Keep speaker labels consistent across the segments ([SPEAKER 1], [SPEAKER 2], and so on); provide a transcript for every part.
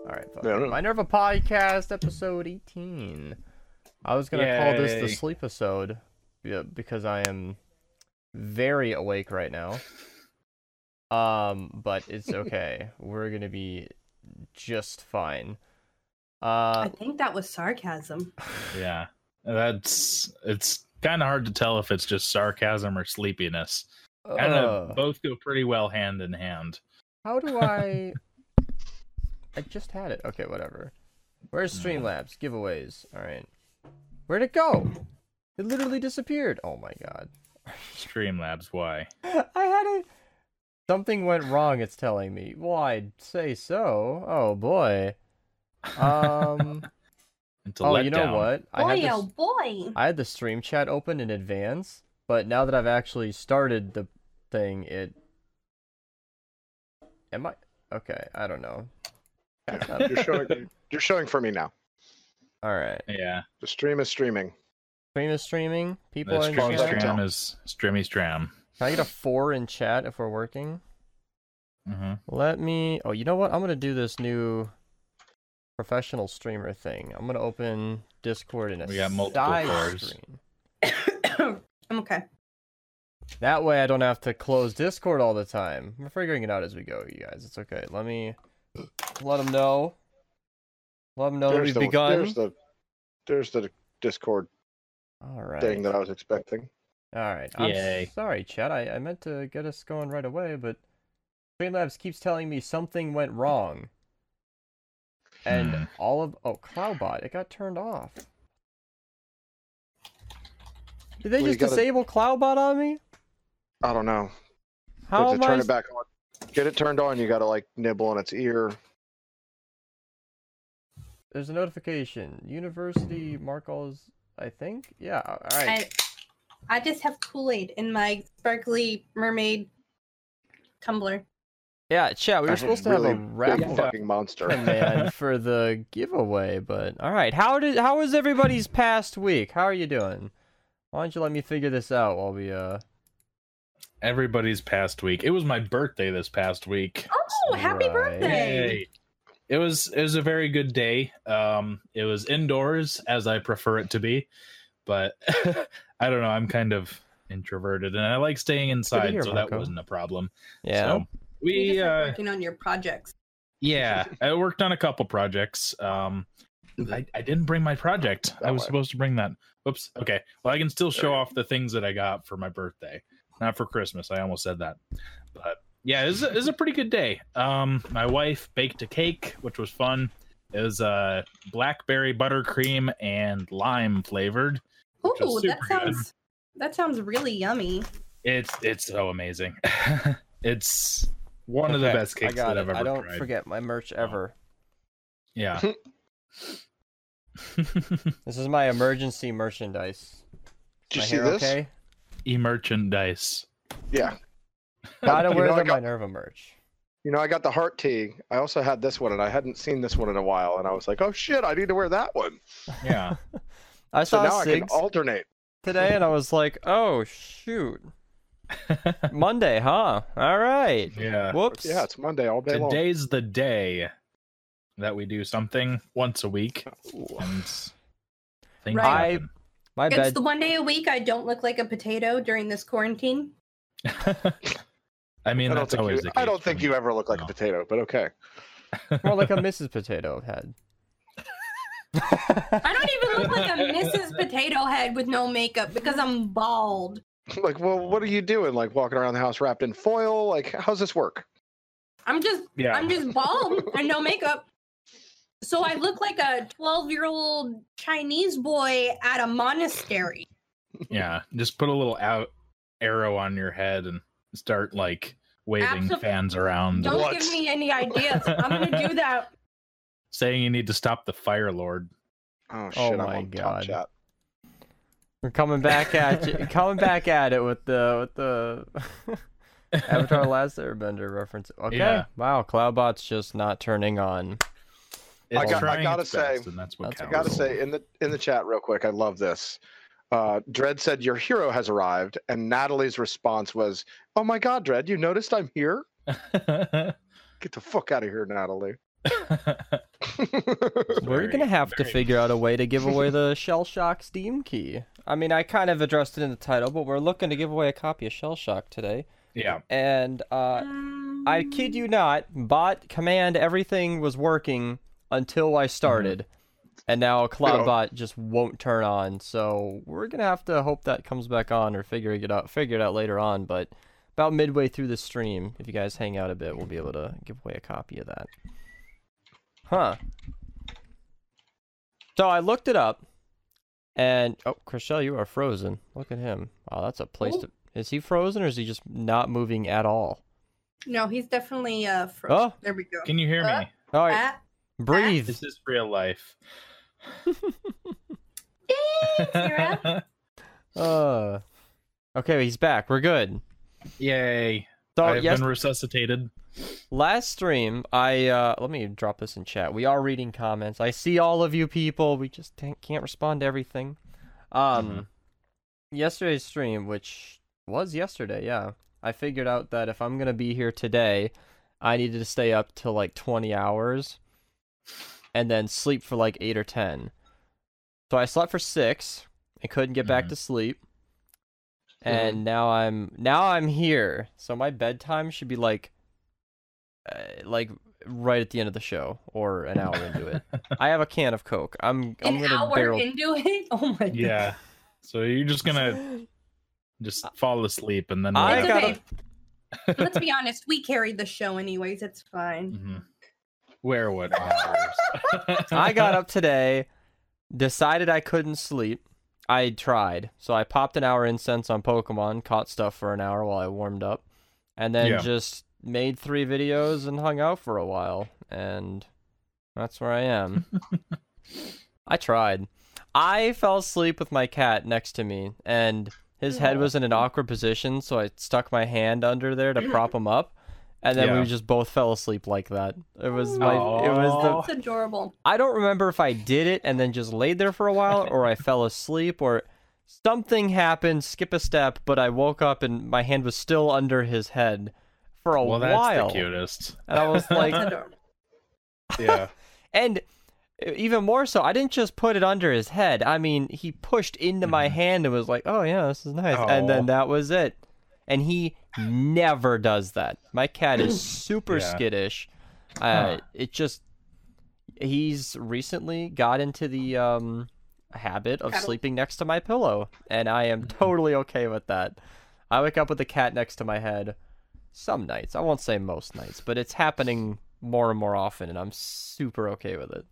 [SPEAKER 1] All right, fuck
[SPEAKER 2] No,
[SPEAKER 1] it.
[SPEAKER 2] no.
[SPEAKER 1] Minerva podcast episode eighteen. I was gonna call this the
[SPEAKER 3] Yay.
[SPEAKER 1] sleep episode, yeah, because I am very awake right now. Um, but it's okay. We're gonna be just fine. Uh,
[SPEAKER 4] I think that was sarcasm.
[SPEAKER 3] Yeah, that's it's kind of hard to tell if it's just sarcasm or sleepiness. Kind of
[SPEAKER 1] uh,
[SPEAKER 3] both go pretty well hand in hand.
[SPEAKER 1] how do I? I just had it. Okay, whatever. Where's
[SPEAKER 3] No.
[SPEAKER 1] Streamlabs giveaways? All right, where'd it go? It literally disappeared. Oh my god.
[SPEAKER 3] Streamlabs, why?
[SPEAKER 1] I had a something went wrong. It's telling me. Well, I'd say so. Oh boy. Um.
[SPEAKER 3] It's a
[SPEAKER 1] oh, you know
[SPEAKER 3] letdown.
[SPEAKER 1] what? I
[SPEAKER 4] boy,
[SPEAKER 1] had,
[SPEAKER 4] oh
[SPEAKER 1] the,
[SPEAKER 4] boy.
[SPEAKER 1] I had the stream chat open in advance, but now that I've actually started the thing, it. Am I okay? I don't know. That's not-
[SPEAKER 2] You're showing, you're showing for me now.
[SPEAKER 1] All right.
[SPEAKER 3] Yeah,
[SPEAKER 2] The stream is streaming.
[SPEAKER 1] Stream is streaming. People
[SPEAKER 3] the
[SPEAKER 1] are in
[SPEAKER 3] Strimmy
[SPEAKER 1] chat.
[SPEAKER 2] streaming.
[SPEAKER 3] Stram is Strimmy Stram.
[SPEAKER 1] Can I get a four in chat if we're working?
[SPEAKER 3] hmm
[SPEAKER 1] Let me. Oh, you know what? I'm gonna do this new professional streamer thing. I'm gonna open Discord in a
[SPEAKER 3] We got multiple
[SPEAKER 1] side
[SPEAKER 3] cores.
[SPEAKER 1] screen.
[SPEAKER 4] oh I'm okay.
[SPEAKER 1] That way, I don't have to close Discord all the time. We're figuring it out as we go, you guys. It's okay. Let me let them know. Let them know that we've
[SPEAKER 2] the,
[SPEAKER 1] begun.
[SPEAKER 2] There's the, there's the Discord
[SPEAKER 1] All right.
[SPEAKER 2] thing that I was expecting.
[SPEAKER 1] All right. I'm
[SPEAKER 3] Yay.
[SPEAKER 1] sorry, Chad. I, I meant to get us going right away, but Streamlabs keeps telling me something went wrong. And
[SPEAKER 3] Hmm.
[SPEAKER 1] all of oh Cloudbot, it got turned off. Did they
[SPEAKER 2] Well, you
[SPEAKER 1] just
[SPEAKER 2] gotta-
[SPEAKER 1] disable Cloudbot on me?
[SPEAKER 2] I don't know. But
[SPEAKER 1] How
[SPEAKER 2] to
[SPEAKER 1] am
[SPEAKER 2] turn
[SPEAKER 1] I?
[SPEAKER 2] it back on, get it turned on, you got to like nibble on its ear.
[SPEAKER 1] There's a notification. University Marcos, I think. Yeah. All right.
[SPEAKER 4] I, I just have Kool Aid in my sparkly mermaid tumbler.
[SPEAKER 1] Yeah, Chad. We were
[SPEAKER 2] That's
[SPEAKER 1] supposed to have
[SPEAKER 2] really
[SPEAKER 1] a raffle.
[SPEAKER 2] Big fucking monster.
[SPEAKER 1] man for the giveaway but all right how did how was everybody's past week how are you doing why don't you let me figure this out while we uh
[SPEAKER 3] Everybody's past week. It was my birthday this past week.
[SPEAKER 4] Oh, happy
[SPEAKER 1] Right.
[SPEAKER 4] birthday!
[SPEAKER 3] Yay. It was it was a very good day. Um, it was indoors as I prefer it to be, but I don't know. I'm kind of introverted and I like staying inside,
[SPEAKER 1] hear,
[SPEAKER 3] so
[SPEAKER 1] Marco.
[SPEAKER 3] that wasn't a problem.
[SPEAKER 1] yeah
[SPEAKER 3] So
[SPEAKER 4] You
[SPEAKER 3] we
[SPEAKER 4] just like
[SPEAKER 3] uh,
[SPEAKER 4] working on your projects.
[SPEAKER 3] yeah, I worked on a couple projects. Um, I, I didn't bring my project. I
[SPEAKER 2] Don't
[SPEAKER 3] was
[SPEAKER 2] worry.
[SPEAKER 3] supposed to bring that. Oops. Okay. Well, I can still show off the things that I got for my birthday, not for Christmas. I almost said that, but yeah, it was, a- it was a pretty good day. Um, my wife baked a cake, which was fun. It was uh, blackberry buttercream and lime flavored. Which was
[SPEAKER 4] Ooh, that
[SPEAKER 3] super good.
[SPEAKER 4] sounds that sounds really yummy.
[SPEAKER 3] It's it's so amazing. it's one of the
[SPEAKER 1] Okay,
[SPEAKER 3] best
[SPEAKER 1] I
[SPEAKER 3] cakes
[SPEAKER 1] got
[SPEAKER 3] that I've
[SPEAKER 1] it.
[SPEAKER 3] ever
[SPEAKER 1] I don't
[SPEAKER 3] tried.
[SPEAKER 1] forget my merch ever
[SPEAKER 3] Yeah.
[SPEAKER 1] this is my emergency merchandise
[SPEAKER 2] Did you
[SPEAKER 1] my
[SPEAKER 2] see
[SPEAKER 1] hair
[SPEAKER 2] this?
[SPEAKER 1] okay
[SPEAKER 3] e merchandise.
[SPEAKER 2] Yeah.
[SPEAKER 1] gotta
[SPEAKER 2] You
[SPEAKER 1] wear
[SPEAKER 2] know I
[SPEAKER 1] the
[SPEAKER 2] got-
[SPEAKER 1] minerva merch
[SPEAKER 2] You know, I got the heart tee. I also had this one, and I hadn't seen this one in a while, and I was like, "Oh shit, I need to wear that one."
[SPEAKER 3] Yeah.
[SPEAKER 1] i
[SPEAKER 2] So
[SPEAKER 1] saw
[SPEAKER 2] now I can
[SPEAKER 1] Sigs
[SPEAKER 2] alternate.
[SPEAKER 1] today and i was like oh shoot monday huh all right
[SPEAKER 3] yeah.
[SPEAKER 1] whoops
[SPEAKER 2] Yeah, it's Monday all day long.
[SPEAKER 3] Today's the day that we do something once a week. And things
[SPEAKER 4] Right.
[SPEAKER 3] happen.
[SPEAKER 1] my
[SPEAKER 4] it's
[SPEAKER 1] bed
[SPEAKER 4] the one day a week I don't look like a potato during this quarantine.
[SPEAKER 3] I mean,
[SPEAKER 2] I don't,
[SPEAKER 3] that's
[SPEAKER 2] think
[SPEAKER 3] always
[SPEAKER 2] you,
[SPEAKER 3] the case.
[SPEAKER 2] I don't
[SPEAKER 3] for
[SPEAKER 2] think
[SPEAKER 3] me.
[SPEAKER 2] you ever look like
[SPEAKER 3] No.
[SPEAKER 2] a potato, but okay.
[SPEAKER 1] more like a mrs potato head
[SPEAKER 4] I don't even look like a Mrs. Potato Head with no makeup because I'm bald.
[SPEAKER 2] Like, well, what are you doing? Like walking around the house wrapped in foil? Like, how's this work?
[SPEAKER 4] I'm just
[SPEAKER 3] Yeah.
[SPEAKER 4] I'm just bald and no makeup. So I look like a 12-year-old Chinese boy at a monastery.
[SPEAKER 3] yeah. Just put a little out arrow on your head and start like waving
[SPEAKER 4] Absol-
[SPEAKER 3] fans around,
[SPEAKER 4] Don't
[SPEAKER 2] What?
[SPEAKER 4] give me any ideas. I'm gonna do that.
[SPEAKER 3] saying you need to stop the fire lord.
[SPEAKER 2] Oh shit, I'm
[SPEAKER 1] my
[SPEAKER 2] on
[SPEAKER 1] God.
[SPEAKER 2] Top Chat.
[SPEAKER 1] We're coming back at you, coming back at it with the with the Avatar: Last Airbender reference. Okay,
[SPEAKER 3] Yeah.
[SPEAKER 1] wow, Cloudbot's just not turning on.
[SPEAKER 3] It's
[SPEAKER 1] I got- I
[SPEAKER 3] trying
[SPEAKER 2] gotta
[SPEAKER 3] its best,
[SPEAKER 2] say-
[SPEAKER 3] and that's what
[SPEAKER 1] That's- I
[SPEAKER 2] I
[SPEAKER 3] counts.
[SPEAKER 2] gotta say in the in the chat real quick, I love this. Uh, Dread said your hero has arrived, and Natalie's response was, "Oh my god, Dread, you noticed I'm here? Get the fuck out of here, Natalie."
[SPEAKER 3] It's
[SPEAKER 1] We're
[SPEAKER 3] very-
[SPEAKER 1] gonna have to
[SPEAKER 3] very-
[SPEAKER 1] figure out a way to give away the Shell Shock Steam key. I mean, I kind of addressed it in the title, but we're looking to give away a copy of Shell Shock today.
[SPEAKER 3] Yeah.
[SPEAKER 1] And uh, I kid you not, bot command everything was working until I started, and now CloudBot bot just won't turn on. So we're gonna have to hope that comes back on or figure it out. Figure it out later on, but. About midway through the stream, if you guys hang out a bit, we'll be able to give away a copy of that. Huh. So I looked it up, and oh, Chriselle, you are frozen. Look at him. Wow, that's a place to. Is he frozen or is he just not moving at all?
[SPEAKER 4] No, he's definitely uh
[SPEAKER 1] Oh.
[SPEAKER 4] frozen. There we go.
[SPEAKER 3] Can you hear
[SPEAKER 4] Uh,
[SPEAKER 3] me?
[SPEAKER 1] All right,
[SPEAKER 4] Ah,
[SPEAKER 1] breathe.
[SPEAKER 3] This is real life.
[SPEAKER 4] Sarah?
[SPEAKER 1] Uh, okay, he's back. We're good.
[SPEAKER 3] Yay.
[SPEAKER 1] So
[SPEAKER 3] I've
[SPEAKER 1] yes,
[SPEAKER 3] been resuscitated.
[SPEAKER 1] last stream I uh, let me drop this in chat. We are reading comments. I see all of you people. We just can't- can't respond to everything. Um, yesterday's stream, which was yesterday, yeah. I figured out that if I'm gonna be here today, I needed to stay up till like 20 hours, and then sleep for like eight or ten. So I slept for six and couldn't get back
[SPEAKER 3] Mhm.
[SPEAKER 1] to sleep. And now I'm now I'm here. So my bedtime should be like, uh, like right at the end of the show or an hour into it. I have a can of Coke. I'm I'm
[SPEAKER 4] an
[SPEAKER 1] gonna
[SPEAKER 4] hour
[SPEAKER 1] barrel.
[SPEAKER 4] into it. Oh my god.
[SPEAKER 3] Yeah. So you're just gonna just fall asleep and then
[SPEAKER 1] I
[SPEAKER 4] It's
[SPEAKER 1] gotta-
[SPEAKER 4] okay. Let's be honest. We carried the show anyways. It's fine.
[SPEAKER 3] hmm Where would hours?
[SPEAKER 1] I got up today, decided I couldn't sleep. I tried. So I popped an hour incense on Pokemon, caught stuff for an hour while I warmed up, and then
[SPEAKER 3] Yeah.
[SPEAKER 1] just made three videos and hung out for a while. And that's where I am. I tried. I fell asleep with my cat next to me, and his head was in an awkward position, so I stuck my hand under there to prop him up. And then
[SPEAKER 3] Yeah.
[SPEAKER 1] we just both fell asleep like that. It was my, it was the
[SPEAKER 3] Aw.
[SPEAKER 4] It's adorable.
[SPEAKER 1] I don't remember if I did it and then just laid there for a while or I fell asleep or something happened, skip a step, but I woke up and my hand was still under his head for a
[SPEAKER 3] Well, that's
[SPEAKER 1] while.
[SPEAKER 3] the cutest.
[SPEAKER 1] And I was like,
[SPEAKER 4] It's adorable.
[SPEAKER 3] yeah.
[SPEAKER 1] and uh, even more so, I didn't just put it under his head. I mean, he pushed into my
[SPEAKER 3] Mm-hmm.
[SPEAKER 1] hand and was like, "Oh yeah, this is nice," and
[SPEAKER 3] Aw.
[SPEAKER 1] then that was it. And he never does that. My cat is super
[SPEAKER 3] Yeah.
[SPEAKER 1] skittish. Uh,
[SPEAKER 3] Huh.
[SPEAKER 1] It just he's recently got into the um, habit of
[SPEAKER 4] Cuddle.
[SPEAKER 1] sleeping next to my pillow, and I am
[SPEAKER 4] Mm-hmm.
[SPEAKER 1] totally okay with that. I wake up with the cat next to my head some nights. I won't say most nights, but it's happening more and more often, and I'm super okay with it.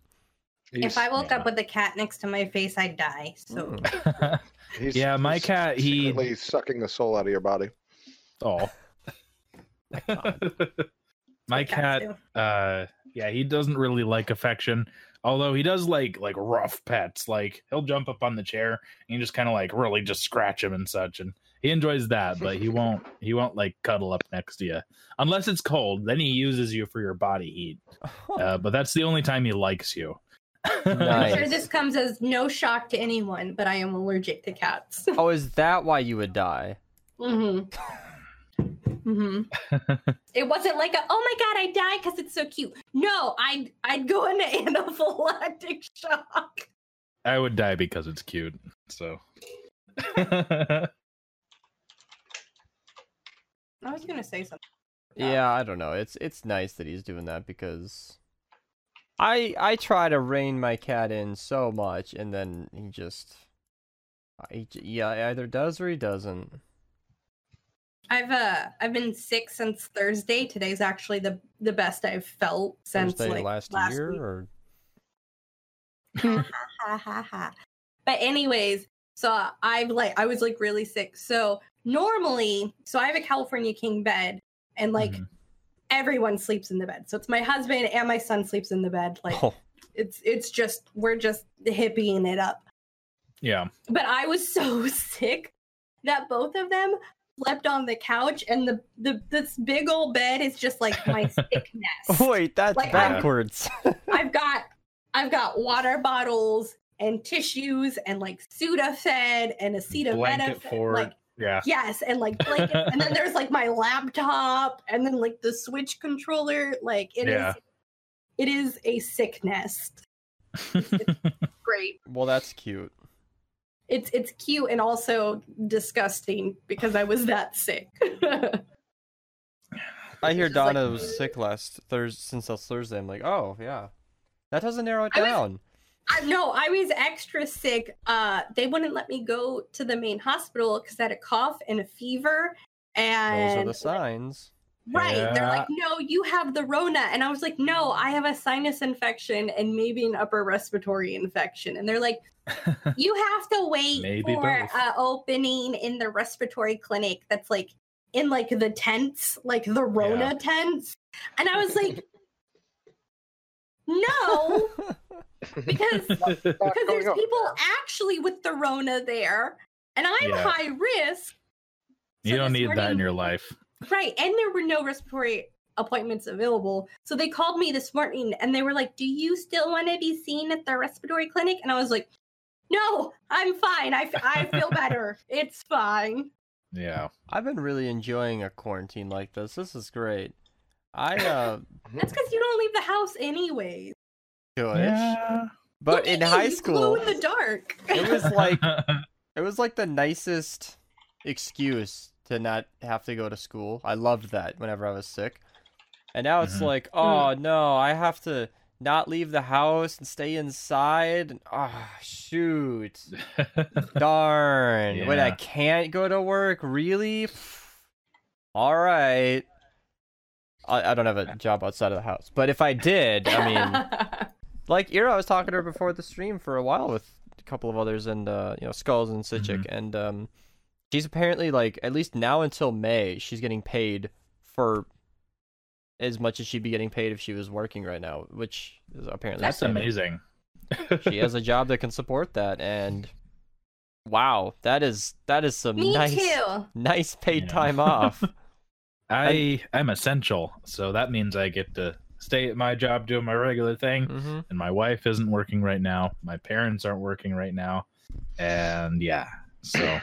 [SPEAKER 4] If I woke
[SPEAKER 3] yeah.
[SPEAKER 4] up with a cat next to my face, I'd die. So
[SPEAKER 1] Mm.
[SPEAKER 2] He's-
[SPEAKER 3] Yeah, my
[SPEAKER 2] he's
[SPEAKER 3] cat, he-
[SPEAKER 2] secretly sucking the soul out of your body.
[SPEAKER 3] oh. My cat
[SPEAKER 4] do.
[SPEAKER 3] uh yeah he doesn't really like affection although he does like like rough pets like he'll jump up on the chair and you just kind of like really just scratch him and such and he enjoys that but he won't he won't like cuddle up next to you unless it's cold then he uses you for your body heat uh, but that's the only time he likes you
[SPEAKER 4] I'm sure
[SPEAKER 1] Nice.
[SPEAKER 4] this comes as no shock to anyone, but I am allergic to cats.
[SPEAKER 1] Oh, is that why you would die?
[SPEAKER 4] hmm hmm it wasn't like a oh my god, I die because it's so cute. No, I'd I'd go into anaphylactic shock.
[SPEAKER 3] i would die because it's cute so yeah
[SPEAKER 4] I was gonna say something.
[SPEAKER 1] Yeah, I don't know. It's it's nice that he's doing that because I I try to rein my cat in so much, and then he just he, j- yeah he either does or he doesn't.
[SPEAKER 4] I've uh I've been sick since Thursday. Today's actually the the best I've felt since
[SPEAKER 1] Thursday
[SPEAKER 4] like
[SPEAKER 1] last, year
[SPEAKER 4] week.
[SPEAKER 1] or
[SPEAKER 4] ha ha ha. But anyways, so I've like I was like really sick. So normally, so I have a California king bed, and like
[SPEAKER 1] Mm-hmm.
[SPEAKER 3] Mhm.
[SPEAKER 4] everyone sleeps in the bed. So it's my husband and my son sleeps in the bed. Like
[SPEAKER 1] oh
[SPEAKER 4] it's it's just we're just hippieing it up.
[SPEAKER 3] yeah
[SPEAKER 4] But I was so sick that both of them slept on the couch, and the the this big old bed is just like my sick nest.
[SPEAKER 1] wait that's
[SPEAKER 4] Like,
[SPEAKER 3] I'm-
[SPEAKER 1] backwards.
[SPEAKER 4] I've got I've got water bottles and tissues and like Sudafed and acetaminophen.
[SPEAKER 3] blanket for
[SPEAKER 4] like,
[SPEAKER 3] yeah
[SPEAKER 4] yes, and like blankets. and then there's like my laptop and then like the Switch controller. Like it is.
[SPEAKER 3] Yeah.
[SPEAKER 4] It is a sickness. Great.
[SPEAKER 1] Well, that's cute.
[SPEAKER 4] It's it's cute and also disgusting because I was that sick.
[SPEAKER 1] I hear
[SPEAKER 4] It's just like-
[SPEAKER 1] Donna was sick last Thursday. Since last Thursday, I'm like, oh yeah, that doesn't narrow it
[SPEAKER 4] I was-
[SPEAKER 1] down.
[SPEAKER 4] I, no, I was extra sick. Uh, they wouldn't let me go to the main hospital because I had a cough and a fever.
[SPEAKER 1] Those are
[SPEAKER 4] And
[SPEAKER 1] the signs.
[SPEAKER 4] right, they're
[SPEAKER 3] Yeah.
[SPEAKER 4] like, no, you have the Rona, and I was like, no, I have a sinus infection and maybe an upper respiratory infection, and they're like, you have to wait
[SPEAKER 3] Maybe
[SPEAKER 4] for
[SPEAKER 3] both.
[SPEAKER 4] a opening in the respiratory clinic that's like in like the tents, like the Rona tents, and I was like, no, because
[SPEAKER 2] What's
[SPEAKER 4] because
[SPEAKER 2] going
[SPEAKER 4] there's
[SPEAKER 2] on?
[SPEAKER 4] people actually with the Rona there, and I'm
[SPEAKER 3] Yeah.
[SPEAKER 4] high risk.
[SPEAKER 3] you
[SPEAKER 4] So
[SPEAKER 3] don't
[SPEAKER 4] this
[SPEAKER 3] need that in
[SPEAKER 4] morning-
[SPEAKER 3] your life.
[SPEAKER 4] Right, and there were no respiratory appointments available. So they called me this morning and they were like, Do you still want to be seen at the respiratory clinic? And I was like, No, I'm fine. I, f- I feel better. It's fine.
[SPEAKER 3] Yeah.
[SPEAKER 1] I've been really enjoying a quarantine like this. This is great. I uh,
[SPEAKER 4] That's because you don't leave the house anyways.
[SPEAKER 1] Jewish,
[SPEAKER 3] yeah.
[SPEAKER 1] but
[SPEAKER 4] Look
[SPEAKER 1] in
[SPEAKER 4] at you,
[SPEAKER 1] high
[SPEAKER 4] you
[SPEAKER 1] school,
[SPEAKER 4] glow in the dark.
[SPEAKER 1] it was like it was like the nicest excuse to not have to go to school. I loved that whenever I was sick. And now it's
[SPEAKER 3] Mhm.
[SPEAKER 1] like, oh no, I have to not leave the house and stay inside. And ah, shoot, darn. When I
[SPEAKER 3] Yeah.
[SPEAKER 1] can't go to work, really? Pff, All right. I, I don't have a job outside of the house, but if I did, I mean like Ira, I was talking to her before the stream for a while with a couple of others and uh, you know Skulls and Sitchik,
[SPEAKER 3] Mhm.
[SPEAKER 1] and um, she's apparently like at least now until May, she's getting paid for as much as she'd be getting paid if she was working right now, which is apparently
[SPEAKER 3] That's
[SPEAKER 1] outstanding.
[SPEAKER 3] amazing.
[SPEAKER 1] She has a job that can support that, and wow, that is that is some
[SPEAKER 4] me
[SPEAKER 1] nice
[SPEAKER 4] too.
[SPEAKER 1] nice paid
[SPEAKER 3] Yeah.
[SPEAKER 1] time off.
[SPEAKER 3] I I'm essential, so that means I get to stay at my job doing my regular thing.
[SPEAKER 1] hmm
[SPEAKER 3] And my wife isn't working right now. My parents aren't working right now, and yeah, so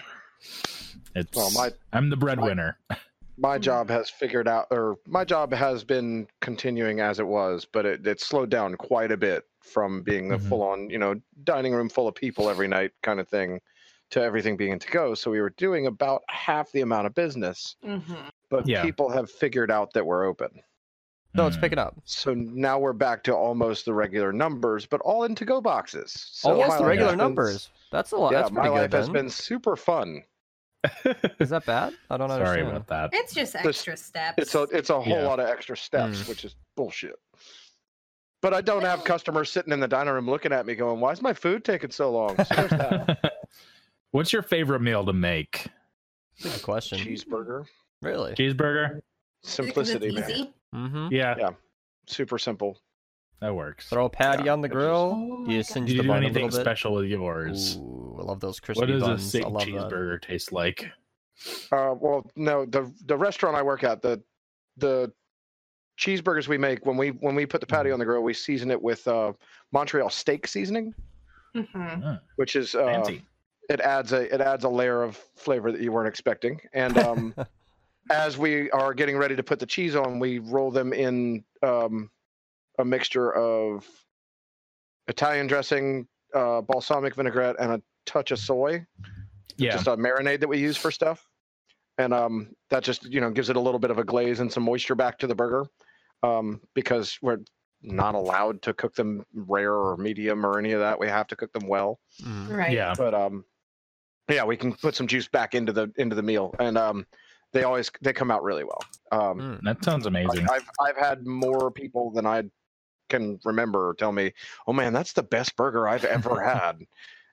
[SPEAKER 3] it's
[SPEAKER 2] Well, my-
[SPEAKER 3] I'm the breadwinner.
[SPEAKER 1] Hmm.
[SPEAKER 2] my job has figured out or my job has been continuing as it was but it, it slowed down quite a bit from being the
[SPEAKER 1] Mm-hmm.
[SPEAKER 3] Mhm.
[SPEAKER 2] full on you know dining room full of people every night kind of thing to everything being to go so we were doing about half the amount of business
[SPEAKER 4] Mm-hmm.
[SPEAKER 2] but
[SPEAKER 3] Yeah.
[SPEAKER 2] people have figured out that we're open
[SPEAKER 1] No, it's
[SPEAKER 3] Mm.
[SPEAKER 1] picking up.
[SPEAKER 2] so now we're back to almost the regular numbers but all in to go boxes so
[SPEAKER 1] Almost
[SPEAKER 2] my
[SPEAKER 1] the
[SPEAKER 2] life
[SPEAKER 1] regular
[SPEAKER 2] has been-
[SPEAKER 1] numbers. That's a lot.
[SPEAKER 2] yeah
[SPEAKER 1] That's
[SPEAKER 2] my
[SPEAKER 1] pretty
[SPEAKER 2] life
[SPEAKER 1] good,
[SPEAKER 2] has
[SPEAKER 1] then.
[SPEAKER 2] been super fun
[SPEAKER 1] Is that bad? I don't
[SPEAKER 3] Sorry
[SPEAKER 1] understand.
[SPEAKER 3] about that.
[SPEAKER 4] It's just extra steps.
[SPEAKER 2] It's a it's a whole
[SPEAKER 3] Yeah.
[SPEAKER 2] lot of extra steps,
[SPEAKER 1] Mm.
[SPEAKER 2] which is bullshit. But I don't have
[SPEAKER 4] Well-
[SPEAKER 2] customers sitting in the dining room looking at me going, "Why is my food taking so long?" So there's that
[SPEAKER 3] What's your favorite meal to make?
[SPEAKER 1] That's a good question.
[SPEAKER 2] cheeseburger,
[SPEAKER 1] Really?
[SPEAKER 3] Cheeseburger.
[SPEAKER 4] Because it's
[SPEAKER 2] simplicity, man.
[SPEAKER 4] easy.
[SPEAKER 1] Mm-hmm.
[SPEAKER 3] Yeah,
[SPEAKER 2] Yeah. Super simple.
[SPEAKER 3] that works.
[SPEAKER 1] Throw a patty
[SPEAKER 2] Yeah,
[SPEAKER 1] on the
[SPEAKER 2] it's just-
[SPEAKER 1] grill.
[SPEAKER 4] Oh my
[SPEAKER 1] you
[SPEAKER 4] God.
[SPEAKER 1] singe
[SPEAKER 3] Did you
[SPEAKER 1] the
[SPEAKER 3] do
[SPEAKER 1] bun a
[SPEAKER 3] anything
[SPEAKER 1] little bit.
[SPEAKER 3] special with yours?
[SPEAKER 1] Ooh, I love those crispy
[SPEAKER 3] what does
[SPEAKER 1] buns.
[SPEAKER 3] a sick
[SPEAKER 1] I love that.
[SPEAKER 3] cheeseburger taste like?
[SPEAKER 2] Uh, well, no, the the restaurant I work at, the the cheeseburgers we make when we when we put the patty on the grill, we season it with uh, Montreal steak seasoning,
[SPEAKER 4] Mhm.
[SPEAKER 2] which is uh,
[SPEAKER 3] Fancy.
[SPEAKER 2] it adds a it adds a layer of flavor that you weren't expecting. And um, as we are getting ready to put the cheese on, we roll them in um, a mixture of Italian dressing, uh, balsamic vinaigrette, and a touch of soy,
[SPEAKER 3] yeah.
[SPEAKER 2] just a marinade that we use for stuff. And um, that just you know gives it a little bit of a glaze and some moisture back to the burger, um, because we're not allowed to cook them rare or medium or any of that. We have to cook them well
[SPEAKER 1] Mhm.
[SPEAKER 4] Right.
[SPEAKER 3] Yeah.
[SPEAKER 2] but um yeah we can put some juice back into the into the meal and um they always they come out really well um
[SPEAKER 1] Mm.
[SPEAKER 3] That sounds amazing.
[SPEAKER 2] like, i've i've had more people than i can remember tell me oh man that's the best burger i've ever had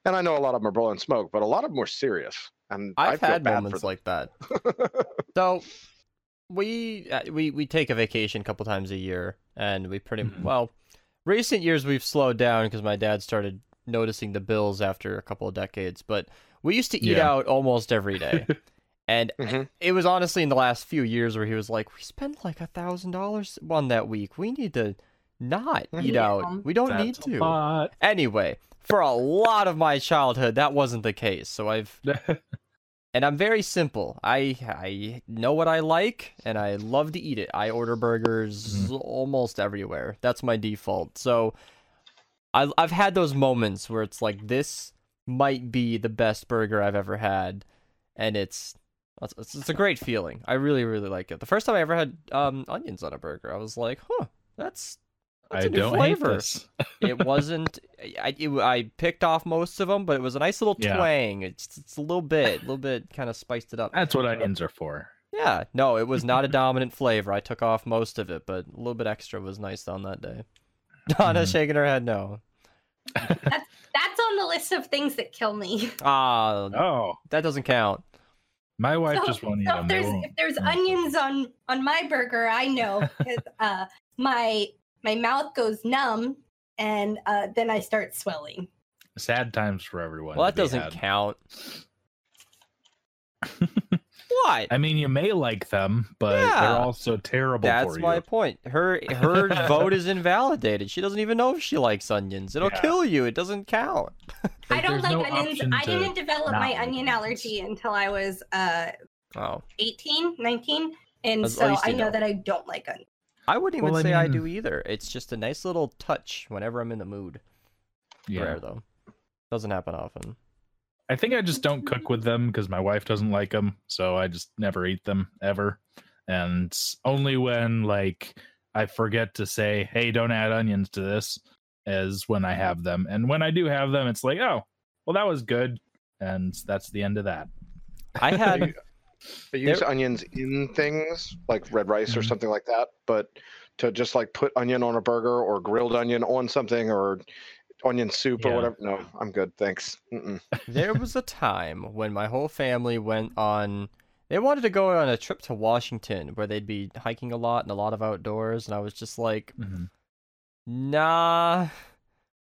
[SPEAKER 2] and i know a lot of them are blowing smoke but a lot of them were serious and
[SPEAKER 1] I've
[SPEAKER 2] I feel
[SPEAKER 1] had
[SPEAKER 2] bad
[SPEAKER 1] moments
[SPEAKER 2] for
[SPEAKER 1] like that. so we uh, we we take a vacation a couple times a year, and we pretty
[SPEAKER 3] Mhm.
[SPEAKER 1] well. Recent years we've slowed down because my dad started noticing the bills after a couple of decades, but we used to eat
[SPEAKER 3] Yeah. Mm-hmm.
[SPEAKER 1] out almost every day. And
[SPEAKER 2] Mhm.
[SPEAKER 1] it was honestly in the last few years where he was like, "We spent like a thousand dollars on that week. We need to not
[SPEAKER 2] Mhm.
[SPEAKER 1] eat
[SPEAKER 4] Yeah.
[SPEAKER 1] out. We don't
[SPEAKER 3] Mm-hmm. That's
[SPEAKER 1] need
[SPEAKER 3] a
[SPEAKER 1] to."
[SPEAKER 3] lot.
[SPEAKER 1] Anyway, for a lot of my childhood, that wasn't the case. So I've and I'm very simple. I I know what I like, and I love to eat it. I order burgers
[SPEAKER 3] Mm-hmm.
[SPEAKER 1] almost everywhere. That's my default. So, I I've had those moments where it's like this might be the best burger I've ever had, and it's it's, it's a great feeling. I really really like it. The first time I ever had um, onions on a burger, I was like, huh, that's. That's
[SPEAKER 3] I
[SPEAKER 1] a new
[SPEAKER 3] don't
[SPEAKER 1] flavor
[SPEAKER 3] hate this.
[SPEAKER 1] it wasn't I, it, I picked off most of them but it was a nice little
[SPEAKER 3] Yeah.
[SPEAKER 1] twang it's, it's a little bit a little bit kind of spiced it up
[SPEAKER 3] That's what onions are for.
[SPEAKER 1] yeah no it was not a dominant flavor i took off most of it but a little bit extra was nice on that day Donna's
[SPEAKER 3] Mhm.
[SPEAKER 1] shaking her head no
[SPEAKER 4] That's on the list of things that kill me.
[SPEAKER 1] ah
[SPEAKER 3] Oh,
[SPEAKER 1] that doesn't count
[SPEAKER 3] my wife
[SPEAKER 4] So-
[SPEAKER 3] just won't eat
[SPEAKER 4] So if
[SPEAKER 3] them. They
[SPEAKER 4] there's
[SPEAKER 3] won't.
[SPEAKER 4] if there's
[SPEAKER 3] Mm.
[SPEAKER 4] onions on on my burger, I know 'cause, uh, my my mouth goes numb and uh, then I start swelling.
[SPEAKER 3] Sad times for everyone.
[SPEAKER 1] well
[SPEAKER 3] to
[SPEAKER 1] that
[SPEAKER 3] be
[SPEAKER 1] doesn't
[SPEAKER 3] had.
[SPEAKER 1] count what
[SPEAKER 3] I mean, you may like them, but
[SPEAKER 1] Yeah.
[SPEAKER 3] they're also terrible
[SPEAKER 1] that's
[SPEAKER 3] for
[SPEAKER 1] my
[SPEAKER 3] you.
[SPEAKER 1] point her her vote is invalidated she doesn't even know if she likes onions it'll
[SPEAKER 3] Yeah.
[SPEAKER 1] kill you it doesn't count
[SPEAKER 4] I don't
[SPEAKER 3] there's
[SPEAKER 4] like
[SPEAKER 3] no
[SPEAKER 4] onions.
[SPEAKER 3] option
[SPEAKER 4] I
[SPEAKER 3] to
[SPEAKER 4] didn't develop
[SPEAKER 3] not
[SPEAKER 4] my
[SPEAKER 3] like
[SPEAKER 4] onion
[SPEAKER 3] onions.
[SPEAKER 4] allergy until I was uh,
[SPEAKER 1] oh
[SPEAKER 4] 18, 19. And
[SPEAKER 1] At
[SPEAKER 4] so
[SPEAKER 1] least
[SPEAKER 4] I
[SPEAKER 1] you
[SPEAKER 4] know
[SPEAKER 1] know.
[SPEAKER 4] that I don't like onions.
[SPEAKER 1] I wouldn't even
[SPEAKER 3] Well, I
[SPEAKER 1] say I,
[SPEAKER 3] mean-
[SPEAKER 1] do either. It's just a nice little touch whenever I'm in the mood.
[SPEAKER 3] Yeah.
[SPEAKER 1] Rare though. Doesn't happen often.
[SPEAKER 3] I think I just don't cook with them because my wife doesn't like them, so I just never eat them ever. And s- only when like I forget to say, "Hey, don't add onions to this," is when I have them. And when I do have them, it's like, "Oh, well, that was good," and that's the end of that.
[SPEAKER 1] I had
[SPEAKER 2] They use
[SPEAKER 1] There- Mm-hmm.
[SPEAKER 2] onions in things like red rice or
[SPEAKER 3] Mhm.
[SPEAKER 2] something like that, but to just like put onion on a burger or grilled onion on something or onion soup
[SPEAKER 3] Yeah.
[SPEAKER 2] or whatever. No, I'm good, thanks. Mm-mm.
[SPEAKER 1] there was a time when my whole family went on they wanted to go on a trip to Washington where they'd be hiking a lot and a lot of outdoors and I was just like,
[SPEAKER 3] Mm-hmm.
[SPEAKER 1] nah,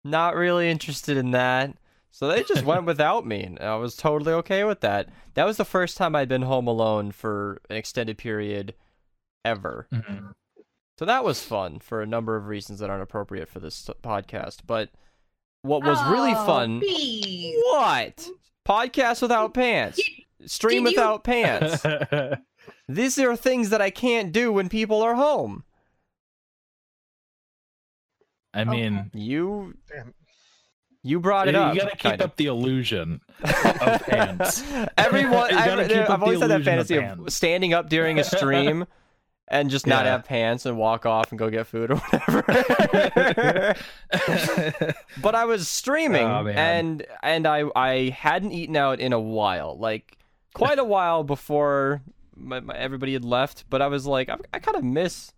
[SPEAKER 1] not really interested in that. So they just went without me, and I was totally okay with that. That was the first time I'd been home alone for an extended period ever.
[SPEAKER 3] Mhm.
[SPEAKER 1] So that was fun for a number of reasons that aren't appropriate for this podcast. But what was really
[SPEAKER 4] Oh,
[SPEAKER 1] fun?
[SPEAKER 4] please.
[SPEAKER 1] What? Podcast without pants. Stream
[SPEAKER 4] did you-
[SPEAKER 1] without pants. These are things that I can't do when people are home.
[SPEAKER 3] I mean,
[SPEAKER 1] You
[SPEAKER 2] Damn.
[SPEAKER 1] you brought it
[SPEAKER 3] you
[SPEAKER 1] up.
[SPEAKER 3] gotta keep
[SPEAKER 1] kind of.
[SPEAKER 3] up the illusion of pants.
[SPEAKER 1] Everyone,
[SPEAKER 3] You gotta
[SPEAKER 1] every-
[SPEAKER 3] keep up
[SPEAKER 1] I've
[SPEAKER 3] the
[SPEAKER 1] always had that
[SPEAKER 3] illusion of
[SPEAKER 1] fantasy of,
[SPEAKER 3] pants.
[SPEAKER 1] standing up during a stream and just not
[SPEAKER 3] Yeah.
[SPEAKER 1] have pants and walk off and go get food or whatever. but I was streaming
[SPEAKER 3] Oh, man.
[SPEAKER 1] and and I I hadn't eaten out in a while, like quite a while before my, my, everybody had left. But I was like, I, I kind of miss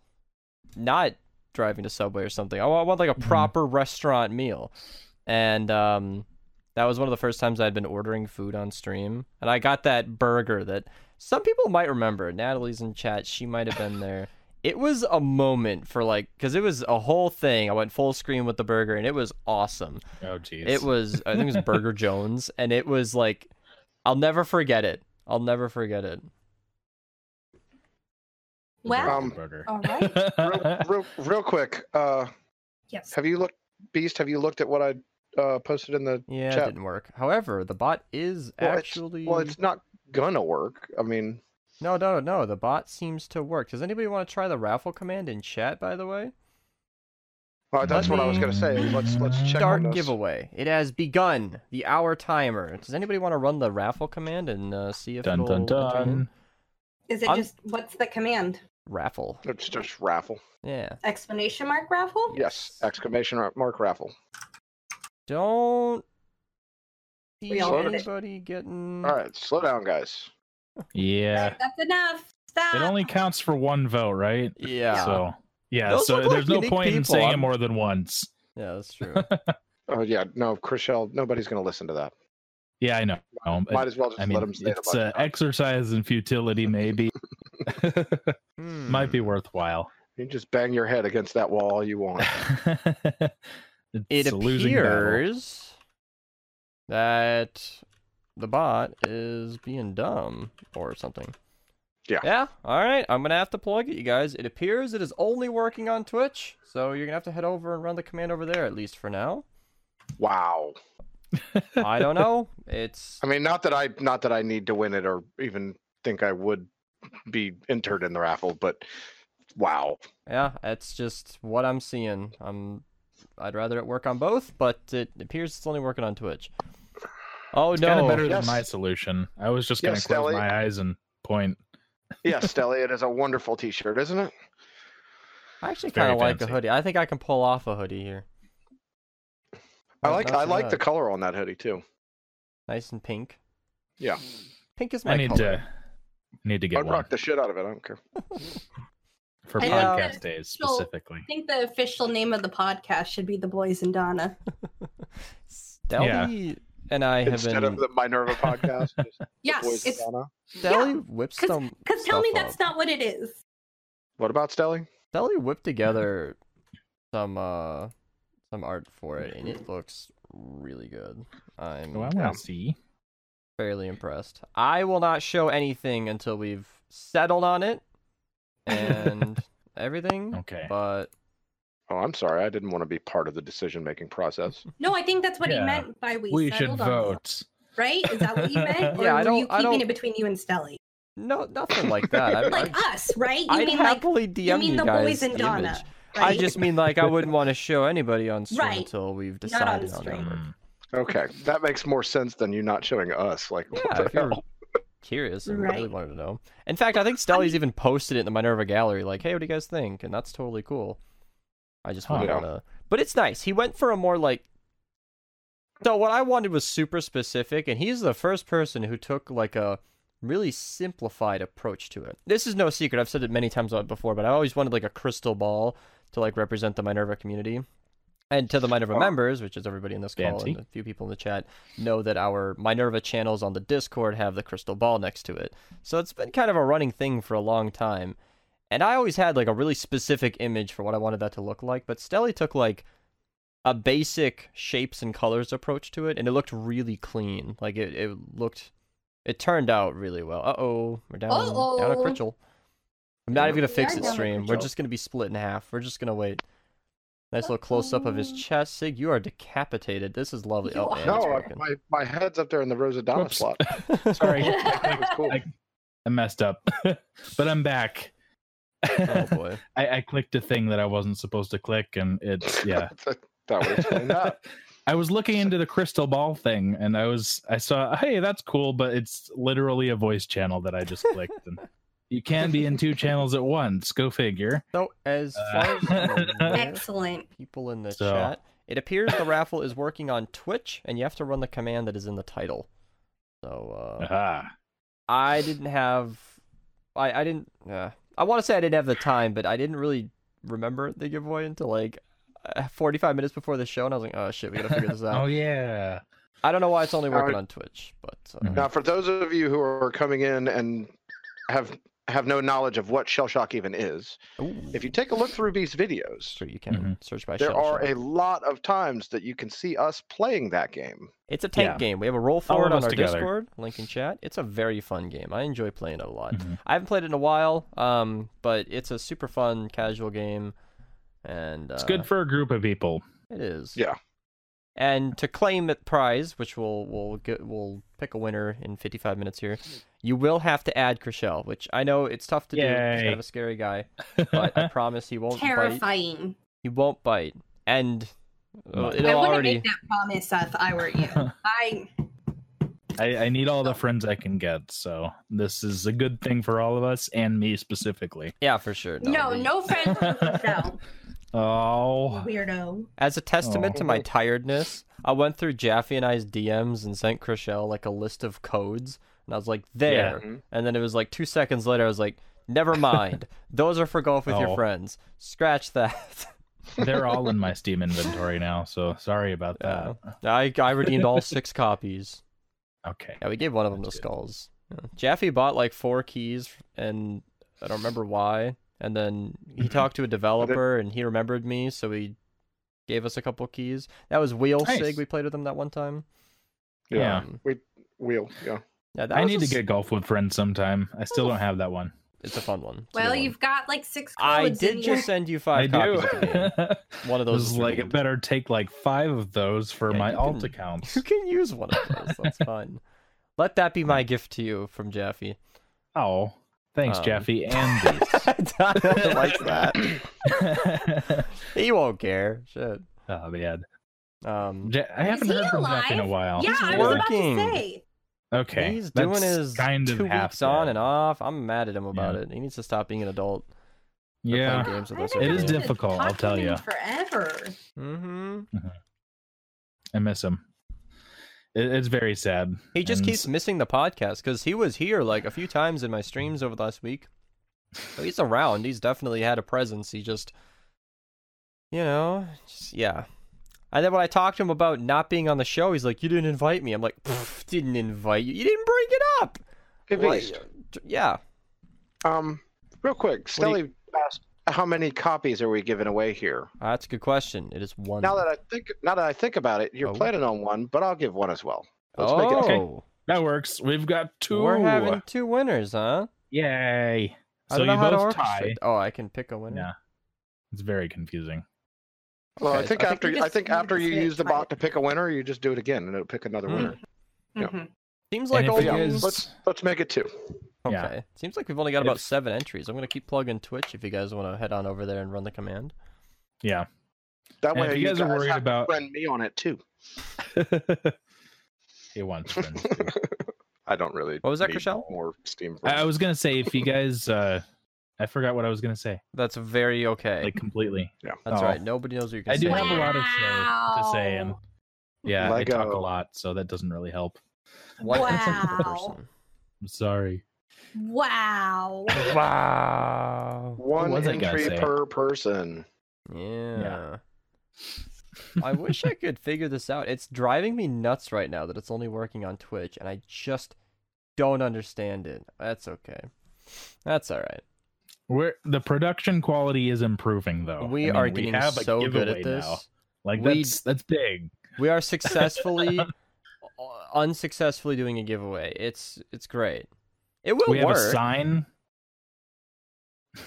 [SPEAKER 1] not driving to Subway or something. I want, I want like a
[SPEAKER 3] Mhm.
[SPEAKER 1] proper restaurant meal, and um, that was one of the first times I'd been ordering food on stream, and I got that burger that some people might remember. Natalie's in chat; she might have been there. It was a moment for like, because it was a whole thing. I went full screen with the burger, and it was awesome.
[SPEAKER 3] oh, jeez.
[SPEAKER 1] It was, I think it was Burger Jones, and it was like, I'll never forget it. I'll never forget it.
[SPEAKER 4] Well,
[SPEAKER 2] Um,
[SPEAKER 3] burger.
[SPEAKER 4] all right.
[SPEAKER 2] Real, real, real quick, uh,
[SPEAKER 4] Yes.
[SPEAKER 2] have you looked, Beast? Have you looked at what I uh, posted in the?
[SPEAKER 1] Yeah, it
[SPEAKER 2] Chat.
[SPEAKER 1] didn't work. However, the bot is
[SPEAKER 2] Well, it's-
[SPEAKER 1] actually
[SPEAKER 2] Well, it's not gonna work. I mean,
[SPEAKER 1] no, no, no. The bot seems to work. Does anybody want to try the raffle command in chat? By the way,
[SPEAKER 2] well, that's what I was gonna say. Let's let's check
[SPEAKER 1] start
[SPEAKER 2] on this.
[SPEAKER 1] giveaway. It has begun. The hour timer. Does anybody want to run the raffle command and uh, see if
[SPEAKER 3] dun
[SPEAKER 1] it'll
[SPEAKER 3] dun
[SPEAKER 1] it'll turn in?
[SPEAKER 3] dun.
[SPEAKER 4] Is it
[SPEAKER 1] I'm-
[SPEAKER 4] just what's the command?
[SPEAKER 1] raffle?
[SPEAKER 2] It's just raffle.
[SPEAKER 1] Yeah.
[SPEAKER 4] Explanation mark raffle?
[SPEAKER 2] Yes, exclamation mark raffle.
[SPEAKER 1] Don't. See
[SPEAKER 4] We all did it.
[SPEAKER 1] anybody getting?
[SPEAKER 2] All right, slow down, guys.
[SPEAKER 3] Yeah.
[SPEAKER 4] That's enough. Stop.
[SPEAKER 3] It only counts for one vote, right?
[SPEAKER 1] Yeah.
[SPEAKER 3] So yeah,
[SPEAKER 1] Those
[SPEAKER 3] so
[SPEAKER 1] look like
[SPEAKER 3] there's no
[SPEAKER 1] unique
[SPEAKER 3] point in
[SPEAKER 1] people.
[SPEAKER 3] saying it
[SPEAKER 1] I'm-
[SPEAKER 3] more than once.
[SPEAKER 1] Yeah, that's true.
[SPEAKER 2] Oh yeah, no, Chriselle, nobody's gonna listen to that.
[SPEAKER 3] Yeah, I know. Um,
[SPEAKER 2] Might as well just
[SPEAKER 3] I
[SPEAKER 2] let
[SPEAKER 3] mean,
[SPEAKER 2] him stay.
[SPEAKER 3] it's uh, an exercise in futility, maybe. Might be
[SPEAKER 1] Hmm.
[SPEAKER 3] worthwhile.
[SPEAKER 2] You can just bang your head against that wall all you want.
[SPEAKER 3] It's
[SPEAKER 1] It
[SPEAKER 3] a losing battle.
[SPEAKER 1] appears that the bot is being dumb or something.
[SPEAKER 2] Yeah.
[SPEAKER 1] Yeah. All right. I'm gonna have to plug it, you guys. It appears it is only working on Twitch, so you're gonna have to head over and run the command over there at least for now.
[SPEAKER 2] Wow.
[SPEAKER 1] I don't know. It's
[SPEAKER 2] I mean, not that I not that I need to win it or even think I would be entered in the raffle, but wow.
[SPEAKER 1] yeah, it's just what I'm seeing. I'm I'd rather it work on both, but it appears it's only working on Twitch. Oh
[SPEAKER 3] It's kind
[SPEAKER 1] no.
[SPEAKER 3] of better
[SPEAKER 2] Yes.
[SPEAKER 3] than my solution. I was just going to
[SPEAKER 2] Yes,
[SPEAKER 3] close
[SPEAKER 2] Ellie.
[SPEAKER 3] my eyes and point.
[SPEAKER 2] Yes, Stelly, it is a wonderful T-shirt, isn't it?
[SPEAKER 1] I actually
[SPEAKER 3] Very
[SPEAKER 1] kind of like a
[SPEAKER 3] fancy.
[SPEAKER 1] hoodie. I think I can pull off a hoodie here.
[SPEAKER 2] I
[SPEAKER 1] Not-
[SPEAKER 2] like
[SPEAKER 1] not
[SPEAKER 2] I
[SPEAKER 1] too
[SPEAKER 2] like the
[SPEAKER 1] bad.
[SPEAKER 2] color on that hoodie too.
[SPEAKER 1] nice and pink.
[SPEAKER 2] Yeah.
[SPEAKER 1] Pink is my
[SPEAKER 3] I need
[SPEAKER 1] color.
[SPEAKER 3] to need to get
[SPEAKER 2] I'd
[SPEAKER 3] one
[SPEAKER 2] rock the shit out of it. I don't care.
[SPEAKER 3] for
[SPEAKER 4] I
[SPEAKER 1] think
[SPEAKER 3] podcast
[SPEAKER 4] that-
[SPEAKER 3] days
[SPEAKER 4] so-
[SPEAKER 3] specifically.
[SPEAKER 4] I think the official name of the podcast should be The Boys and Donna.
[SPEAKER 1] Stelly and I have
[SPEAKER 2] Instead
[SPEAKER 1] been.
[SPEAKER 2] of the Minerva podcast, just
[SPEAKER 4] Yes,
[SPEAKER 2] Boys
[SPEAKER 4] it's
[SPEAKER 2] Donna.
[SPEAKER 1] Stelly whips some.
[SPEAKER 4] because tell me
[SPEAKER 1] stuff
[SPEAKER 4] that's
[SPEAKER 1] up.
[SPEAKER 4] not what it is.
[SPEAKER 2] What about Stelly?
[SPEAKER 1] Stelly whipped together some uh some art for it, and it looks really good. I'm
[SPEAKER 3] Oh, I want to
[SPEAKER 2] Yeah.
[SPEAKER 3] see.
[SPEAKER 1] fairly impressed. I will not show anything until we've settled on it and everything.
[SPEAKER 3] Okay.
[SPEAKER 1] But
[SPEAKER 2] Oh, I'm sorry. I didn't want to be part of the decision-making process.
[SPEAKER 4] No, I think that's what
[SPEAKER 3] Yeah.
[SPEAKER 4] he meant by we,
[SPEAKER 3] We should
[SPEAKER 4] settled on
[SPEAKER 3] vote.
[SPEAKER 4] this, right? Is that what you meant?
[SPEAKER 1] Yeah,
[SPEAKER 4] or
[SPEAKER 1] I
[SPEAKER 4] were you
[SPEAKER 1] don't- I
[SPEAKER 4] keeping
[SPEAKER 1] don't-
[SPEAKER 4] it between you and Stelly?
[SPEAKER 1] no, nothing like that. I mean,
[SPEAKER 4] Like
[SPEAKER 1] I,
[SPEAKER 4] us, right? You
[SPEAKER 1] I'd
[SPEAKER 4] mean like
[SPEAKER 1] happily DM
[SPEAKER 4] mean the
[SPEAKER 1] guys
[SPEAKER 4] boys and
[SPEAKER 1] the
[SPEAKER 4] Donna,
[SPEAKER 1] image.
[SPEAKER 4] right?
[SPEAKER 1] I just mean like I wouldn't want to show anybody on stream
[SPEAKER 4] Right.
[SPEAKER 1] until we've
[SPEAKER 4] Not on
[SPEAKER 1] decided on,
[SPEAKER 4] stream.
[SPEAKER 1] it.
[SPEAKER 3] Mm.
[SPEAKER 2] Okay, that makes more sense than you not showing us. Like, what
[SPEAKER 1] Yeah,
[SPEAKER 2] the
[SPEAKER 1] if you're
[SPEAKER 2] hell?
[SPEAKER 1] curious and really
[SPEAKER 4] Right.
[SPEAKER 1] wanted to know. In fact, I think Stelly's even posted it in the Minerva Gallery, like, "Hey, what do you guys think?" And that's totally cool. I just
[SPEAKER 3] Huh.
[SPEAKER 1] wouldn't
[SPEAKER 2] Yeah.
[SPEAKER 1] want to, but it's nice. He went for a more like. So what I wanted was super specific, and he's the first person who took like a really simplified approach to it. This is no secret. I've said it many times before, but I always wanted like a crystal ball to like represent the Minerva community. And to the Minerva
[SPEAKER 2] Oh.
[SPEAKER 1] members, which is everybody in this call
[SPEAKER 3] Fancy.
[SPEAKER 1] and a few people in the chat, know that our Minerva channels on the Discord have the crystal ball next to it. So it's been kind of a running thing for a long time. And I always had like a really specific image for what I wanted that to look like, but Stelly took like a basic shapes and colors approach to it, and it looked really clean. Like it, it looked, it turned out really well. Uh oh, we're down down a
[SPEAKER 4] Uh-oh.
[SPEAKER 1] critchel. I'm not even gonna
[SPEAKER 4] We
[SPEAKER 1] fix
[SPEAKER 4] are
[SPEAKER 1] it
[SPEAKER 4] down a
[SPEAKER 1] stream. We're
[SPEAKER 4] critchel.
[SPEAKER 1] just gonna be split in half. We're just gonna wait. Nice little close up of his
[SPEAKER 4] Uh-oh.
[SPEAKER 1] chest. Sig, you are decapitated. This is lovely.
[SPEAKER 4] You
[SPEAKER 1] oh,
[SPEAKER 4] are.
[SPEAKER 1] man,
[SPEAKER 2] No,
[SPEAKER 1] it's
[SPEAKER 2] I,
[SPEAKER 1] broken.
[SPEAKER 2] my my head's up there in the Rosadonna
[SPEAKER 3] Whoops.
[SPEAKER 2] slot.
[SPEAKER 3] Sorry.
[SPEAKER 2] That was cool.
[SPEAKER 3] I- I messed up, but I'm back.
[SPEAKER 1] oh boy.
[SPEAKER 3] I, I clicked a thing that I wasn't supposed to click, and it's yeah.
[SPEAKER 2] that would explain that.
[SPEAKER 3] I was looking into the crystal ball thing, and I was I saw, hey, that's cool, but it's literally a voice channel that I just clicked, and you can be in two channels at once. Go figure.
[SPEAKER 1] So as far as
[SPEAKER 3] Uh,
[SPEAKER 1] I'm aware,
[SPEAKER 4] excellent.
[SPEAKER 1] people in the
[SPEAKER 3] So-
[SPEAKER 1] chat, it appears the raffle is working on Twitch, and you have to run the command that is in the title. So uh,
[SPEAKER 3] Aha.
[SPEAKER 1] I didn't have, I I didn't. Uh, I want to say I didn't have the time, but I didn't really remember the giveaway until like uh, 45 minutes before the show, and I was like, oh shit, we gotta figure this out.
[SPEAKER 3] Oh yeah.
[SPEAKER 1] I don't know why it's only
[SPEAKER 2] Alright.
[SPEAKER 1] working on Twitch, but uh,
[SPEAKER 3] Mhm.
[SPEAKER 2] Now, for those of you who are coming in and have have no knowledge of what shell shock even is,
[SPEAKER 1] ooh,
[SPEAKER 2] if you take a look through these videos,
[SPEAKER 1] sure you can
[SPEAKER 3] Mhm.
[SPEAKER 1] search by.
[SPEAKER 2] there
[SPEAKER 1] shell
[SPEAKER 2] are
[SPEAKER 1] shock.
[SPEAKER 2] a lot of times that you can see us playing that game.
[SPEAKER 1] It's a tank
[SPEAKER 3] Yeah.
[SPEAKER 1] game. We have a roll forward on
[SPEAKER 3] us
[SPEAKER 1] our
[SPEAKER 3] together.
[SPEAKER 1] Discord, link in chat. It's a very fun game. I enjoy playing it a lot.
[SPEAKER 3] Mhm.
[SPEAKER 1] I haven't played it in a while, um, but it's a super fun casual game, and uh,
[SPEAKER 3] It's good for a group of people.
[SPEAKER 1] It is.
[SPEAKER 2] Yeah.
[SPEAKER 1] And to claim the prize, which we'll we'll get, we'll pick a winner in 55 minutes here, you will have to add Chriselle, which I know it's tough to do. He's
[SPEAKER 3] Yay.
[SPEAKER 1] kind of a scary guy, but I promise he won't bite.
[SPEAKER 4] Terrifying.
[SPEAKER 1] He won't bite, and uh,
[SPEAKER 3] I
[SPEAKER 1] it'll
[SPEAKER 4] I wouldn't
[SPEAKER 1] already.
[SPEAKER 4] make that promise if I were you. I
[SPEAKER 3] I, I need all the friends I can get, so this is a good thing for all of us and me specifically.
[SPEAKER 1] Yeah, for sure. No,
[SPEAKER 4] no,
[SPEAKER 1] we-
[SPEAKER 4] no friends with Chriselle,
[SPEAKER 3] Oh,
[SPEAKER 4] weirdo.
[SPEAKER 1] As a testament
[SPEAKER 3] Oh.
[SPEAKER 1] to my tiredness, I went through Jaffe and I's DMs and sent Chriselle like a list of codes, and I was like, "There."
[SPEAKER 2] Mhm.
[SPEAKER 1] And then it was like two seconds later, I was like, "Never mind. Those are for golf with your
[SPEAKER 3] Oh.
[SPEAKER 1] friends. Scratch that."
[SPEAKER 3] they're all in my Steam inventory now, so sorry about
[SPEAKER 1] Yeah.
[SPEAKER 3] that.
[SPEAKER 1] I I redeemed all six copies.
[SPEAKER 3] Okay.
[SPEAKER 1] Yeah, we gave one of them to
[SPEAKER 3] That's good.
[SPEAKER 1] Skulls. Yeah. Jaffe bought like four keys, and I don't remember why. And then he
[SPEAKER 3] Mhm.
[SPEAKER 1] talked to a developer, and he remembered me, so he gave us a couple keys. That was Wheel
[SPEAKER 3] Nice.
[SPEAKER 1] Sig. We played with him that one time.
[SPEAKER 3] Yeah.
[SPEAKER 1] Um,
[SPEAKER 2] Wheel. Yeah.
[SPEAKER 1] yeah that
[SPEAKER 3] I
[SPEAKER 1] was a
[SPEAKER 3] need to
[SPEAKER 1] s-
[SPEAKER 3] get golf with friends sometime. I still don't have that one.
[SPEAKER 1] It's a fun one. It's a good
[SPEAKER 4] Well,
[SPEAKER 1] one.
[SPEAKER 4] you've got like six
[SPEAKER 1] I
[SPEAKER 4] codes. in
[SPEAKER 1] did
[SPEAKER 4] your-
[SPEAKER 1] just send you
[SPEAKER 3] I
[SPEAKER 1] five
[SPEAKER 3] do.
[SPEAKER 1] copies of the game. One of
[SPEAKER 3] This
[SPEAKER 1] those
[SPEAKER 3] is
[SPEAKER 1] is
[SPEAKER 3] like it
[SPEAKER 1] redeemed.
[SPEAKER 3] better take like five of those for
[SPEAKER 1] Yeah,
[SPEAKER 3] my
[SPEAKER 1] you
[SPEAKER 3] alt
[SPEAKER 1] can-
[SPEAKER 3] accounts.
[SPEAKER 1] You can use one of those. That's fine. Let that be my gift to you from Jaffe.
[SPEAKER 3] Oh, thanks,
[SPEAKER 1] Um,
[SPEAKER 3] Jeffy. And
[SPEAKER 1] Donald likes that. He won't care. Shit.
[SPEAKER 3] oh man,
[SPEAKER 1] Um,
[SPEAKER 3] Ja- I haven't
[SPEAKER 4] he
[SPEAKER 3] heard from Zach in a
[SPEAKER 4] alive?
[SPEAKER 3] while.
[SPEAKER 4] Yeah,
[SPEAKER 1] He's
[SPEAKER 4] I was about
[SPEAKER 1] working.
[SPEAKER 4] to say.
[SPEAKER 3] Okay,
[SPEAKER 1] he's
[SPEAKER 3] that's
[SPEAKER 1] doing his
[SPEAKER 3] kind of
[SPEAKER 1] two
[SPEAKER 3] half
[SPEAKER 1] weeks on
[SPEAKER 3] dead.
[SPEAKER 1] and off. I'm mad at him about it. He needs to stop being an adult.
[SPEAKER 3] Yeah,
[SPEAKER 1] playing games with
[SPEAKER 4] I
[SPEAKER 1] us
[SPEAKER 4] haven't
[SPEAKER 1] over
[SPEAKER 3] It is
[SPEAKER 1] there.
[SPEAKER 4] gotten to
[SPEAKER 3] difficult, I'll
[SPEAKER 4] talk to
[SPEAKER 3] tell
[SPEAKER 4] him in
[SPEAKER 3] ya.
[SPEAKER 4] Forever.
[SPEAKER 1] Mm-hmm.
[SPEAKER 3] I miss him. It, it's very sad.
[SPEAKER 1] He just
[SPEAKER 3] And
[SPEAKER 1] keeps missing the podcast because he was here like a few times in my streams over the last week. So he's around. He's definitely had a presence. He just, you know, just, yeah. And then when I talked to him about not being on the show, he's like, "You didn't invite me." I'm like, "Pff, "Didn't invite you? You didn't bring it up."
[SPEAKER 2] Good
[SPEAKER 1] Like,
[SPEAKER 2] beast.
[SPEAKER 1] yeah.
[SPEAKER 2] Um, real quick,
[SPEAKER 1] What do
[SPEAKER 2] Stelly asked, "How many copies are we giving away here?"
[SPEAKER 1] Uh, that's a good question. It is one.
[SPEAKER 2] Now that I think, now that I think about it, you're
[SPEAKER 1] Oh.
[SPEAKER 2] planning on one, but I'll give one as well. Let's
[SPEAKER 1] oh,
[SPEAKER 2] make it.
[SPEAKER 3] Okay. that works. We've got 2
[SPEAKER 1] we're having two winners, huh?
[SPEAKER 3] Yay!
[SPEAKER 1] I
[SPEAKER 3] So
[SPEAKER 1] don't
[SPEAKER 3] you
[SPEAKER 1] know how to
[SPEAKER 3] both
[SPEAKER 1] orchestrate-
[SPEAKER 3] tie.
[SPEAKER 1] Oh, I can pick a winner.
[SPEAKER 3] Yeah. It's very confusing.
[SPEAKER 2] Well,
[SPEAKER 1] Okay,
[SPEAKER 2] I
[SPEAKER 1] so
[SPEAKER 2] think
[SPEAKER 1] I think
[SPEAKER 2] after
[SPEAKER 4] we
[SPEAKER 2] I
[SPEAKER 4] just
[SPEAKER 2] think
[SPEAKER 4] need to
[SPEAKER 2] after you
[SPEAKER 4] say
[SPEAKER 2] use the
[SPEAKER 4] try
[SPEAKER 2] bot
[SPEAKER 4] it.
[SPEAKER 2] to pick a winner, you just do it again and it'll pick another
[SPEAKER 1] Mm.
[SPEAKER 2] winner. Yeah.
[SPEAKER 4] Mhm.
[SPEAKER 1] Seems
[SPEAKER 3] And
[SPEAKER 1] like
[SPEAKER 3] if
[SPEAKER 1] all
[SPEAKER 3] you
[SPEAKER 1] we-
[SPEAKER 3] guys-
[SPEAKER 2] Let's let's make it two.
[SPEAKER 1] Okay.
[SPEAKER 3] Yeah.
[SPEAKER 1] Seems like we've only got about
[SPEAKER 3] If-
[SPEAKER 1] seven entries. I'm gonna keep plugging Twitch if you guys want to head on over there and run the command.
[SPEAKER 3] Yeah.
[SPEAKER 2] That
[SPEAKER 3] And
[SPEAKER 2] way
[SPEAKER 3] if you guys are worried
[SPEAKER 2] have to
[SPEAKER 3] about,
[SPEAKER 2] friend me on it too.
[SPEAKER 3] he wants friends. too.
[SPEAKER 2] I don't really.
[SPEAKER 1] What was that,
[SPEAKER 2] need
[SPEAKER 1] Chriselle?
[SPEAKER 2] More Steam.
[SPEAKER 3] I, I
[SPEAKER 2] friends.
[SPEAKER 3] was gonna say if you guys, uh I forgot what I was gonna say.
[SPEAKER 1] That's very okay.
[SPEAKER 3] Like completely.
[SPEAKER 1] That's
[SPEAKER 3] oh.
[SPEAKER 1] right. Nobody knows what you can
[SPEAKER 3] I do
[SPEAKER 1] say.
[SPEAKER 3] have a lot of show to say, and
[SPEAKER 4] Wow.
[SPEAKER 3] yeah, I talk a
[SPEAKER 2] Lego.
[SPEAKER 3] lot, so that doesn't really help.
[SPEAKER 1] One entry per
[SPEAKER 4] Wow.
[SPEAKER 1] person.
[SPEAKER 3] I'm sorry.
[SPEAKER 4] Wow.
[SPEAKER 1] Wow.
[SPEAKER 2] one
[SPEAKER 3] was I gonna
[SPEAKER 2] entry
[SPEAKER 3] say?
[SPEAKER 2] per person.
[SPEAKER 1] Yeah. I wish I could figure this out. It's driving me nuts right now that it's only working on Twitch, and I just don't understand it. That's okay. That's all right.
[SPEAKER 3] We're the production quality is improving though.
[SPEAKER 1] we
[SPEAKER 3] Oh, I mean,
[SPEAKER 1] are getting
[SPEAKER 3] have a
[SPEAKER 1] so good at
[SPEAKER 3] giveaway
[SPEAKER 1] this.
[SPEAKER 3] now. Like
[SPEAKER 1] We-
[SPEAKER 3] that's that's big.
[SPEAKER 1] We are successfully, unsuccessfully doing a giveaway. It's it's great. It will
[SPEAKER 3] we have
[SPEAKER 1] work.
[SPEAKER 3] a sign.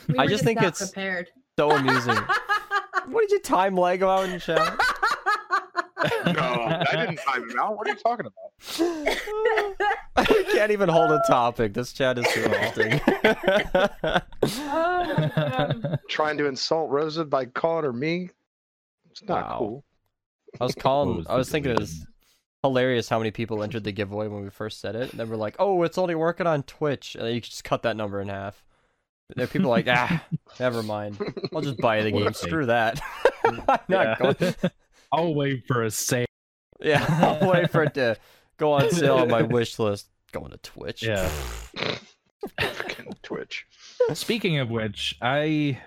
[SPEAKER 4] We
[SPEAKER 1] I
[SPEAKER 4] were
[SPEAKER 1] just think
[SPEAKER 4] not
[SPEAKER 1] it's-
[SPEAKER 4] prepared.
[SPEAKER 1] so amusing. what did you time Lego out in chat?
[SPEAKER 2] No, I didn't time him out. What are you talking about?
[SPEAKER 1] we can't even hold a topic. This chat is too interesting.
[SPEAKER 4] Oh my God.
[SPEAKER 2] Trying to insult Rosa by calling her me. It's not
[SPEAKER 1] Wow.
[SPEAKER 2] cool.
[SPEAKER 1] I was
[SPEAKER 3] What
[SPEAKER 1] calling.
[SPEAKER 3] was
[SPEAKER 1] I
[SPEAKER 3] the
[SPEAKER 1] was thinking it was
[SPEAKER 3] reason?
[SPEAKER 1] hilarious how many people entered the giveaway when we first said it. And then we're like, "Oh, it's only working on Twitch." And you just cut that number in half. There are people like, "Ah, never mind. I'll just buy the
[SPEAKER 3] What a
[SPEAKER 1] game.
[SPEAKER 3] fake.
[SPEAKER 1] Screw that." I'm not
[SPEAKER 3] Yeah.
[SPEAKER 1] going.
[SPEAKER 3] I'll wait for a sale.
[SPEAKER 1] Yeah, I'll wait for it to go on sale on my wish list. Going to Twitch.
[SPEAKER 3] Yeah.
[SPEAKER 2] Fucking Twitch.
[SPEAKER 3] Speaking of which, I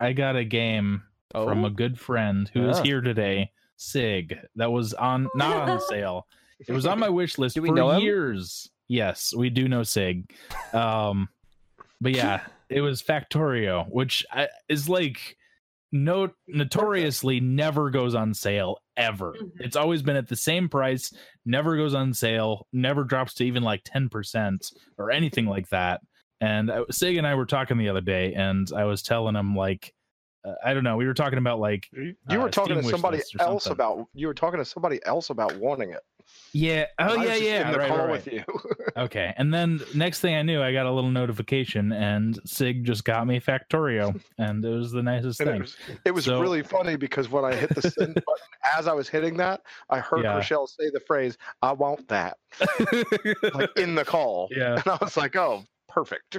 [SPEAKER 3] I got a game
[SPEAKER 1] Oh,
[SPEAKER 3] from a good friend who is
[SPEAKER 1] Ah.
[SPEAKER 3] here today, Sig. That was on not on sale. It was on my wish list
[SPEAKER 1] Do we
[SPEAKER 3] for
[SPEAKER 1] know him?
[SPEAKER 3] years. Yes, we do know Sig. Um, but yeah, it was Factorio, which I, is like no notoriously never goes on sale ever.
[SPEAKER 4] Mhm.
[SPEAKER 3] It's always been at the same price, never goes on sale, never drops to even like 10% or anything like that. And I, Sig and I were talking the other day and I was telling him like uh, I don't know, we were talking about like
[SPEAKER 2] You you
[SPEAKER 3] Uh,
[SPEAKER 2] were talking
[SPEAKER 3] Steam
[SPEAKER 2] to
[SPEAKER 3] wish
[SPEAKER 2] somebody
[SPEAKER 3] list or
[SPEAKER 2] else
[SPEAKER 3] something.
[SPEAKER 2] about. You were talking to somebody else about wanting it.
[SPEAKER 3] yeah,
[SPEAKER 2] And I
[SPEAKER 3] oh
[SPEAKER 2] was
[SPEAKER 3] yeah,
[SPEAKER 2] just
[SPEAKER 3] yeah,
[SPEAKER 2] In the
[SPEAKER 3] right,
[SPEAKER 2] call
[SPEAKER 3] right, right.
[SPEAKER 2] with you.
[SPEAKER 3] Okay. And then next thing I knew, I got a little notification and Sig just got me Factorio and it was the nicest
[SPEAKER 2] And it
[SPEAKER 3] thing.
[SPEAKER 2] was, it was
[SPEAKER 3] So-
[SPEAKER 2] really funny because when I hit the send button, as I was hitting that, I heard
[SPEAKER 3] Yeah.
[SPEAKER 2] Rochelle say the phrase, I want that, like in the call.
[SPEAKER 3] yeah.
[SPEAKER 2] And I was like, oh, perfect.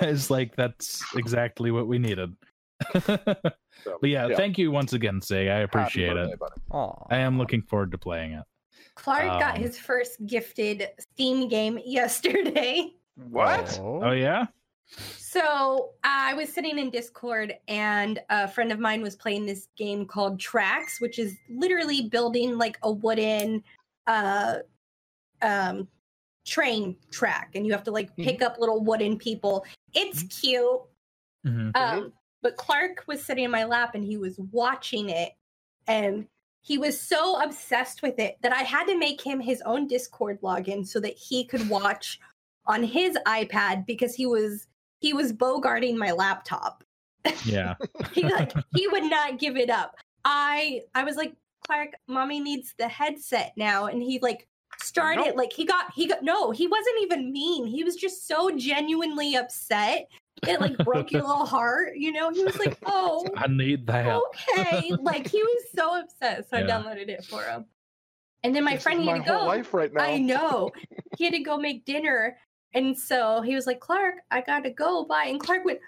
[SPEAKER 3] it's like that's exactly what we needed. but
[SPEAKER 2] So,
[SPEAKER 3] yeah,
[SPEAKER 2] yeah.
[SPEAKER 3] thank you once again, Sig. I appreciate
[SPEAKER 2] Happy
[SPEAKER 3] it.
[SPEAKER 2] birthday, buddy.
[SPEAKER 1] Aw.
[SPEAKER 3] I am looking forward to playing it.
[SPEAKER 4] Clark got
[SPEAKER 3] Um,
[SPEAKER 4] his first gifted Steam game yesterday.
[SPEAKER 2] What?
[SPEAKER 1] Oh.
[SPEAKER 3] Oh yeah?
[SPEAKER 4] So I was sitting in Discord, and a friend of mine was playing this game called Tracks, which is literally building like a wooden uh, um, train track, and you have to like
[SPEAKER 2] Mhm.
[SPEAKER 4] pick up little wooden people. It's cute.
[SPEAKER 3] Mhm.
[SPEAKER 2] Mhm.
[SPEAKER 4] Um, but Clark was sitting in my lap and he was watching it. And he was so obsessed with it that I had to make him his own Discord login so that he could watch on his iPad because he was he was bogarting my laptop.
[SPEAKER 3] Yeah.
[SPEAKER 4] He like he would not give it up. I I was like, Clark, mommy needs the headset now, and he like started
[SPEAKER 2] Nope.
[SPEAKER 4] like he got he got no, he wasn't even mean. He was just so genuinely upset. It like broke your little heart, you know. He was like, "Oh,
[SPEAKER 3] I need that.
[SPEAKER 4] okay. Like he was so upset, so I
[SPEAKER 3] Yeah.
[SPEAKER 4] downloaded it for him. And then my
[SPEAKER 2] This is
[SPEAKER 4] friend
[SPEAKER 2] my
[SPEAKER 4] had to
[SPEAKER 2] whole
[SPEAKER 4] go.
[SPEAKER 2] life right now.
[SPEAKER 4] I know. he had to go make dinner, and so he was like, "Clark, I gotta go. Bye." And Clark went,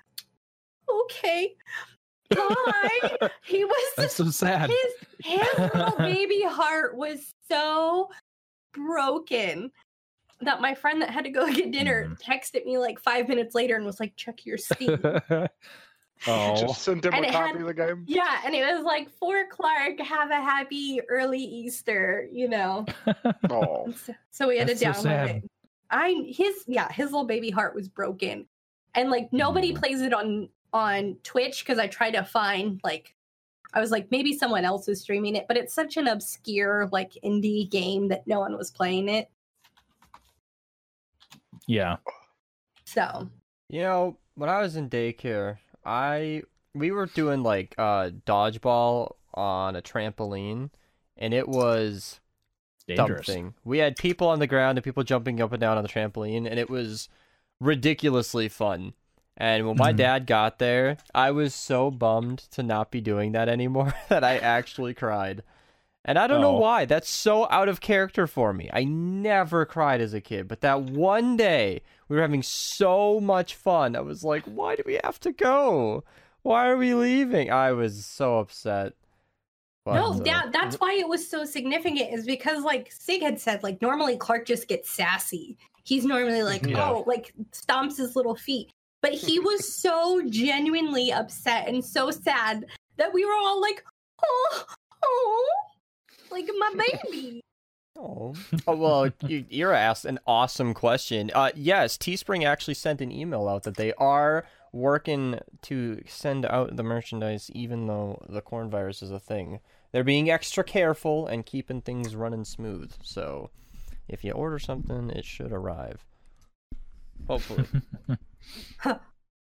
[SPEAKER 4] "Okay, bye." he was
[SPEAKER 3] That's so sad.
[SPEAKER 4] his his little baby heart was so broken that my friend that had to go get dinner
[SPEAKER 3] Mhm.
[SPEAKER 4] texted me like five minutes later and was like, "Check your Steam."
[SPEAKER 3] oh,
[SPEAKER 2] Just sent him
[SPEAKER 4] And
[SPEAKER 2] a
[SPEAKER 4] it
[SPEAKER 2] copy
[SPEAKER 4] had-
[SPEAKER 2] of the game.
[SPEAKER 4] Yeah, and it was like for Clark, have a happy early Easter, you know.
[SPEAKER 2] Oh,
[SPEAKER 4] And So, so we had to
[SPEAKER 3] That's so
[SPEAKER 4] download
[SPEAKER 3] sad.
[SPEAKER 4] it. I his yeah, his little baby heart was broken. And like nobody
[SPEAKER 3] Mm.
[SPEAKER 4] plays it on on Twitch because I try to find like I was like maybe someone else is streaming it, but it's such an obscure like indie game that no one was playing it.
[SPEAKER 3] yeah.
[SPEAKER 4] So
[SPEAKER 1] You know, when I was in daycare, I we were doing like uh dodgeball on a trampoline and it was
[SPEAKER 3] Dangerous.
[SPEAKER 1] something. We had people on the ground and people jumping up and down on the trampoline, and it was ridiculously fun. And when my
[SPEAKER 3] Mhm.
[SPEAKER 1] dad got there, I was so bummed to not be doing that anymore that I actually cried. And I don't know
[SPEAKER 3] Oh.
[SPEAKER 1] why. That's so out of character for me. I never cried as a kid, but that one day we were having so much fun. I was like, why do we have to go? Why are we leaving? I was so upset. But,
[SPEAKER 4] No,
[SPEAKER 1] uh,
[SPEAKER 4] that that's
[SPEAKER 2] Mm-hmm.
[SPEAKER 4] why it was so significant is because like Sig had said, like normally Clark just gets sassy. He's normally like,
[SPEAKER 3] Yeah.
[SPEAKER 4] oh, like stomps his little feet. But he was so genuinely upset and so sad that we were all like, oh, oh, like my baby.
[SPEAKER 1] Oh. well, you, you're asked an awesome question. Uh, yes, Teespring actually sent an email out that they are working to send out the merchandise, even though the corn virus is a thing. They're being extra careful and keeping things running smooth. So, if you order something, it should arrive. Hopefully,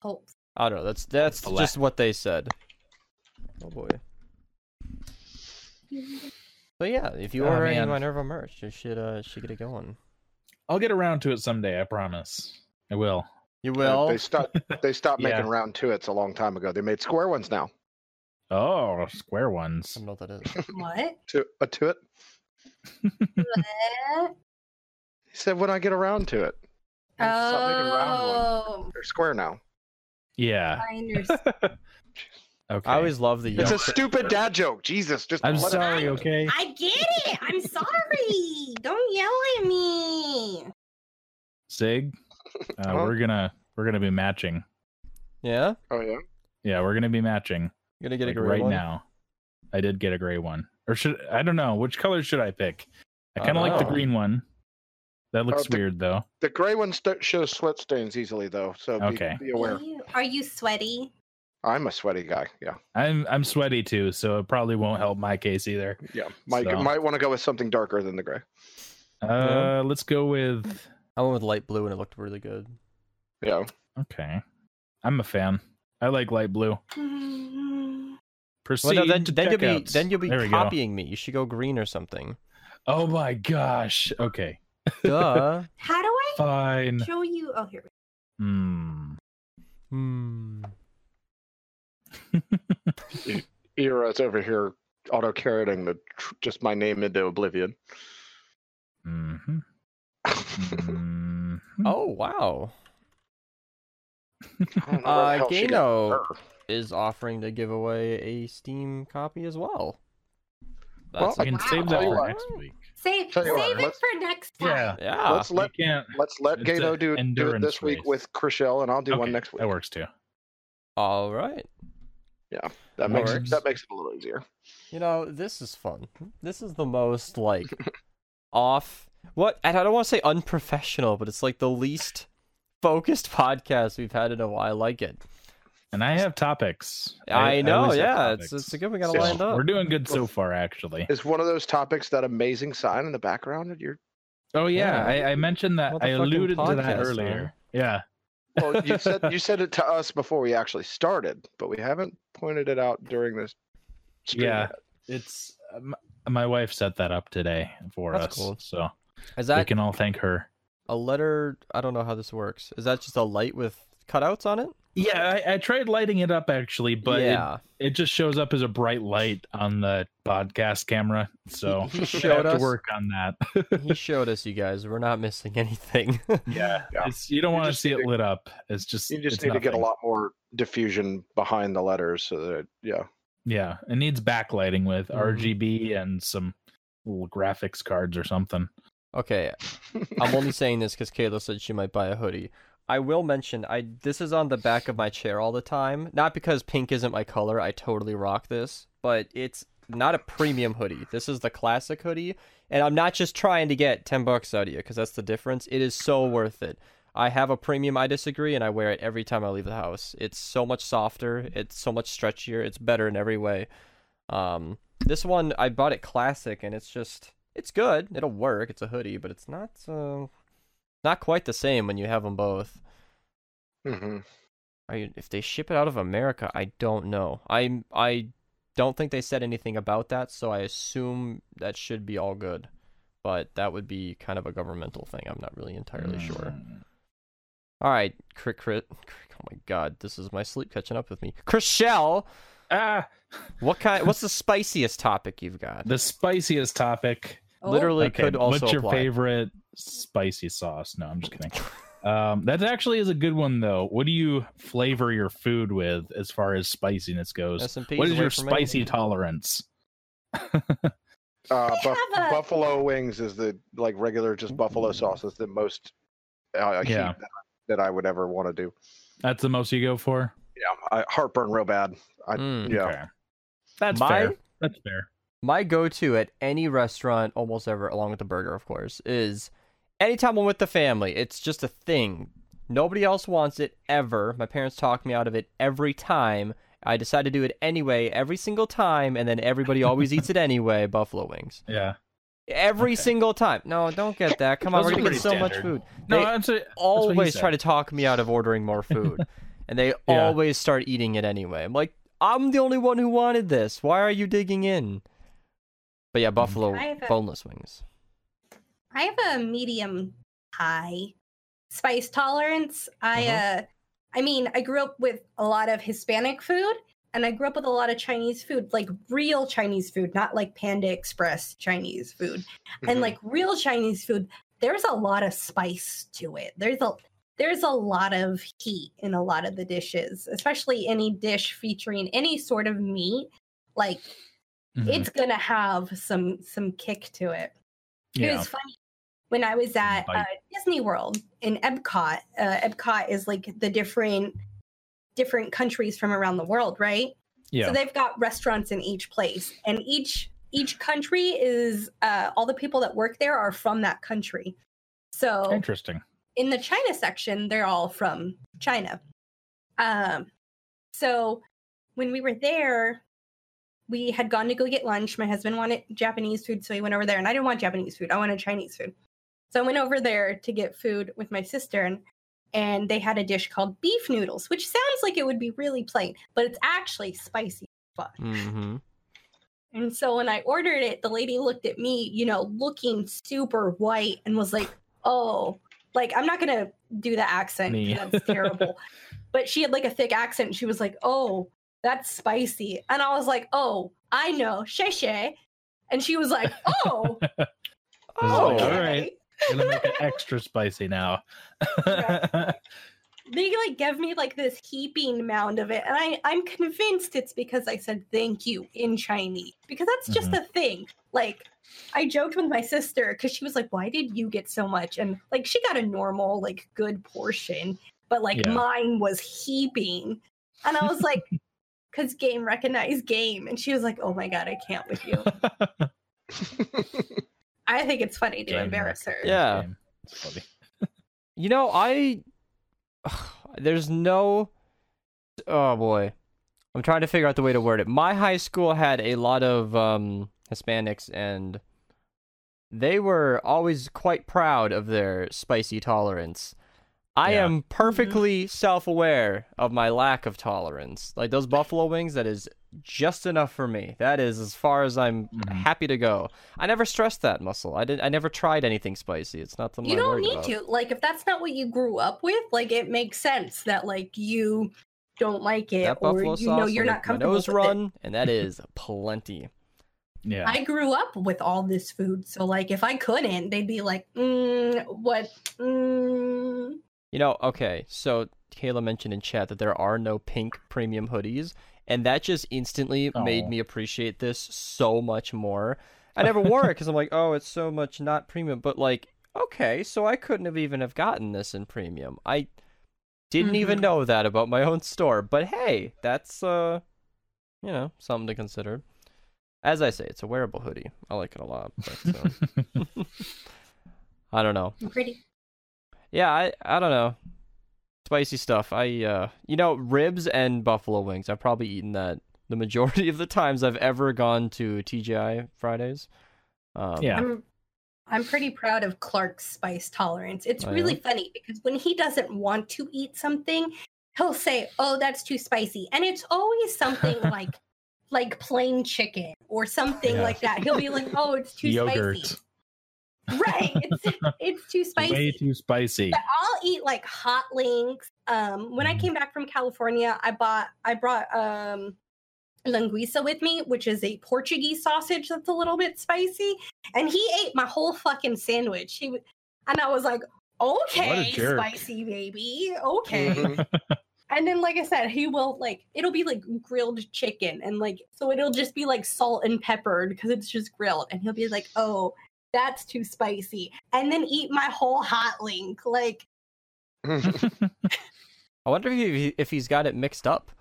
[SPEAKER 4] Oh,
[SPEAKER 1] I don't know. That's that's
[SPEAKER 3] Hopefully.
[SPEAKER 1] just what they said. Oh boy. But yeah, if you
[SPEAKER 3] Oh,
[SPEAKER 1] order any
[SPEAKER 3] man.
[SPEAKER 1] Minerva merch, you should uh should get it going.
[SPEAKER 3] I'll get around to it someday. I promise. I will.
[SPEAKER 1] You
[SPEAKER 2] Uh,
[SPEAKER 1] will.
[SPEAKER 2] they stopped. They stopped
[SPEAKER 3] Yeah.
[SPEAKER 2] making round two. It's a long time ago. They made square ones now.
[SPEAKER 3] Oh, square ones.
[SPEAKER 1] I don't know what that is.
[SPEAKER 4] what?
[SPEAKER 2] To a to it.
[SPEAKER 4] Eh?
[SPEAKER 2] He said, "When I get around to it, Stop making round ones.
[SPEAKER 4] Oh,
[SPEAKER 2] they're square now."
[SPEAKER 3] Yeah.
[SPEAKER 4] I understand.
[SPEAKER 3] Okay.
[SPEAKER 1] I always love the
[SPEAKER 2] It's
[SPEAKER 1] yellow.
[SPEAKER 2] a stupid dad joke. Jesus, just
[SPEAKER 3] I'm
[SPEAKER 2] let it-
[SPEAKER 3] sorry. Okay.
[SPEAKER 4] I get it. I'm sorry. Don't yell at me.
[SPEAKER 3] Sig, uh,
[SPEAKER 2] Huh?
[SPEAKER 3] we're gonna we're gonna be matching.
[SPEAKER 1] yeah,
[SPEAKER 2] Oh yeah.
[SPEAKER 3] Yeah, we're gonna be matching
[SPEAKER 1] gonna get
[SPEAKER 3] like,
[SPEAKER 1] a gray
[SPEAKER 3] right
[SPEAKER 1] one.
[SPEAKER 3] now. I did get a gray one, or should I don't know which color should I pick? I kind of like the
[SPEAKER 1] Oh.
[SPEAKER 3] green one. That looks
[SPEAKER 2] the-
[SPEAKER 3] weird though.
[SPEAKER 2] The gray one st- shows sweat stains easily, though. So be,
[SPEAKER 3] Okay.
[SPEAKER 2] be aware.
[SPEAKER 4] Are you, are you sweaty?
[SPEAKER 2] I'm a sweaty guy. Yeah.
[SPEAKER 3] I'm I'm sweaty too, so it probably won't help my case either.
[SPEAKER 2] Yeah. Might
[SPEAKER 3] So-
[SPEAKER 2] might want to go with something darker than the gray.
[SPEAKER 1] Yeah.
[SPEAKER 3] Uh, let's go with
[SPEAKER 1] I went with light blue and it looked really good.
[SPEAKER 2] Yeah.
[SPEAKER 3] okay. I'm a fan. I like light blue. Proceed
[SPEAKER 4] Mm-hmm.
[SPEAKER 1] Well, no, then,
[SPEAKER 3] to
[SPEAKER 1] then you'll be
[SPEAKER 3] checkouts.
[SPEAKER 1] then you'll be
[SPEAKER 3] There we go.
[SPEAKER 1] copying me. You should go green or something.
[SPEAKER 3] Oh my gosh. Okay.
[SPEAKER 1] Duh.
[SPEAKER 4] How do I
[SPEAKER 3] Fine.
[SPEAKER 4] show you? Oh, here.
[SPEAKER 3] Hmm.
[SPEAKER 1] Hmm.
[SPEAKER 2] Era's over here auto carroting the tr- just my name into oblivion.
[SPEAKER 3] hmm Mhm.
[SPEAKER 1] Oh wow.
[SPEAKER 2] I don't know where the
[SPEAKER 1] Uh,
[SPEAKER 2] hell she got
[SPEAKER 1] Gano
[SPEAKER 2] her.
[SPEAKER 1] is offering to give away a Steam copy as well.
[SPEAKER 2] Well,
[SPEAKER 1] That's
[SPEAKER 3] I
[SPEAKER 1] a-
[SPEAKER 3] can
[SPEAKER 4] Wow.
[SPEAKER 3] save that
[SPEAKER 2] Tell you
[SPEAKER 3] for
[SPEAKER 2] what.
[SPEAKER 3] next week.
[SPEAKER 4] Save,
[SPEAKER 2] Tell
[SPEAKER 4] save
[SPEAKER 2] you what,
[SPEAKER 4] it
[SPEAKER 2] let's-
[SPEAKER 4] for next time.
[SPEAKER 3] Yeah.
[SPEAKER 1] yeah.
[SPEAKER 2] Let's let
[SPEAKER 3] you can't.
[SPEAKER 2] let's let
[SPEAKER 3] it's a
[SPEAKER 2] Gato do, do it
[SPEAKER 3] endurance
[SPEAKER 2] this week
[SPEAKER 3] race.
[SPEAKER 2] with Chriselle, and I'll do one
[SPEAKER 3] Okay,
[SPEAKER 2] next week.
[SPEAKER 3] That works too.
[SPEAKER 1] All right.
[SPEAKER 2] That makes
[SPEAKER 1] works.
[SPEAKER 2] it, that makes it a little easier.
[SPEAKER 1] You know, this is fun. This is the most like off what and I don't want to say unprofessional, but it's like the least focused podcast we've had in a while. I like it.
[SPEAKER 3] And I have topics.
[SPEAKER 1] I, know,
[SPEAKER 3] always have
[SPEAKER 1] yeah. It's it's
[SPEAKER 3] topics.
[SPEAKER 1] a good we got
[SPEAKER 2] So,
[SPEAKER 1] it lined up.
[SPEAKER 3] We're doing good so far, actually.
[SPEAKER 2] Is one of those topics that amazing sign in the background? That you're
[SPEAKER 3] Oh yeah,
[SPEAKER 1] Yeah.
[SPEAKER 3] I, I mentioned that. I
[SPEAKER 1] Motherfucking
[SPEAKER 3] alluded to that
[SPEAKER 1] podcast,
[SPEAKER 3] earlier.
[SPEAKER 1] man.
[SPEAKER 3] Yeah.
[SPEAKER 2] Well, you said you said it to us before we actually started, but we haven't pointed it out during this. stream
[SPEAKER 3] Yeah.
[SPEAKER 2] yet.
[SPEAKER 3] It's um, my wife set that up today for
[SPEAKER 1] That's
[SPEAKER 3] us,
[SPEAKER 1] cool.
[SPEAKER 3] so
[SPEAKER 1] Is
[SPEAKER 3] we
[SPEAKER 1] that
[SPEAKER 3] can all thank her.
[SPEAKER 1] a letter? I don't know how this works. Is that just a light with cutouts on it?
[SPEAKER 3] Yeah, I, I tried lighting it up actually, but it-
[SPEAKER 1] yeah,
[SPEAKER 3] it, just shows up as a bright light on the podcast camera. So
[SPEAKER 1] He- he
[SPEAKER 3] I
[SPEAKER 1] showed
[SPEAKER 3] have
[SPEAKER 1] us-
[SPEAKER 3] to work on that.
[SPEAKER 1] he showed us, you guys. We're not missing anything.
[SPEAKER 3] yeah,
[SPEAKER 2] Yeah.
[SPEAKER 3] It's, you don't
[SPEAKER 2] You
[SPEAKER 3] want to
[SPEAKER 2] just
[SPEAKER 3] see
[SPEAKER 2] need
[SPEAKER 3] it
[SPEAKER 2] to-
[SPEAKER 3] lit up. It's just
[SPEAKER 2] You just
[SPEAKER 3] it's
[SPEAKER 2] need to get a
[SPEAKER 3] nothing.
[SPEAKER 2] lot more diffusion behind the letters, so that yeah.
[SPEAKER 3] Yeah, it needs backlighting with
[SPEAKER 1] Mhm.
[SPEAKER 3] RGB and some little graphics cards or something.
[SPEAKER 1] okay,
[SPEAKER 3] Um,
[SPEAKER 1] I'm only saying this because Kayla said she might buy a hoodie. I will mention I this is on the back of my chair all the time. Not because pink isn't my color. I totally rock this, but it's not a premium hoodie. This is the classic hoodie, and I'm not just trying to get 10 bucks out of you because that's the difference. It is so worth it. I have a premium I disagree and I wear it every time I leave the house. It's so much softer, it's so much stretchier, it's better in every way. Um this one I bought it classic and it's just it's good. It'll work. It's a hoodie, but it's not uh, not quite the same when you have them both.
[SPEAKER 2] hmm
[SPEAKER 1] Are you, if they ship it out of America, I don't know. I I don't think they said anything about that, so I assume that should be all good. But that would be kind of a governmental thing. I'm not really entirely sure.
[SPEAKER 3] Mm.
[SPEAKER 1] All right, crit crit. Crit- Oh my god, this is my sleep catching up with me. Chriselle,
[SPEAKER 3] Ah,
[SPEAKER 1] what kind? What's the spiciest topic you've got?
[SPEAKER 3] the spiciest topic.
[SPEAKER 4] Oh,
[SPEAKER 1] Literally
[SPEAKER 3] Okay,
[SPEAKER 1] could also
[SPEAKER 3] what's your
[SPEAKER 1] apply.
[SPEAKER 3] favorite spicy sauce? No, I'm just kidding. Um, that actually is a good one though. What do you flavor your food with as far as spiciness goes?
[SPEAKER 1] S&Ps
[SPEAKER 3] what is
[SPEAKER 1] away
[SPEAKER 3] your
[SPEAKER 1] from me.
[SPEAKER 3] spicy tolerance?
[SPEAKER 2] Uh, buff-
[SPEAKER 4] have a-
[SPEAKER 2] buffalo wings is the like regular just buffalo sauce is the most uh, heat
[SPEAKER 3] Yeah.
[SPEAKER 2] that, that I would ever want to do.
[SPEAKER 3] That's the most you go for.
[SPEAKER 2] Yeah, I, heartburn real bad. I,
[SPEAKER 1] Mm.
[SPEAKER 2] Yeah,
[SPEAKER 3] Okay. that's
[SPEAKER 1] Mine-
[SPEAKER 3] fair. That's fair.
[SPEAKER 1] my go-to at any restaurant almost ever along with the burger of course is anytime i'm with the family it's just a thing nobody else wants it ever my parents talk me out of it every time i decide to do it anyway every single time and then everybody always eats it anyway buffalo wings
[SPEAKER 3] Yeah.
[SPEAKER 1] every
[SPEAKER 3] Okay.
[SPEAKER 1] single time no don't get that come on
[SPEAKER 3] Those
[SPEAKER 1] we're
[SPEAKER 3] are
[SPEAKER 1] gonna get
[SPEAKER 3] pretty
[SPEAKER 1] so much
[SPEAKER 3] standard.
[SPEAKER 1] food
[SPEAKER 3] No,
[SPEAKER 1] They
[SPEAKER 3] I'm sorry. what he
[SPEAKER 1] always
[SPEAKER 3] said.
[SPEAKER 1] try to talk me out of ordering more food and they
[SPEAKER 3] Yeah.
[SPEAKER 1] always start eating it anyway i'm like i'm the only one who wanted this why are you digging in but
[SPEAKER 3] Mm-hmm.
[SPEAKER 1] yeah buffalo
[SPEAKER 4] I have a-
[SPEAKER 1] boneless wings
[SPEAKER 4] I have a medium high spice tolerance. I uh I mean, I grew up with a lot of Hispanic food and I grew up with a lot of Chinese food, like real Chinese food, not like Panda Express Chinese food. And
[SPEAKER 3] Mm-hmm.
[SPEAKER 2] Mhm.
[SPEAKER 4] like real Chinese food, there's a lot of spice to it. There's a there's a lot of heat in a lot of the dishes, especially any dish featuring any sort of meat. Like
[SPEAKER 3] Mhm.
[SPEAKER 4] it's gonna have some some kick to it. It
[SPEAKER 3] yeah.
[SPEAKER 4] was funny when I was at uh,
[SPEAKER 3] Bite.
[SPEAKER 4] Disney World in Epcot. Uh, Epcot is like the different different countries from around the world, right?
[SPEAKER 3] yeah.
[SPEAKER 4] So they've got restaurants in each place, and each each country is uh, all the people that work there are from that country. So
[SPEAKER 3] Interesting.
[SPEAKER 4] in the China section, they're all from China. Um, so when we were there, we had gone to go get lunch. My husband wanted Japanese food, so he went over there, and I didn't want Japanese food. I wanted Chinese food. So I went over there to get food with my sister, and, and they had a dish called beef noodles, which sounds like it would be really plain, but it's actually spicy. as fuck.
[SPEAKER 1] mm-hmm.
[SPEAKER 4] And so when I ordered it, the lady looked at me, you know, looking super white and was like, oh, like I'm not going to do the accent. 'cause
[SPEAKER 3] Me.
[SPEAKER 4] That's terrible. But she had like a thick accent. And she was like, oh, that's spicy. And I was like, oh, I know. Shay Shay. And she was like, oh,
[SPEAKER 1] Oh,
[SPEAKER 4] okay.
[SPEAKER 3] all right. Gonna make it extra spicy now.
[SPEAKER 4] Yeah. they like give me like this heaping mound of it and I, i'm convinced it's because i said thank you in chinese because that's just
[SPEAKER 3] Mm-hmm.
[SPEAKER 4] a thing like i joked with my sister because she was like why did you get so much and like she got a normal like good portion but like
[SPEAKER 3] Yeah.
[SPEAKER 4] mine was heaping and i was like because game recognized game and she was like oh my god i can't with you i think it's funny to
[SPEAKER 3] Game
[SPEAKER 4] embarrass her
[SPEAKER 1] Yeah.
[SPEAKER 3] Game. It's funny.
[SPEAKER 1] you know i there's no oh boy i'm trying to figure out the way to word it my high school had a lot of um hispanics and they were always quite proud of their spicy tolerance I
[SPEAKER 3] Yeah.
[SPEAKER 4] Mm-hmm.
[SPEAKER 1] am perfectly self-aware of my lack of tolerance. Like those buffalo wings, that is just enough for me. That is as far as I'm
[SPEAKER 3] Mhm.
[SPEAKER 1] happy to go. I never stressed that muscle. I did. I never tried anything spicy. It's not something
[SPEAKER 4] you
[SPEAKER 1] I
[SPEAKER 4] don't
[SPEAKER 1] worried
[SPEAKER 4] need
[SPEAKER 1] about.
[SPEAKER 4] to like if that's not what you grew up with like it makes sense that like you don't like it
[SPEAKER 1] That
[SPEAKER 4] or
[SPEAKER 1] buffalo
[SPEAKER 4] you
[SPEAKER 1] sauce.
[SPEAKER 4] know you're
[SPEAKER 1] will
[SPEAKER 4] not
[SPEAKER 1] make my
[SPEAKER 4] comfortable
[SPEAKER 1] nose
[SPEAKER 4] with
[SPEAKER 1] run,
[SPEAKER 4] it.
[SPEAKER 1] and that is plenty.
[SPEAKER 3] Yeah.
[SPEAKER 4] i grew up with all this food so like if i couldn't they'd be like mm, what mm.
[SPEAKER 1] You know. Okay. So Kayla mentioned in chat that there are no pink premium hoodies, and that just instantly made
[SPEAKER 3] Aw.
[SPEAKER 1] me appreciate this so much more. I never wore it because I'm like, oh, it's so much not premium, but like, okay, so I couldn't have even have gotten this in premium. I didn't even
[SPEAKER 4] Mhm.
[SPEAKER 1] know that about my own store, but hey, that's uh, you know, something to consider. As I say, it's a wearable hoodie. I like it a lot. But, uh, I don't know.
[SPEAKER 4] pretty
[SPEAKER 1] Yeah, I I don't know. Spicy stuff. I uh you know, ribs and buffalo wings. I've probably eaten that the majority of the times I've ever gone to TGI Fridays. Um,
[SPEAKER 3] Yeah.
[SPEAKER 4] i'm i'm pretty proud of clark's spice tolerance it's
[SPEAKER 1] Oh, yeah?
[SPEAKER 4] really funny because when he doesn't want to eat something he'll say oh that's too spicy and it's always something like like plain chicken or something
[SPEAKER 3] Yeah.
[SPEAKER 4] like that he'll be like oh it's too
[SPEAKER 3] Yogurt.
[SPEAKER 4] spicy right it's, it's too spicy
[SPEAKER 3] Way too spicy.
[SPEAKER 4] but I'll eat like hot links. Um, when I
[SPEAKER 3] Mhm.
[SPEAKER 4] came back from California, I bought I brought um linguiça with me, which is a Portuguese sausage that's a little bit spicy, and he ate my whole fucking sandwich. He w- and I was like, okay,
[SPEAKER 3] jerk."
[SPEAKER 4] spicy baby, okay.
[SPEAKER 2] Mhm.
[SPEAKER 4] And then, like I said, he will like it'll be like grilled chicken, and like so it'll just be like salt and peppered because it's just grilled, and he'll be like, "Oh, that's too spicy," and then eat my whole hot link. Like,
[SPEAKER 2] Mm-hmm.
[SPEAKER 1] I wonder if he, if he's got it mixed up.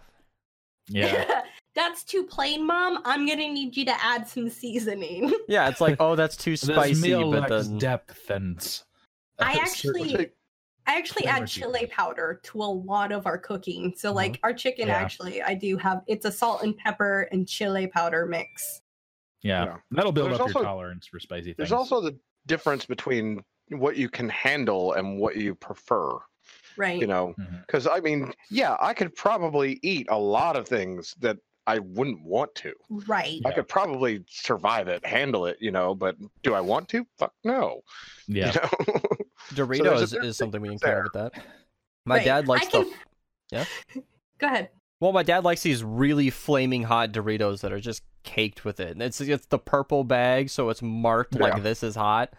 [SPEAKER 3] yeah.
[SPEAKER 4] that's too plain, mom. I'm gonna need you to add some seasoning.
[SPEAKER 1] Yeah, it's like, oh, that's too
[SPEAKER 3] this
[SPEAKER 1] spicy,
[SPEAKER 3] meal
[SPEAKER 1] but
[SPEAKER 3] lacks
[SPEAKER 1] then
[SPEAKER 3] depth and.
[SPEAKER 4] I
[SPEAKER 3] uh,
[SPEAKER 4] actually-
[SPEAKER 3] certain-
[SPEAKER 4] I actually
[SPEAKER 3] Flavor
[SPEAKER 4] add chili
[SPEAKER 3] seasoning.
[SPEAKER 4] powder to a lot of our cooking.
[SPEAKER 1] Mm-hmm.
[SPEAKER 4] So, like our chicken,
[SPEAKER 3] Yeah.
[SPEAKER 4] actually, I do have it's a salt and pepper and chili powder mix.
[SPEAKER 3] Yeah.
[SPEAKER 2] Yeah.
[SPEAKER 3] That'll build
[SPEAKER 2] There's
[SPEAKER 3] up your
[SPEAKER 2] also-
[SPEAKER 3] tolerance for spicy things.
[SPEAKER 2] There's also the difference between what you can handle and what you prefer,
[SPEAKER 4] Right?
[SPEAKER 2] you know.
[SPEAKER 3] Mhm.
[SPEAKER 2] Because I mean, yeah, I could probably eat a lot of things that I wouldn't want to.
[SPEAKER 4] Right.
[SPEAKER 2] I
[SPEAKER 3] Yeah.
[SPEAKER 2] could probably survive it, handle it, you know. But do I want to? Fuck no.
[SPEAKER 3] Yeah.
[SPEAKER 2] You know?
[SPEAKER 1] Doritos
[SPEAKER 2] big
[SPEAKER 1] is something we didn't
[SPEAKER 2] there.
[SPEAKER 1] care with that. My
[SPEAKER 4] Right.
[SPEAKER 1] dad likes
[SPEAKER 4] I can-
[SPEAKER 1] the Yeah?
[SPEAKER 4] Go ahead.
[SPEAKER 1] well, my dad likes these really flaming hot Doritos that are just caked with it, and it's it's the purple bag, so it's marked
[SPEAKER 2] Yeah.
[SPEAKER 1] like this is hot.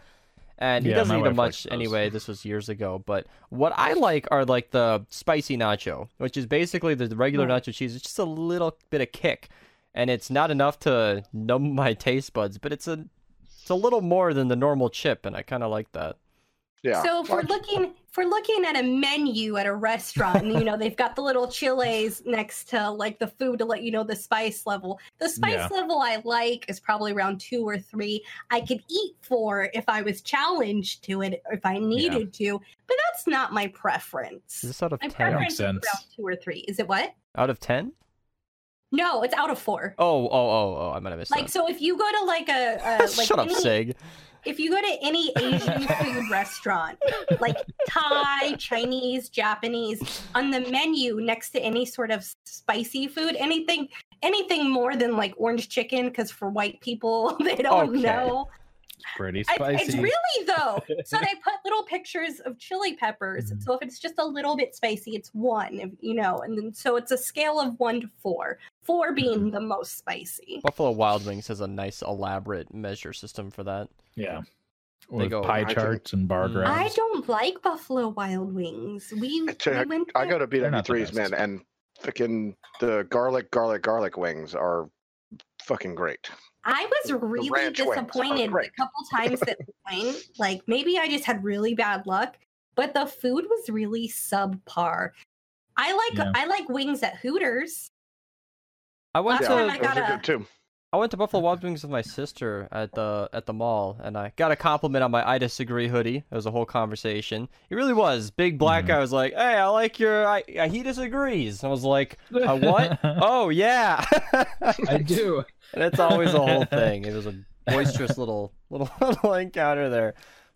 [SPEAKER 1] And he
[SPEAKER 3] Yeah,
[SPEAKER 1] doesn't
[SPEAKER 3] my
[SPEAKER 1] eat them
[SPEAKER 3] wife
[SPEAKER 1] much
[SPEAKER 3] likes those.
[SPEAKER 1] anyway. This was years ago, but what I like are like the spicy nacho, which is basically the regular
[SPEAKER 3] Hmm.
[SPEAKER 4] Mm.
[SPEAKER 1] nacho cheese. It's just a little bit of kick, and it's not enough to numb my taste buds, but it's a it's a little more than the normal chip, and I kind of like that.
[SPEAKER 2] yeah.
[SPEAKER 4] So if we're looking if we're looking at a menu at a restaurant, and you know they've got the little chiles next to like the food to let you know the spice level. The spice
[SPEAKER 3] Yeah.
[SPEAKER 4] level I like is probably around two or three. I could eat four if I was challenged to it, if I needed to, but that's not my preference.
[SPEAKER 1] Is this out of
[SPEAKER 4] My
[SPEAKER 1] ten?
[SPEAKER 4] preference is around
[SPEAKER 3] sense.
[SPEAKER 4] two or three. Is it what?
[SPEAKER 1] Out of ten?
[SPEAKER 4] No, it's out of four.
[SPEAKER 1] Oh, oh, oh, oh! I might have missed
[SPEAKER 4] Like so, if you go to like a, a
[SPEAKER 1] that.
[SPEAKER 4] like
[SPEAKER 1] Shut up,
[SPEAKER 4] any-
[SPEAKER 1] Sig.
[SPEAKER 4] if you go to any Asian food restaurant, like Thai, Chinese, Japanese, on the menu next to any sort of spicy food, anything anything more than like orange chicken, because for white people they don't
[SPEAKER 1] Okay.
[SPEAKER 4] know.
[SPEAKER 3] Pretty
[SPEAKER 4] It's-
[SPEAKER 3] spicy.
[SPEAKER 4] It's really though. So they put little pictures of chili peppers.
[SPEAKER 3] Mhm.
[SPEAKER 4] So if it's just a little bit spicy, it's one, if- you know, and then so it's a scale of one to four, four being the most spicy.
[SPEAKER 1] Buffalo Wild Wings has a nice elaborate measure system for that.
[SPEAKER 3] Yeah. With
[SPEAKER 1] go-
[SPEAKER 3] pie
[SPEAKER 2] I can-
[SPEAKER 3] charts and bar
[SPEAKER 1] Mm.
[SPEAKER 3] graphs.
[SPEAKER 4] I don't like Buffalo Wild Wings. We,
[SPEAKER 2] I tell you,
[SPEAKER 4] we went
[SPEAKER 2] I go
[SPEAKER 4] there-
[SPEAKER 2] to
[SPEAKER 3] They're not the
[SPEAKER 2] BW3s, E man,
[SPEAKER 3] best.
[SPEAKER 2] and freaking the garlic, garlic, garlic wings are fucking great.
[SPEAKER 4] I was really
[SPEAKER 2] ranch wings are
[SPEAKER 4] disappointed a
[SPEAKER 2] great.
[SPEAKER 4] couple times that mine, like maybe I just had really bad luck, but the food was really subpar. I like
[SPEAKER 3] Yeah.
[SPEAKER 4] I like wings at Hooters.
[SPEAKER 1] I went
[SPEAKER 4] Last
[SPEAKER 1] to
[SPEAKER 4] time I
[SPEAKER 2] those
[SPEAKER 4] got
[SPEAKER 2] are
[SPEAKER 4] a-
[SPEAKER 2] good too.
[SPEAKER 1] I went to Buffalo Wild Wings with my sister at the at the mall, and I got a compliment on my I disagree hoodie. It was a whole conversation. It really was. Big black
[SPEAKER 3] Mhm.
[SPEAKER 1] guy was like, "Hey, I like your." I, I he disagrees. I was like, "A what?" "Oh yeah."
[SPEAKER 3] I do.
[SPEAKER 1] That's always a whole thing. It was a boisterous little little little encounter there.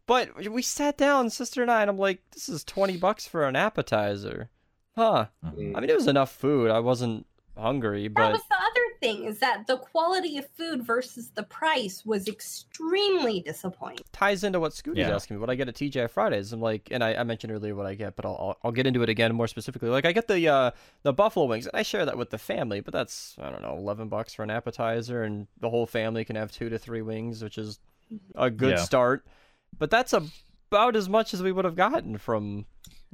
[SPEAKER 1] But we sat down, sister and I, and I'm like, this is 20 bucks for an appetizer. Huh. I mean, it was enough food. I wasn't hungry,
[SPEAKER 4] That
[SPEAKER 1] but
[SPEAKER 4] was the other thing is that the quality of food versus the price was extremely disappointing.
[SPEAKER 1] ties into what Scooty's
[SPEAKER 3] Yeah.
[SPEAKER 1] asking me. What I get at TGI Fridays, I'm like, and I, I mentioned earlier what I get, but I'll, I'll I'll get into it again more specifically. Like I get the uh the buffalo wings, and I share that with the family, but that's I don't know, 11 bucks for an appetizer, and the whole family can have two to three wings, which is a good
[SPEAKER 3] Yeah.
[SPEAKER 1] start. But that's about as much as we would have gotten from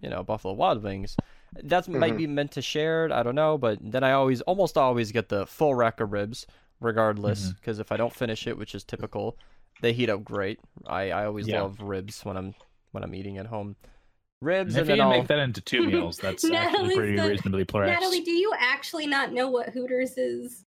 [SPEAKER 1] you know Buffalo Wild Wings. That might
[SPEAKER 2] Mhm.
[SPEAKER 1] be meant to shared. I don't know, but then I always, almost always get the full rack of ribs, regardless,
[SPEAKER 3] Mm-hmm.
[SPEAKER 1] because if I don't finish it, which is typical, they heat up great. I, I always
[SPEAKER 3] Yeah.
[SPEAKER 1] love ribs when I'm when I'm eating at home. Ribs
[SPEAKER 3] And
[SPEAKER 1] and
[SPEAKER 3] if you
[SPEAKER 1] then
[SPEAKER 3] can
[SPEAKER 1] I'll
[SPEAKER 3] make that into two meals, that's actually
[SPEAKER 4] Natalie's
[SPEAKER 3] pretty
[SPEAKER 4] the-
[SPEAKER 3] reasonably priced.
[SPEAKER 4] Natalie, do you actually not know what Hooters is?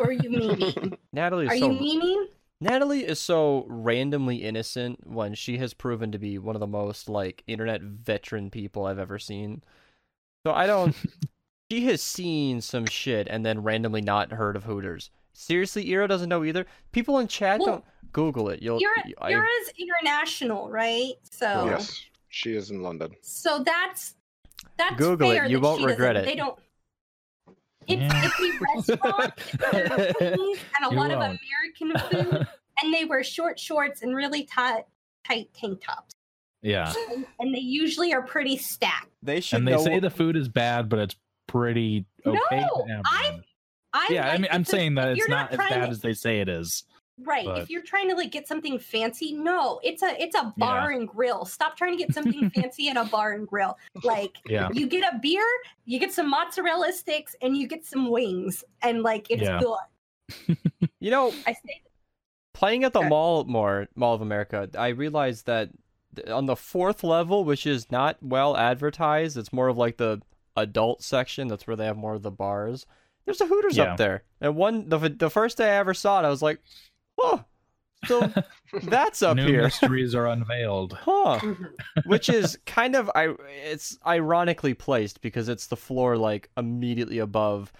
[SPEAKER 4] Or are you memeing?
[SPEAKER 1] Natalie
[SPEAKER 4] are
[SPEAKER 1] is
[SPEAKER 4] you
[SPEAKER 1] so
[SPEAKER 4] memeing?
[SPEAKER 1] Natalie is so randomly innocent when she has proven to be one of the most like internet veteran people I've ever seen. So I don't. she has seen some shit and then randomly not heard of Hooters. Seriously, Iro doesn't know either. People in chat
[SPEAKER 4] Well,
[SPEAKER 1] don't Google it. You'll.
[SPEAKER 4] You're,
[SPEAKER 1] I-
[SPEAKER 4] you're as international, right? So,
[SPEAKER 2] Yes, she is in London.
[SPEAKER 4] so that's that's
[SPEAKER 1] Google it.
[SPEAKER 4] fair
[SPEAKER 1] You
[SPEAKER 4] that
[SPEAKER 1] won't
[SPEAKER 4] she doesn't-
[SPEAKER 1] regret it.
[SPEAKER 4] They don't. It's
[SPEAKER 3] Yeah.
[SPEAKER 4] every restaurant Japanese and a
[SPEAKER 3] You
[SPEAKER 4] lot of
[SPEAKER 3] won't.
[SPEAKER 4] American food, and they wear short shorts and really tight, tight tank tops,
[SPEAKER 3] yeah.
[SPEAKER 4] and they usually are pretty stacked.
[SPEAKER 1] they should
[SPEAKER 3] And they
[SPEAKER 1] know.
[SPEAKER 3] say the food is bad, but it's pretty okay.
[SPEAKER 4] No,
[SPEAKER 3] to
[SPEAKER 4] I-
[SPEAKER 3] everyone.
[SPEAKER 4] I
[SPEAKER 3] yeah, I
[SPEAKER 4] like
[SPEAKER 3] mean, I'm
[SPEAKER 4] because-
[SPEAKER 3] saying that
[SPEAKER 4] if
[SPEAKER 3] it's
[SPEAKER 4] you're
[SPEAKER 3] not,
[SPEAKER 4] not
[SPEAKER 3] as
[SPEAKER 4] trying
[SPEAKER 3] bad
[SPEAKER 4] to-
[SPEAKER 3] as they say it is.
[SPEAKER 4] right. If
[SPEAKER 3] but-
[SPEAKER 4] you're trying to like get something fancy, no, it's a it's a bar and grill. Stop trying to get something fancy in a bar and grill. Like
[SPEAKER 3] Yeah.
[SPEAKER 4] you get a beer, you get some mozzarella sticks, and you get some wings, and like it's
[SPEAKER 3] Yeah.
[SPEAKER 4] good.
[SPEAKER 1] you know,
[SPEAKER 4] I say
[SPEAKER 1] playing at the
[SPEAKER 2] Okay.
[SPEAKER 1] mall more Mall of America, I realized that th- on the fourth level, which is not well advertised, it's more of like the adult section. That's where they have more of the bars. There's a Hooters
[SPEAKER 3] Yeah.
[SPEAKER 1] up there, and one the the first day I ever saw it, I was like, oh, so that's up
[SPEAKER 3] New
[SPEAKER 1] here,
[SPEAKER 3] mysteries are unveiled.
[SPEAKER 1] huh? Which is kind of I it's ironically placed because it's the floor like immediately above.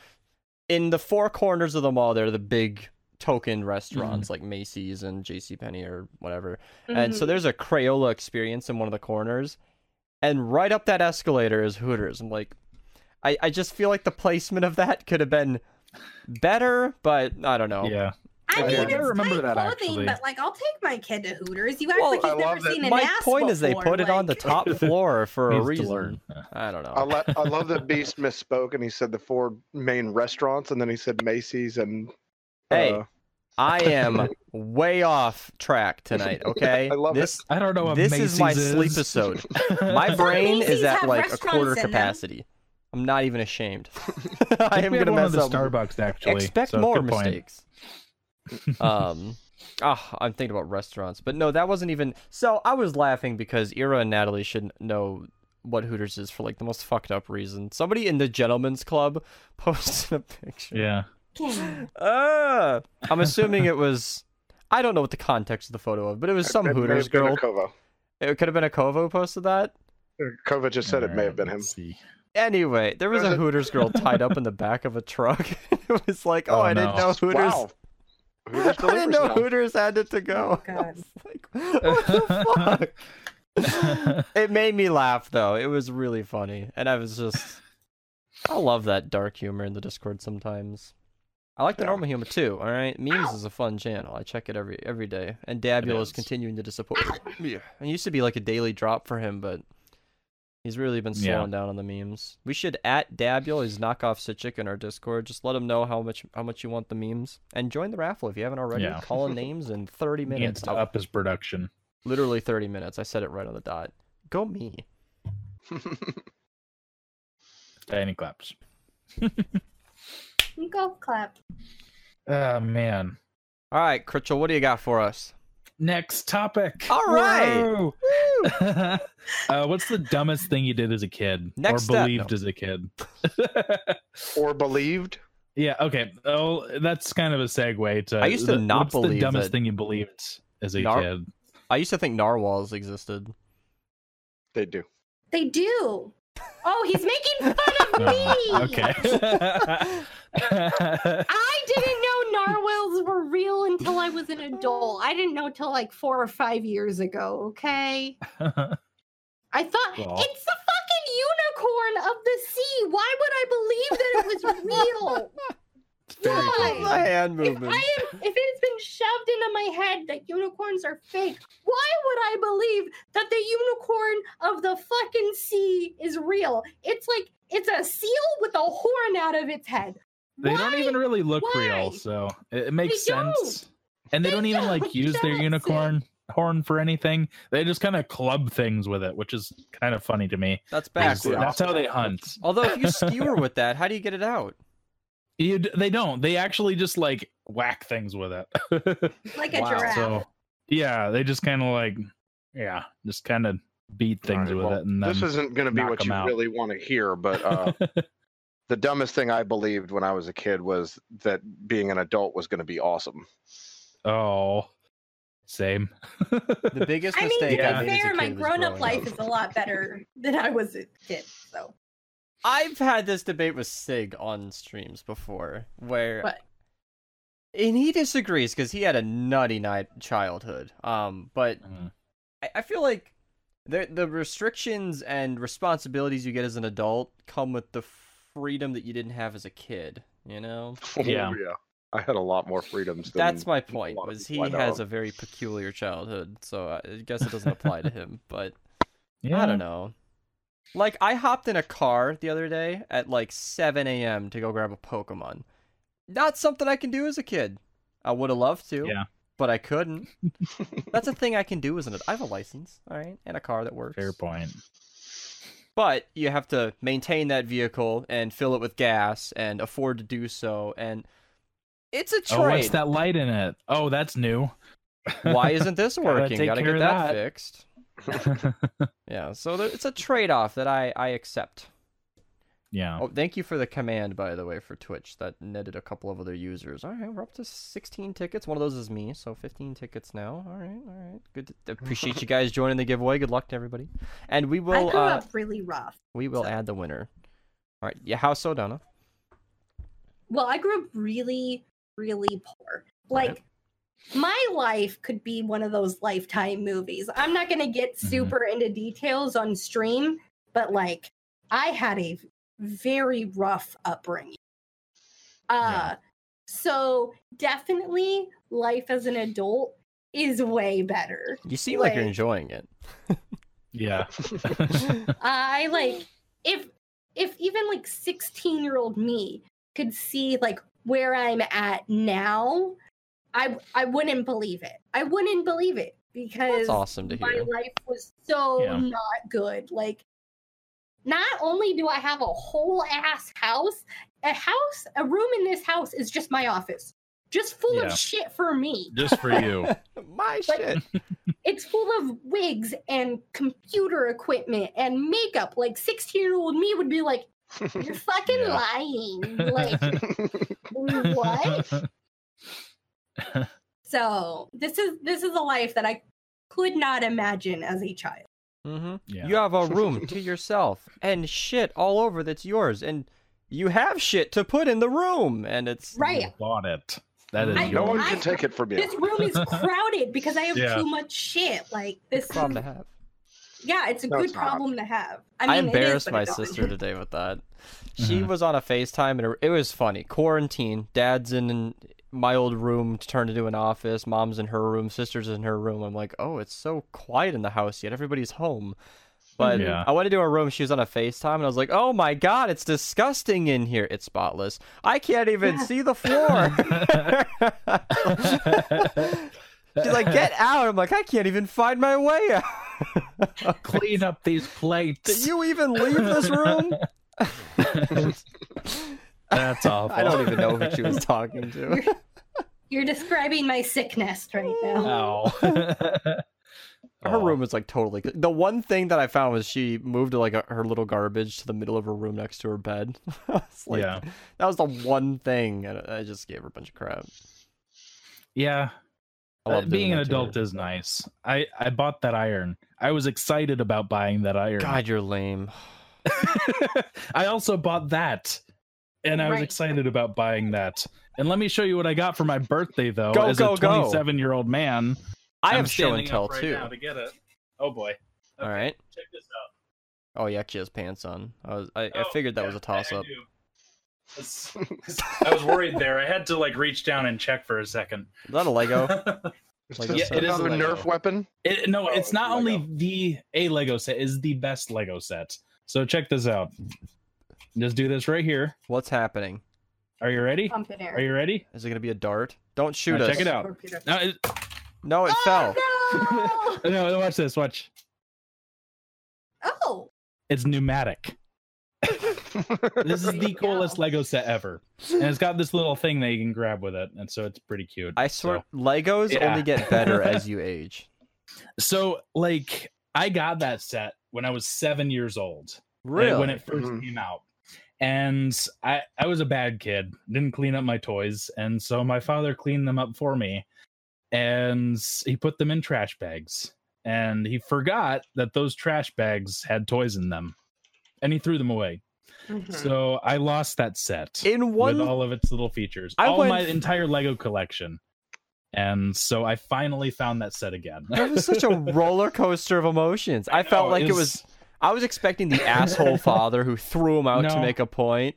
[SPEAKER 1] In the four corners of the mall, there are the big token
[SPEAKER 3] Mm-hmm.
[SPEAKER 1] restaurants like Macy's and JCPenney or whatever.
[SPEAKER 4] Mm-hmm.
[SPEAKER 1] And so there's a Crayola experience in one of the corners. And right up that escalator is Hooters. I'm like, I, I just feel like the placement of that could have been better, but I don't know.
[SPEAKER 3] Yeah.
[SPEAKER 4] I
[SPEAKER 2] I
[SPEAKER 4] mean,
[SPEAKER 2] never
[SPEAKER 4] it's
[SPEAKER 3] remember that,
[SPEAKER 4] tight clothing,
[SPEAKER 3] actually.
[SPEAKER 4] but like, I'll take my kid to Hooters. You act
[SPEAKER 1] Well,
[SPEAKER 4] like
[SPEAKER 2] I
[SPEAKER 4] you've never
[SPEAKER 2] love that-
[SPEAKER 4] seen an
[SPEAKER 1] My
[SPEAKER 4] ass
[SPEAKER 1] point is they
[SPEAKER 4] before,
[SPEAKER 1] put it on the
[SPEAKER 4] like-
[SPEAKER 1] top floor for a
[SPEAKER 3] Needs to
[SPEAKER 1] reason.
[SPEAKER 3] learn.
[SPEAKER 1] I don't know.
[SPEAKER 2] I, lo- I love that Beast misspoke and he said the four main restaurants and then he said Macy's and.
[SPEAKER 1] Hey,
[SPEAKER 2] uh,
[SPEAKER 1] I am way off track tonight, okay?
[SPEAKER 2] I love it.
[SPEAKER 1] this,
[SPEAKER 3] I don't know what
[SPEAKER 1] This
[SPEAKER 3] Macy's
[SPEAKER 1] is my sleep episode. My
[SPEAKER 4] Some
[SPEAKER 1] brain
[SPEAKER 4] Macy's
[SPEAKER 1] is at
[SPEAKER 4] have
[SPEAKER 1] like a
[SPEAKER 4] restaurants
[SPEAKER 1] quarter
[SPEAKER 4] in them.
[SPEAKER 1] capacity. I'm not even ashamed. I am
[SPEAKER 3] we had
[SPEAKER 1] gonna
[SPEAKER 3] one
[SPEAKER 1] mess
[SPEAKER 3] of the
[SPEAKER 1] up.
[SPEAKER 3] Starbucks actually.
[SPEAKER 1] Expect
[SPEAKER 3] so
[SPEAKER 1] more
[SPEAKER 3] good point.
[SPEAKER 1] mistakes. um, ah, I'm thinking about restaurants, but no, that wasn't even. So I was laughing because Ira and Natalie should know what Hooters is for like the most fucked up reason. Somebody in the Gentlemen's Club posted a picture.
[SPEAKER 3] Yeah.
[SPEAKER 1] Uh, I'm assuming it was. I don't know what the context of the photo of, but it was some
[SPEAKER 2] it may
[SPEAKER 1] Hooters
[SPEAKER 2] have been
[SPEAKER 1] girl.
[SPEAKER 2] a Kova.
[SPEAKER 1] It could have been a Kovo who posted that.
[SPEAKER 2] Kova just said it may have been him.
[SPEAKER 3] Let's see.
[SPEAKER 1] Anyway, there was a Hooters girl tied up in the back of a truck. it was like, oh,
[SPEAKER 3] Oh,
[SPEAKER 1] I didn't
[SPEAKER 3] no.
[SPEAKER 1] know Hooters.
[SPEAKER 2] Wow. Hooters
[SPEAKER 1] I didn't
[SPEAKER 2] delivers
[SPEAKER 1] know
[SPEAKER 2] now.
[SPEAKER 1] Hooters had it to go.
[SPEAKER 4] Oh, God.
[SPEAKER 1] I was like, what the fuck? it made me laugh though. It was really funny, and I was just, I love that dark humor in the Discord sometimes. I like the
[SPEAKER 2] Yeah.
[SPEAKER 1] normal humor too. All right, memes is a fun channel. I check it every every day, and Dabula is
[SPEAKER 3] is.
[SPEAKER 1] continuing to disappoint. yeah, it used to be like a daily drop for him, but he's really been
[SPEAKER 3] Yeah.
[SPEAKER 1] slowing down on the memes. We should at Dabula his knockoff Sitchik in our Discord. Just let him know how much how much you want the memes, and join the raffle if you haven't already.
[SPEAKER 3] Yeah.
[SPEAKER 1] Call in names in thirty
[SPEAKER 3] He needs
[SPEAKER 1] minutes.
[SPEAKER 3] to
[SPEAKER 1] I'll-
[SPEAKER 3] up his production.
[SPEAKER 1] literally 30 minutes. I said it right on the dot. Go me.
[SPEAKER 3] Tiny claps.
[SPEAKER 4] Go clap.
[SPEAKER 3] Oh man.
[SPEAKER 1] All right, Critchell, what do you got for us?
[SPEAKER 3] Next topic.
[SPEAKER 1] All right.
[SPEAKER 3] Whoa. uh, what's the dumbest thing you did as a kid
[SPEAKER 1] Next
[SPEAKER 3] or
[SPEAKER 1] step.
[SPEAKER 3] believed as a kid?
[SPEAKER 2] or believed.
[SPEAKER 3] yeah. Okay. Oh, that's kind of a segue to.
[SPEAKER 1] I used to
[SPEAKER 3] the-
[SPEAKER 1] not
[SPEAKER 3] what's the
[SPEAKER 1] believe
[SPEAKER 3] dumbest
[SPEAKER 1] that-
[SPEAKER 3] thing you believed as a
[SPEAKER 1] Nar-
[SPEAKER 3] kid.
[SPEAKER 1] I used to think narwhals existed.
[SPEAKER 2] They do.
[SPEAKER 4] They do. Oh, he's making fun of me.
[SPEAKER 3] Oh, okay.
[SPEAKER 4] I didn't know narwhals were real until I was an adult. I didn't know till like four or five years ago. Okay. I thought
[SPEAKER 3] Well.
[SPEAKER 4] it's the fucking unicorn of the sea. Why would I believe that it was real?
[SPEAKER 3] It's very
[SPEAKER 4] Why?
[SPEAKER 3] cool.
[SPEAKER 1] The hand
[SPEAKER 4] if I
[SPEAKER 1] movement.
[SPEAKER 4] am, if it has been shoved into my head that unicorns are fake, why would I believe that the unicorn of the fucking sea is real? It's like it's a seal with a horn out of its head.
[SPEAKER 3] They
[SPEAKER 4] Why?
[SPEAKER 3] don't even really look real,
[SPEAKER 4] Why?
[SPEAKER 3] so it, it makes
[SPEAKER 4] They
[SPEAKER 3] sense.
[SPEAKER 4] don't.
[SPEAKER 3] And they,
[SPEAKER 4] They
[SPEAKER 3] don't even
[SPEAKER 4] don't.
[SPEAKER 3] like use their
[SPEAKER 4] That's it.
[SPEAKER 3] unicorn horn for anything. They just kind of club things with it, which is kind of funny to me.
[SPEAKER 1] That's
[SPEAKER 3] That's
[SPEAKER 1] backwards.
[SPEAKER 3] that's how they hunt.
[SPEAKER 1] Although if you skewer with that, how do you get it out?
[SPEAKER 3] You, d- they don't. They actually just like whack things with it.
[SPEAKER 4] Like a
[SPEAKER 1] Wow.
[SPEAKER 4] giraffe.
[SPEAKER 3] so yeah, they just kind of like yeah, just kind of beat things
[SPEAKER 2] Alright,
[SPEAKER 3] with
[SPEAKER 2] well,
[SPEAKER 3] it. And then
[SPEAKER 2] this isn't going to be
[SPEAKER 3] knock
[SPEAKER 2] what
[SPEAKER 3] 'em
[SPEAKER 2] you
[SPEAKER 3] out.
[SPEAKER 2] really want to hear, but uh, the dumbest thing I believed when I was a kid was that being an adult was going to be awesome.
[SPEAKER 3] oh, same.
[SPEAKER 1] The biggest
[SPEAKER 4] I mean, to
[SPEAKER 1] mistake
[SPEAKER 4] be
[SPEAKER 3] Yeah.
[SPEAKER 1] I made as a
[SPEAKER 4] fair, my
[SPEAKER 1] kid was
[SPEAKER 4] grown-up
[SPEAKER 1] growing
[SPEAKER 4] life is a lot better than I was a kid. So
[SPEAKER 1] I've had this debate with Sig on streams before, where
[SPEAKER 4] What?
[SPEAKER 1] and he disagrees because he had a nutty night childhood. Um, but
[SPEAKER 3] Mm.
[SPEAKER 1] I, I feel like the the restrictions and responsibilities you get as an adult come with the freedom that you didn't have as a kid. You know,
[SPEAKER 3] Yeah.
[SPEAKER 2] I had a lot more freedoms. Than
[SPEAKER 1] that's my
[SPEAKER 2] a
[SPEAKER 1] point.
[SPEAKER 2] lot of
[SPEAKER 1] Was he
[SPEAKER 2] people I know
[SPEAKER 1] has a
[SPEAKER 2] of.
[SPEAKER 1] very peculiar childhood, so I guess it doesn't apply to him. But
[SPEAKER 3] Yeah.
[SPEAKER 1] I don't know. Like I hopped in a car the other day at like 7 a.m. to go grab a Pokemon. Not something I can do as a kid. I would have loved to,
[SPEAKER 3] Yeah.
[SPEAKER 1] but I couldn't. That's a thing I can do as an adult. I have a license, all right, and a car that works.
[SPEAKER 3] Fair point.
[SPEAKER 1] But you have to maintain that vehicle and fill it with gas and afford to do so. And it's a
[SPEAKER 3] Oh, what's
[SPEAKER 1] trade.
[SPEAKER 3] that light in it? Oh, that's new.
[SPEAKER 1] Why isn't this
[SPEAKER 3] Gotta
[SPEAKER 1] working?
[SPEAKER 3] take
[SPEAKER 1] Gotta
[SPEAKER 3] care
[SPEAKER 1] get
[SPEAKER 3] of
[SPEAKER 1] that,
[SPEAKER 3] that.
[SPEAKER 1] fixed. Yeah, so there, it's a trade off that I, I accept.
[SPEAKER 3] yeah.
[SPEAKER 1] Oh, thank you for the command, by the way, for Twitch. That netted a couple of other users. All right, we're up to 16 tickets. One of those is me, so 15 tickets now. All right, all right. Good. To, appreciate you guys joining the giveaway. Good luck to everybody. And we
[SPEAKER 4] I
[SPEAKER 1] will
[SPEAKER 4] grew
[SPEAKER 1] uh,
[SPEAKER 4] up really rough.
[SPEAKER 1] we will add the winner. All right. Yeah. How so, Donna?
[SPEAKER 4] Well, I grew up really, really poor.
[SPEAKER 1] Right.
[SPEAKER 4] Like my life could be one of those lifetime movies. I'm not gonna get
[SPEAKER 3] Mhm.
[SPEAKER 4] super into details on stream, but like I had a very rough upbringing. Uh so definitely life as an adult is way better.
[SPEAKER 1] You seem like, you're
[SPEAKER 4] Like-
[SPEAKER 1] enjoying it.
[SPEAKER 3] Yeah.
[SPEAKER 4] I like if if even like 16 year old me could see like where I'm at now, I I wouldn't believe it. I wouldn't believe it because
[SPEAKER 1] That's awesome to
[SPEAKER 4] my
[SPEAKER 1] hear.
[SPEAKER 4] life was so
[SPEAKER 3] Yeah.
[SPEAKER 4] not good. Like not only do I have a whole ass house, a house, a room in this house is just my office. Just full of
[SPEAKER 3] Yeah.
[SPEAKER 4] shit for me.
[SPEAKER 3] Just for you.
[SPEAKER 1] My shit.
[SPEAKER 4] It's full of wigs and computer equipment and makeup. Like 16 year old me would be like, You're fucking
[SPEAKER 3] Yeah.
[SPEAKER 4] lying. Like, what? So this is this is a life that I could not imagine as a child.
[SPEAKER 1] Mm-hmm.
[SPEAKER 3] Yeah.
[SPEAKER 1] You have a room to yourself and shit all over that's yours, and you have shit to put in the room, and it's
[SPEAKER 4] Right.
[SPEAKER 3] Bought it. That is
[SPEAKER 4] I-
[SPEAKER 2] no one
[SPEAKER 3] yours.
[SPEAKER 2] can take it from you.
[SPEAKER 4] This room is crowded because I have
[SPEAKER 3] Yeah.
[SPEAKER 4] too much shit. Like this
[SPEAKER 1] problem to
[SPEAKER 4] is-
[SPEAKER 1] have.
[SPEAKER 4] yeah, it's a
[SPEAKER 2] No,
[SPEAKER 4] good
[SPEAKER 2] it's not.
[SPEAKER 4] problem to have. I
[SPEAKER 1] I,
[SPEAKER 4] mean it is,
[SPEAKER 1] embarrassed
[SPEAKER 4] but
[SPEAKER 1] my
[SPEAKER 4] it is.
[SPEAKER 1] sister today with that. She
[SPEAKER 3] Mhm.
[SPEAKER 1] was on a FaceTime and it was funny. Quarantine. Dad's in my old room turned into an office. Mom's in her room. Sister's in her room. I'm like, oh, it's so quiet in the house yet. Everybody's home. But
[SPEAKER 3] Yeah.
[SPEAKER 1] I went into her room. She was on a FaceTime and I was like, oh my God, it's disgusting in here. It's spotless. I can't even
[SPEAKER 4] Yeah.
[SPEAKER 1] see the floor. She's like, get out. I'm like, I can't even find my way out.
[SPEAKER 3] Clean up these
[SPEAKER 1] Did
[SPEAKER 3] plates.
[SPEAKER 1] you even leave this room?
[SPEAKER 3] That's awful.
[SPEAKER 1] I don't even know who she was talking to.
[SPEAKER 4] You're describing my sick nest right now.
[SPEAKER 3] Ow.
[SPEAKER 1] her room was like totally cl- the one thing that i found was she moved like a, her little garbage to the middle of her room next to her bed I was like,
[SPEAKER 3] Yeah.
[SPEAKER 1] that was the one thing and i just gave her a bunch of crap
[SPEAKER 3] Yeah.
[SPEAKER 1] I
[SPEAKER 3] Uh,
[SPEAKER 1] love doing
[SPEAKER 3] being an
[SPEAKER 1] that to her.
[SPEAKER 3] adult is nice. I I bought that iron. I was excited about buying that iron.
[SPEAKER 1] god you're lame
[SPEAKER 3] I also bought that, and I was
[SPEAKER 4] Right.
[SPEAKER 3] excited about buying that. And let me show you what I got for my birthday, though.
[SPEAKER 1] Go,
[SPEAKER 3] as
[SPEAKER 1] go,
[SPEAKER 3] a
[SPEAKER 1] go.
[SPEAKER 3] 27 year old man,
[SPEAKER 1] I
[SPEAKER 3] I'm
[SPEAKER 1] have show and
[SPEAKER 3] standing
[SPEAKER 1] tell
[SPEAKER 3] up right
[SPEAKER 1] too.
[SPEAKER 3] now to get it. Oh boy!
[SPEAKER 1] All
[SPEAKER 3] Okay,
[SPEAKER 1] right.
[SPEAKER 3] check this out.
[SPEAKER 1] Oh, he actually has pants on. I was, I, I
[SPEAKER 3] Oh,
[SPEAKER 1] figured that
[SPEAKER 3] yeah,
[SPEAKER 1] was a
[SPEAKER 3] I- I
[SPEAKER 1] toss up.
[SPEAKER 3] do. It's- I was worried there. I had to like reach down and check for a second.
[SPEAKER 1] Is that a Lego?
[SPEAKER 2] It's
[SPEAKER 1] Like
[SPEAKER 2] just
[SPEAKER 1] yeah, it is a
[SPEAKER 2] another
[SPEAKER 1] Lego.
[SPEAKER 2] Nerf weapon.
[SPEAKER 3] It, no,
[SPEAKER 2] Oh,
[SPEAKER 3] it's not
[SPEAKER 2] Lego.
[SPEAKER 3] only the a Lego set; is the best Lego set. So check this out. Just do this right here.
[SPEAKER 1] What's happening?
[SPEAKER 3] Are you ready?
[SPEAKER 4] Pump it
[SPEAKER 3] Are
[SPEAKER 4] air.
[SPEAKER 3] you ready?
[SPEAKER 1] Is it gonna be a dart? Don't shoot
[SPEAKER 3] Now
[SPEAKER 1] us.
[SPEAKER 3] check it out. Oh,
[SPEAKER 4] Or Peter.
[SPEAKER 3] No, it,
[SPEAKER 1] No, it fell.
[SPEAKER 4] Oh,
[SPEAKER 3] no, no, watch this. Watch.
[SPEAKER 4] no! oh,
[SPEAKER 3] It's pneumatic. This is
[SPEAKER 4] There
[SPEAKER 3] the
[SPEAKER 4] you go.
[SPEAKER 3] coolest Lego set ever, and it's got this little thing that you can grab with it, and so it's pretty cute.
[SPEAKER 1] I swear, Legos
[SPEAKER 3] Yeah.
[SPEAKER 1] only get better as you age.
[SPEAKER 3] So, like, I got that set when I was seven years old.
[SPEAKER 1] Really?
[SPEAKER 3] when it 1st
[SPEAKER 1] Mm-hmm.
[SPEAKER 2] Mhm.
[SPEAKER 3] came out. And I, I was a bad kid, didn't clean up my toys. And so my father cleaned them up for me and he put them in trash bags. And he forgot that those trash bags had toys in them and he threw them away.
[SPEAKER 4] Mm-hmm.
[SPEAKER 3] So I lost that set
[SPEAKER 1] In Hmm. one,
[SPEAKER 3] with all of its little features,
[SPEAKER 1] I
[SPEAKER 3] all
[SPEAKER 1] went-
[SPEAKER 3] my entire Lego collection. And so I finally found that set again. Oh,
[SPEAKER 1] that was such a roller coaster of emotions. I, felt
[SPEAKER 3] know,
[SPEAKER 1] like it
[SPEAKER 3] it's-
[SPEAKER 1] was. I was expecting the asshole father who threw him out to
[SPEAKER 3] No.
[SPEAKER 1] make a point,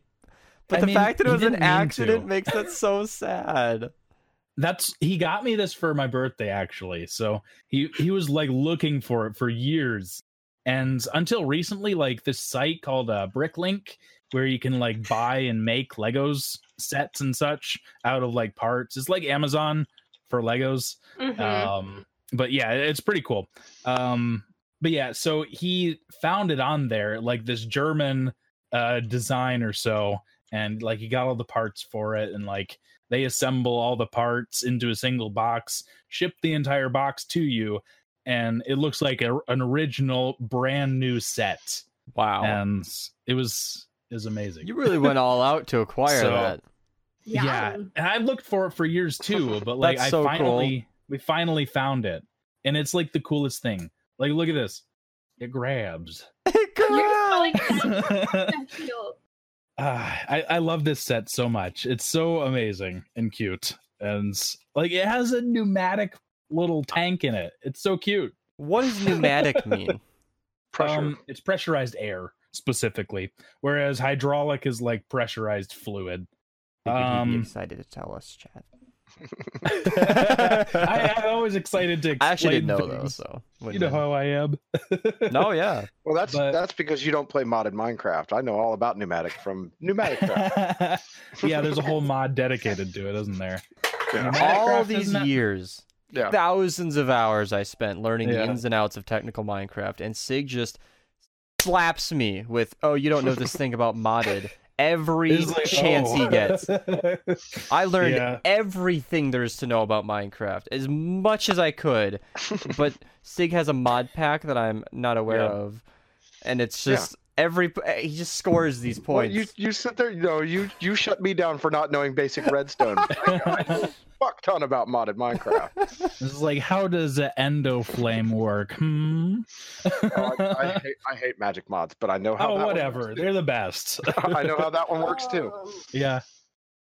[SPEAKER 1] but
[SPEAKER 3] I
[SPEAKER 1] the
[SPEAKER 3] mean,
[SPEAKER 1] fact that it
[SPEAKER 3] he
[SPEAKER 1] was an
[SPEAKER 3] didn't mean
[SPEAKER 1] accident
[SPEAKER 3] to.
[SPEAKER 1] makes that so sad.
[SPEAKER 3] that's he got me this for my birthday actually so he he was like looking for it for years and until recently like this site called uh, bricklink where you can like buy and make legos sets and such out of like parts it's like amazon for legos
[SPEAKER 4] Mm-hmm.
[SPEAKER 3] um but yeah it's pretty cool um but yeah so he found it on there like this german uh design or so and like he got all the parts for it and like they assemble all the parts into a single box ship the entire box to you and it looks like a, an original brand new set
[SPEAKER 1] Wow,
[SPEAKER 3] and it was is amazing
[SPEAKER 1] you really went all out to acquire
[SPEAKER 3] So-
[SPEAKER 1] that.
[SPEAKER 4] yeah.
[SPEAKER 3] and I've looked for it for years too, but like
[SPEAKER 1] That's
[SPEAKER 3] I
[SPEAKER 1] so cool.
[SPEAKER 3] finally we finally found it. And it's like the coolest thing. Like look at this. It grabs.
[SPEAKER 4] You're so excited.
[SPEAKER 3] Ah,
[SPEAKER 4] So cute.
[SPEAKER 3] I, I love this set so much. It's so amazing and cute. And like it has a pneumatic little tank in it. It's so cute.
[SPEAKER 1] What does pneumatic mean?
[SPEAKER 2] Pressure.
[SPEAKER 3] Um, it's pressurized air specifically, whereas hydraulic is like pressurized fluid.
[SPEAKER 1] I think he'd be
[SPEAKER 3] Um,
[SPEAKER 1] excited to tell us, Chad.
[SPEAKER 3] I, I'm always excited to.
[SPEAKER 1] I actually didn't know
[SPEAKER 3] explain
[SPEAKER 1] though,
[SPEAKER 3] things.
[SPEAKER 1] so
[SPEAKER 3] You
[SPEAKER 1] wouldn't
[SPEAKER 3] know how I am.
[SPEAKER 1] No, yeah.
[SPEAKER 2] well, that's
[SPEAKER 3] but-
[SPEAKER 2] that's because you don't play modded Minecraft. I know all about pneumatic from pneumatic. Craft.
[SPEAKER 3] yeah, there's a whole mod dedicated to it, isn't there?
[SPEAKER 2] Yeah.
[SPEAKER 3] Pneumatic
[SPEAKER 1] All
[SPEAKER 3] craft,
[SPEAKER 1] these
[SPEAKER 3] isn't that-
[SPEAKER 1] years,
[SPEAKER 2] yeah.
[SPEAKER 1] thousands of hours I spent learning the
[SPEAKER 3] Yeah.
[SPEAKER 1] ins and outs of technical Minecraft, and Sig just slaps me with, "Oh, you don't know this thing about modded." Every
[SPEAKER 3] It's like,
[SPEAKER 1] chance he
[SPEAKER 3] oh.
[SPEAKER 1] gets, I learned
[SPEAKER 3] Yeah.
[SPEAKER 1] everything there is to know about Minecraft as much as I could. But Sig has a mod pack that I'm not aware
[SPEAKER 3] Yeah.
[SPEAKER 1] of, and it's
[SPEAKER 2] Yeah.
[SPEAKER 1] just every eh, he just scores these
[SPEAKER 2] Well,
[SPEAKER 1] points.
[SPEAKER 2] you you sit there. You know, you you shut me down for not knowing basic redstone. I know a fuck ton about modded Minecraft.
[SPEAKER 3] this is like, how does an endo flame work? Hmm.
[SPEAKER 2] Oh, I, I, hate, I hate magic mods, but I know how.
[SPEAKER 3] oh,
[SPEAKER 2] that one
[SPEAKER 3] whatever.
[SPEAKER 2] works,
[SPEAKER 3] They're the best.
[SPEAKER 2] too. I know how that one works too.
[SPEAKER 4] Um,
[SPEAKER 3] yeah.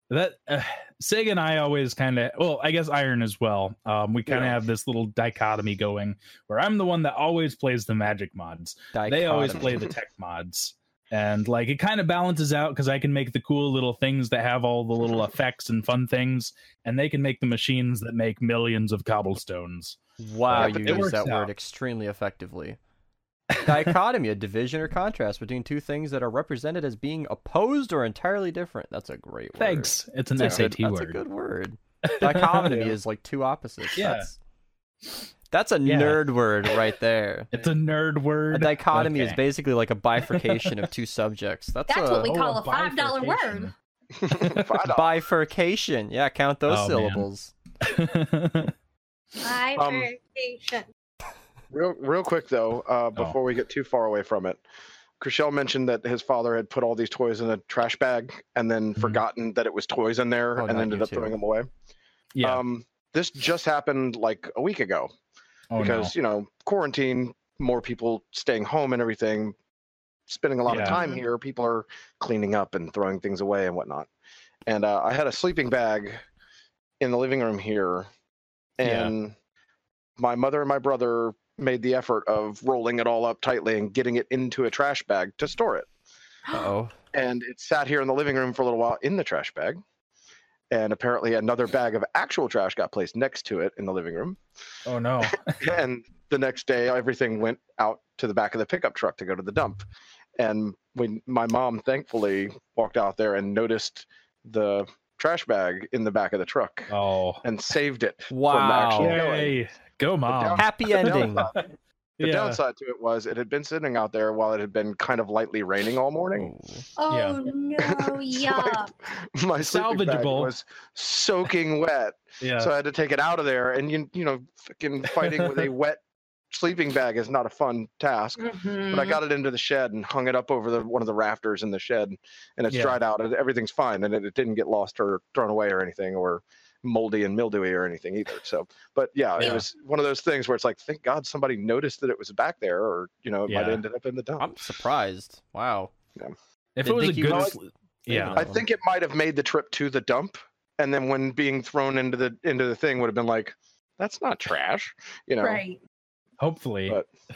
[SPEAKER 3] That uh, Sig and I always kind of well, I guess Iron as well. Um, we kind of
[SPEAKER 2] Yeah.
[SPEAKER 3] have this little dichotomy going where I'm the one that always plays the magic mods, they always
[SPEAKER 1] Dichotomy.
[SPEAKER 3] play the tech mods and like it kind of balances out because i can make the cool little things that have all the little effects and fun things and they can make the machines that make millions of cobblestones
[SPEAKER 1] Wow,
[SPEAKER 3] Yeah, but
[SPEAKER 1] you
[SPEAKER 3] it
[SPEAKER 1] use
[SPEAKER 3] works
[SPEAKER 1] that word
[SPEAKER 3] out.
[SPEAKER 1] extremely effectively. Dichotomy, a division or contrast between two things that are represented as being opposed or entirely different. That's a great word.
[SPEAKER 3] thanks it's an
[SPEAKER 1] That's a
[SPEAKER 3] sat
[SPEAKER 1] good, that's
[SPEAKER 3] word
[SPEAKER 1] a good word. Dichotomy is like two opposites.
[SPEAKER 3] Yeah.
[SPEAKER 1] That's, that's a
[SPEAKER 3] Yeah.
[SPEAKER 1] nerd word right there.
[SPEAKER 3] it's a nerd word
[SPEAKER 1] A dichotomy is
[SPEAKER 3] Okay.
[SPEAKER 1] basically like a bifurcation of two subjects. That's,
[SPEAKER 4] That's
[SPEAKER 1] a
[SPEAKER 4] what we
[SPEAKER 3] Oh,
[SPEAKER 4] call a $5 word.
[SPEAKER 2] Find out.
[SPEAKER 1] bifurcation. Yeah, count those
[SPEAKER 3] Oh, man.
[SPEAKER 1] syllables.
[SPEAKER 3] bifurcation.
[SPEAKER 4] Bifurcation.
[SPEAKER 2] Real, real quick though,
[SPEAKER 1] Oh.
[SPEAKER 2] uh, before we get too far away from it, Chriselle mentioned that his father had put all these toys in a trash bag and then
[SPEAKER 3] Mhm.
[SPEAKER 2] forgotten that it was toys in there
[SPEAKER 1] Mm-hmm. Oh,
[SPEAKER 2] and
[SPEAKER 1] not
[SPEAKER 2] ended
[SPEAKER 1] you
[SPEAKER 2] up throwing
[SPEAKER 1] too.
[SPEAKER 2] them away.
[SPEAKER 3] yeah
[SPEAKER 2] Um, this just happened like a week ago
[SPEAKER 3] oh,
[SPEAKER 2] because you know quarantine, more people staying home and everything. spending a lot of
[SPEAKER 3] Yeah.
[SPEAKER 2] time here. People are cleaning up and throwing things away and whatnot. And uh, I had a sleeping bag in the living room here,
[SPEAKER 3] Yeah.
[SPEAKER 2] and my mother and my brother made the effort of rolling it all up tightly and getting it into a trash bag to store it Um,
[SPEAKER 1] Oh,
[SPEAKER 2] and it sat here in the living room for a little while in the trash bag. And apparently, another bag of actual trash got placed next to it in the living room.
[SPEAKER 3] Oh no.
[SPEAKER 2] And the next day, everything went out to the back of the pickup truck to go to the dump. And when my mom thankfully walked out there and noticed the trash bag in the back of the truck
[SPEAKER 3] Oh.
[SPEAKER 2] and saved it. the
[SPEAKER 1] wow!
[SPEAKER 2] actual- Yeah.
[SPEAKER 3] Yay. Go mom.
[SPEAKER 1] Happy
[SPEAKER 2] The
[SPEAKER 1] ending.
[SPEAKER 2] downside- The
[SPEAKER 3] yeah.
[SPEAKER 2] downside to it was it had been sitting out there while it had been kind of lightly raining all morning.
[SPEAKER 1] Ooh.
[SPEAKER 4] Oh no,
[SPEAKER 2] So I-
[SPEAKER 4] yeah.
[SPEAKER 2] my sleeping bag
[SPEAKER 3] Oh. Salvageable.
[SPEAKER 2] was soaking wet.
[SPEAKER 3] Yeah.
[SPEAKER 2] So I had to take it out of there, and you you know, fucking fighting with a wet sleeping bag is not a fun task.
[SPEAKER 4] Mm-hmm.
[SPEAKER 2] But I
[SPEAKER 1] Mm-hmm.
[SPEAKER 2] got it into the shed and hung it up over the one of the rafters in the shed, and it's
[SPEAKER 3] Yeah.
[SPEAKER 2] dried out, and everything's fine, and it, it didn't get lost or thrown away or anything, or moldy and mildewy or anything either. So, but yeah,
[SPEAKER 3] Yeah.
[SPEAKER 2] it was one of those things where it's like, thank God somebody noticed that it was back there, or you know, it might have
[SPEAKER 3] Yeah.
[SPEAKER 2] ended up in the dump.
[SPEAKER 1] I'm surprised. Wow.
[SPEAKER 3] if it
[SPEAKER 1] Didn't
[SPEAKER 3] was a
[SPEAKER 1] think you
[SPEAKER 3] good
[SPEAKER 1] would
[SPEAKER 3] sl-
[SPEAKER 1] sl- think of
[SPEAKER 3] yeah.
[SPEAKER 2] I
[SPEAKER 1] that one.
[SPEAKER 2] think it might have made the trip to the dump, and then when being thrown into the into the thing would have been like, that's not trash, you know.
[SPEAKER 4] Right.
[SPEAKER 3] Hopefully.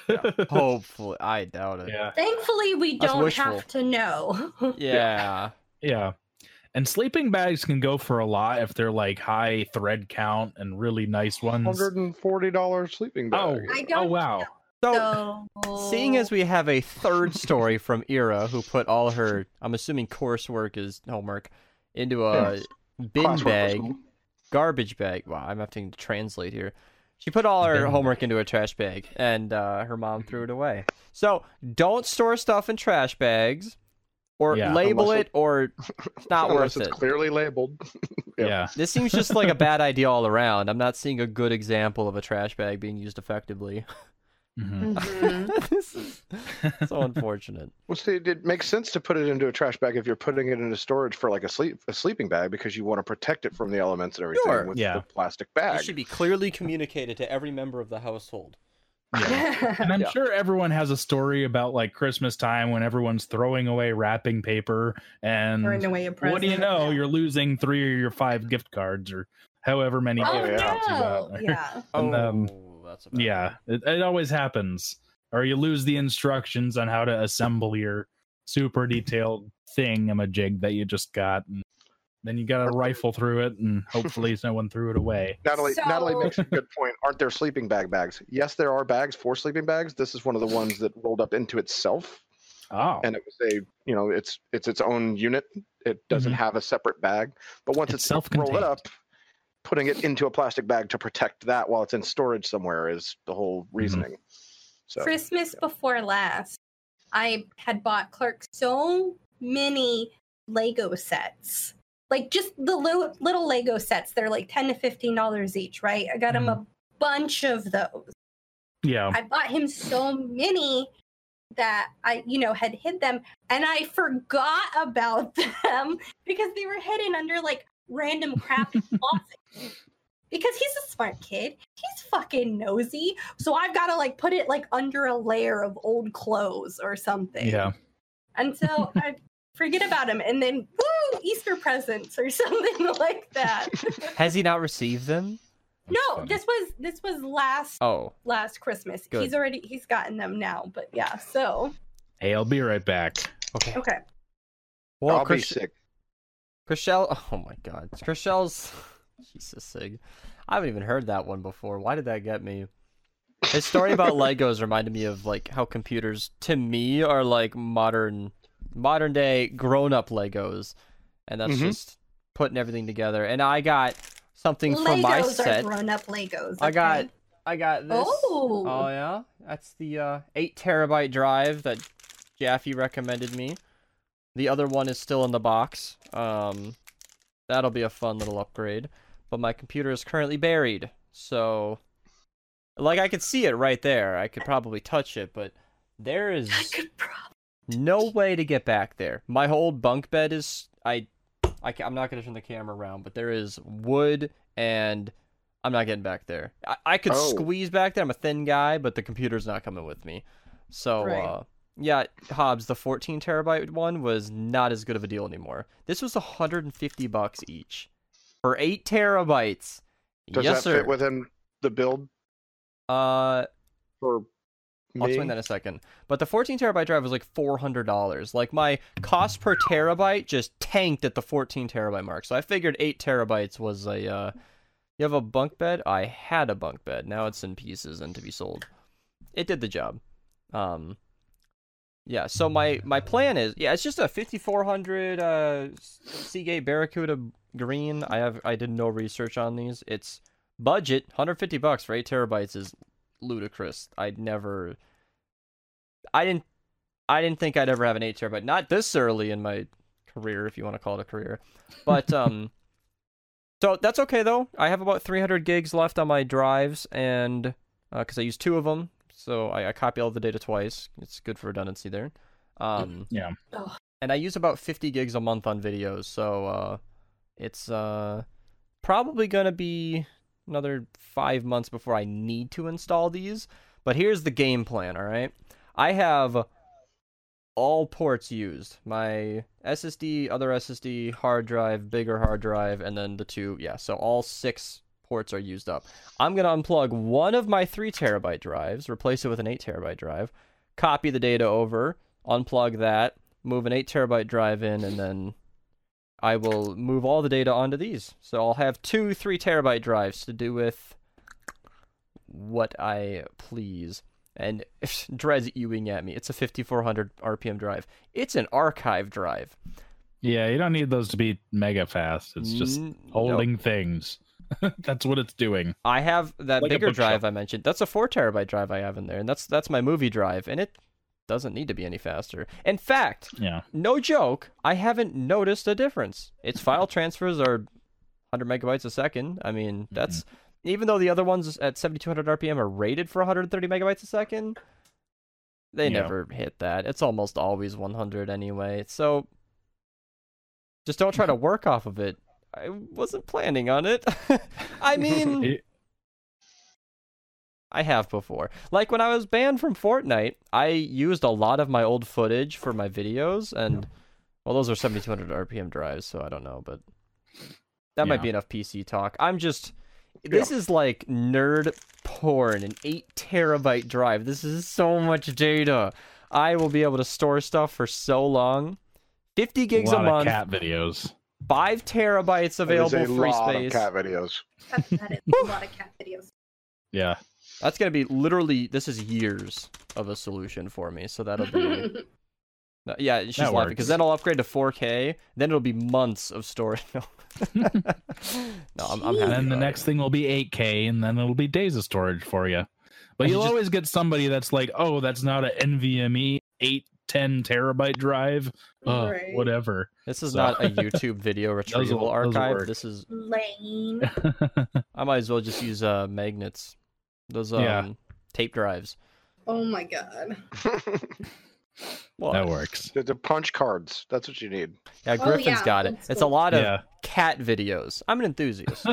[SPEAKER 2] But,
[SPEAKER 1] Hopefully, I doubt it.
[SPEAKER 3] yeah.
[SPEAKER 4] Thankfully, we
[SPEAKER 1] That's
[SPEAKER 4] don't
[SPEAKER 1] wishful.
[SPEAKER 4] have to know.
[SPEAKER 1] Yeah.
[SPEAKER 3] Yeah. And sleeping bags can go for a lot if they're like high thread count and really nice ones.
[SPEAKER 2] hundred and forty dollar sleeping
[SPEAKER 3] Oh,
[SPEAKER 2] bag.
[SPEAKER 4] I
[SPEAKER 3] oh
[SPEAKER 4] don't
[SPEAKER 3] wow.
[SPEAKER 1] So,
[SPEAKER 4] So,
[SPEAKER 1] seeing as we have a third story from Ira, who put all her, I'm assuming coursework is homework, into a
[SPEAKER 2] Yes.
[SPEAKER 1] bin
[SPEAKER 2] Classwork was
[SPEAKER 1] bag,
[SPEAKER 2] cool.
[SPEAKER 1] garbage bag. Wow, I'm having to translate here. She put all her
[SPEAKER 3] Bin
[SPEAKER 1] homework into a trash bag, and uh, her mom threw it away. So don't store stuff in trash bags, or
[SPEAKER 3] Yeah.
[SPEAKER 1] label
[SPEAKER 2] Unless
[SPEAKER 1] it, or it's not worth
[SPEAKER 2] Unless it's
[SPEAKER 1] it.
[SPEAKER 2] clearly labeled. Yeah.
[SPEAKER 3] Yeah.
[SPEAKER 1] This seems just like a bad idea all around. I'm not seeing a good example of a trash bag being used effectively.
[SPEAKER 3] Mhm.
[SPEAKER 4] Mhm.
[SPEAKER 1] this is so unfortunate.
[SPEAKER 2] Well, see, it- it makes sense to put it into a trash bag if you're putting it into storage for like a sleep a sleeping bag because you want to protect it from the elements and everything
[SPEAKER 1] Sure.
[SPEAKER 2] with
[SPEAKER 3] Yeah.
[SPEAKER 2] the plastic
[SPEAKER 1] It
[SPEAKER 2] bag.
[SPEAKER 1] should be clearly communicated to every member of the household.
[SPEAKER 3] And I'm
[SPEAKER 2] Yeah.
[SPEAKER 3] sure everyone has a story about like Christmas time when everyone's throwing away wrapping paper and
[SPEAKER 4] Throwing away a present.
[SPEAKER 3] what do you know? You're losing three or your five gift cards or however many
[SPEAKER 4] Oh
[SPEAKER 2] Yeah,
[SPEAKER 3] gift cards you
[SPEAKER 4] no!
[SPEAKER 3] got.
[SPEAKER 4] Yeah.
[SPEAKER 3] And, um,
[SPEAKER 1] Oh, that's about
[SPEAKER 3] Yeah, it, it always happens. Or you lose the instructions on how to assemble your super detailed thingamajig that you just got. And then you got to rifle through it, and hopefully, no one threw it away.
[SPEAKER 2] Natalie, Natalie
[SPEAKER 4] So-
[SPEAKER 2] makes a good point. Aren't there sleeping bag bags? Yes, there are bags for sleeping bags. This is one of the ones that rolled up into itself,
[SPEAKER 3] Oh,
[SPEAKER 2] and it was a you know it's it's its own unit. It doesn't
[SPEAKER 3] Mhm.
[SPEAKER 1] Mm-hmm.
[SPEAKER 2] have a separate bag, but once
[SPEAKER 3] It's
[SPEAKER 2] it's, rolled
[SPEAKER 3] self-contained.
[SPEAKER 2] up, putting it into a plastic bag to protect that while it's in storage somewhere is the whole
[SPEAKER 1] Mm-hmm.
[SPEAKER 2] reasoning. So
[SPEAKER 4] Christmas before last, I had bought Clark so many Lego sets. Like just the lo- little Lego sets. They're like 10 to $15 each, right? I got him a bunch of those.
[SPEAKER 3] yeah.
[SPEAKER 4] I bought him so many that I, you know, had hid them and I forgot about them because they were hidden under like random crap in the closet. Because he's a smart kid. He's fucking nosy. So I've got to like put it like under a layer of old clothes or something.
[SPEAKER 3] Yeah.
[SPEAKER 4] And so I forget about him and then woo, Easter presents or something like that.
[SPEAKER 1] it. Has he not received them?
[SPEAKER 3] That's
[SPEAKER 4] no,
[SPEAKER 3] funny.
[SPEAKER 4] this was this was last
[SPEAKER 1] Oh,
[SPEAKER 4] last Christmas.
[SPEAKER 1] Good.
[SPEAKER 4] He's already he's gotten them now, but yeah. So
[SPEAKER 3] Hey, I'll be right back.
[SPEAKER 1] okay.
[SPEAKER 4] okay,
[SPEAKER 1] Well,
[SPEAKER 2] I'll
[SPEAKER 1] Chris-
[SPEAKER 2] be sick.
[SPEAKER 1] Chriselle. Oh my God, Chriselle's. Jesus, Sig. I haven't even heard that one before. Why did that get me? His story about Legos reminded me of like how computers, to me, are like modern, modern day grown-up Legos, and that's
[SPEAKER 2] Mhm.
[SPEAKER 1] just putting everything together. And I got something for
[SPEAKER 4] Legos
[SPEAKER 1] my
[SPEAKER 4] are
[SPEAKER 1] set.
[SPEAKER 4] grown up Legos.
[SPEAKER 1] I got
[SPEAKER 4] okay?
[SPEAKER 1] I got this.
[SPEAKER 4] Oh.
[SPEAKER 1] Oh yeah, that's the uh, eight terabyte drive that Jaffe recommended me. The other one is still in the box. Um, that'll be a fun little upgrade. But my computer is currently buried, so like I could see it right there. I could probably touch it, but there is
[SPEAKER 4] I could probably
[SPEAKER 1] no way to get back there. My whole bunk bed is I, I am not gonna turn the camera around, but there is wood and I'm not getting back there. I, I could
[SPEAKER 2] Oh.
[SPEAKER 1] squeeze back there. I'm a thin guy, but the computer's not coming with me. So
[SPEAKER 4] Right.
[SPEAKER 1] uh, yeah, Hobbs, the 14 terabyte one was not as good of a deal anymore. This was 150 bucks each for eight terabytes.
[SPEAKER 2] Does
[SPEAKER 1] yes,
[SPEAKER 2] that
[SPEAKER 1] sir.
[SPEAKER 2] fit within the build
[SPEAKER 1] uh,
[SPEAKER 2] for
[SPEAKER 1] I'll
[SPEAKER 2] me?
[SPEAKER 1] explain that in a second. But the 14 terabyte drive was like $400. Like my cost per terabyte just tanked at the 14 terabyte mark. So I figured 8 terabytes was a. Uh, you have a bunk bed? I had a bunk bed. Now it's in pieces and to be sold. It did the job. Um, yeah. So my my plan is yeah, it's just a 5400 uh, Seagate Barracuda green. I have I did no research on these. It's budget 150 bucks for eight terabytes is ludicrous. I'd never. I didn't. I didn't think I'd ever have an eight terabyte. Not this early in my career, if you want to call it a career. But um, so that's okay though. I have about 300 gigs left on my drives, and because I use two of them, so I, I copy all the data twice. It's good for redundancy there. Um,
[SPEAKER 3] Yeah.
[SPEAKER 4] Oh.
[SPEAKER 1] and I use about 50 gigs a month on videos, so uh, it's uh probably gonna be another five months before I need to install these. But here's the game plan, all right? I have all ports used my SSD, other SSD, hard drive, bigger hard drive, and then the two. Yeah, so all six ports are used up. I'm going to unplug one of my three terabyte drives, replace it with an eight terabyte drive, copy the data over, unplug that, move an eight terabyte drive in, and then I will move all the data onto these. So I'll have two three terabyte drives to do with what I please. And Dred's ewing at me. It's a 5400 RPM drive. It's an archive drive.
[SPEAKER 3] Yeah, you don't need those to be mega fast. It's just
[SPEAKER 1] N- no.
[SPEAKER 3] holding things. That's what it's doing.
[SPEAKER 1] I have that
[SPEAKER 3] Like a
[SPEAKER 1] bigger
[SPEAKER 3] bookshelf.
[SPEAKER 1] drive I mentioned. That's a four terabyte drive I have in there, and that's that's my movie drive, and it doesn't need to be any faster. In fact,
[SPEAKER 3] Yeah.
[SPEAKER 1] no joke, I haven't noticed a difference. Its file transfers are 100 megabytes a second. I mean,
[SPEAKER 3] Mm-hmm.
[SPEAKER 1] that's even though the other ones at 7200 RPM are rated for 130 megabytes a second, they
[SPEAKER 3] Yeah.
[SPEAKER 1] never hit that. It's almost always 100 anyway. So just don't try to work off of it. I wasn't planning on it. I mean,
[SPEAKER 3] It-
[SPEAKER 1] I have before. Like when I was banned from Fortnite, I used a lot of my old footage for my videos, and well, those are 7200 RPM drives, so I don't know, but that might
[SPEAKER 3] Yeah.
[SPEAKER 1] be enough PC talk. I'm just, this is like nerd porn, an 8 terabyte drive. This is so much data. I will be able to store stuff for so long. 50 gigs a,
[SPEAKER 3] a lot
[SPEAKER 1] month,
[SPEAKER 3] of cat videos.
[SPEAKER 1] 5 terabytes
[SPEAKER 2] That is
[SPEAKER 1] available
[SPEAKER 2] a
[SPEAKER 1] free
[SPEAKER 2] lot
[SPEAKER 1] space.
[SPEAKER 2] Of cat videos.
[SPEAKER 4] That's that is a lot of cat videos.
[SPEAKER 3] Yeah.
[SPEAKER 1] That's going to be literally, this is years of a solution for me, so that'll be. No, yeah, she's laughing
[SPEAKER 3] works.
[SPEAKER 1] because then I'll upgrade to 4K. Then it'll be months of storage. No, no I'm, I'm happy.
[SPEAKER 3] And then the
[SPEAKER 1] about
[SPEAKER 3] next
[SPEAKER 1] it.
[SPEAKER 3] thing will be 8K, and then it'll be days of storage for you. But
[SPEAKER 1] You
[SPEAKER 3] you'll
[SPEAKER 1] just-
[SPEAKER 3] always get somebody that's like, oh, that's not an NVMe 810 terabyte drive. Ugh,
[SPEAKER 4] Right.
[SPEAKER 3] Whatever.
[SPEAKER 1] this is
[SPEAKER 3] so-
[SPEAKER 1] not a YouTube video retrieval
[SPEAKER 3] Doesn't- doesn't
[SPEAKER 1] archive.
[SPEAKER 3] work.
[SPEAKER 1] This is.
[SPEAKER 4] Lame.
[SPEAKER 1] I might as well just use uh, magnets. Those um,
[SPEAKER 3] Yeah.
[SPEAKER 1] tape drives.
[SPEAKER 4] Oh my god.
[SPEAKER 1] Well,
[SPEAKER 3] that works.
[SPEAKER 2] the, the punch cards. That's what you need.
[SPEAKER 1] yeah,
[SPEAKER 4] Oh,
[SPEAKER 1] Griffin's
[SPEAKER 4] yeah,
[SPEAKER 1] got it.
[SPEAKER 4] old
[SPEAKER 1] It's a
[SPEAKER 4] school.
[SPEAKER 1] lot of
[SPEAKER 3] Yeah.
[SPEAKER 1] cat videos. I'm an enthusiast.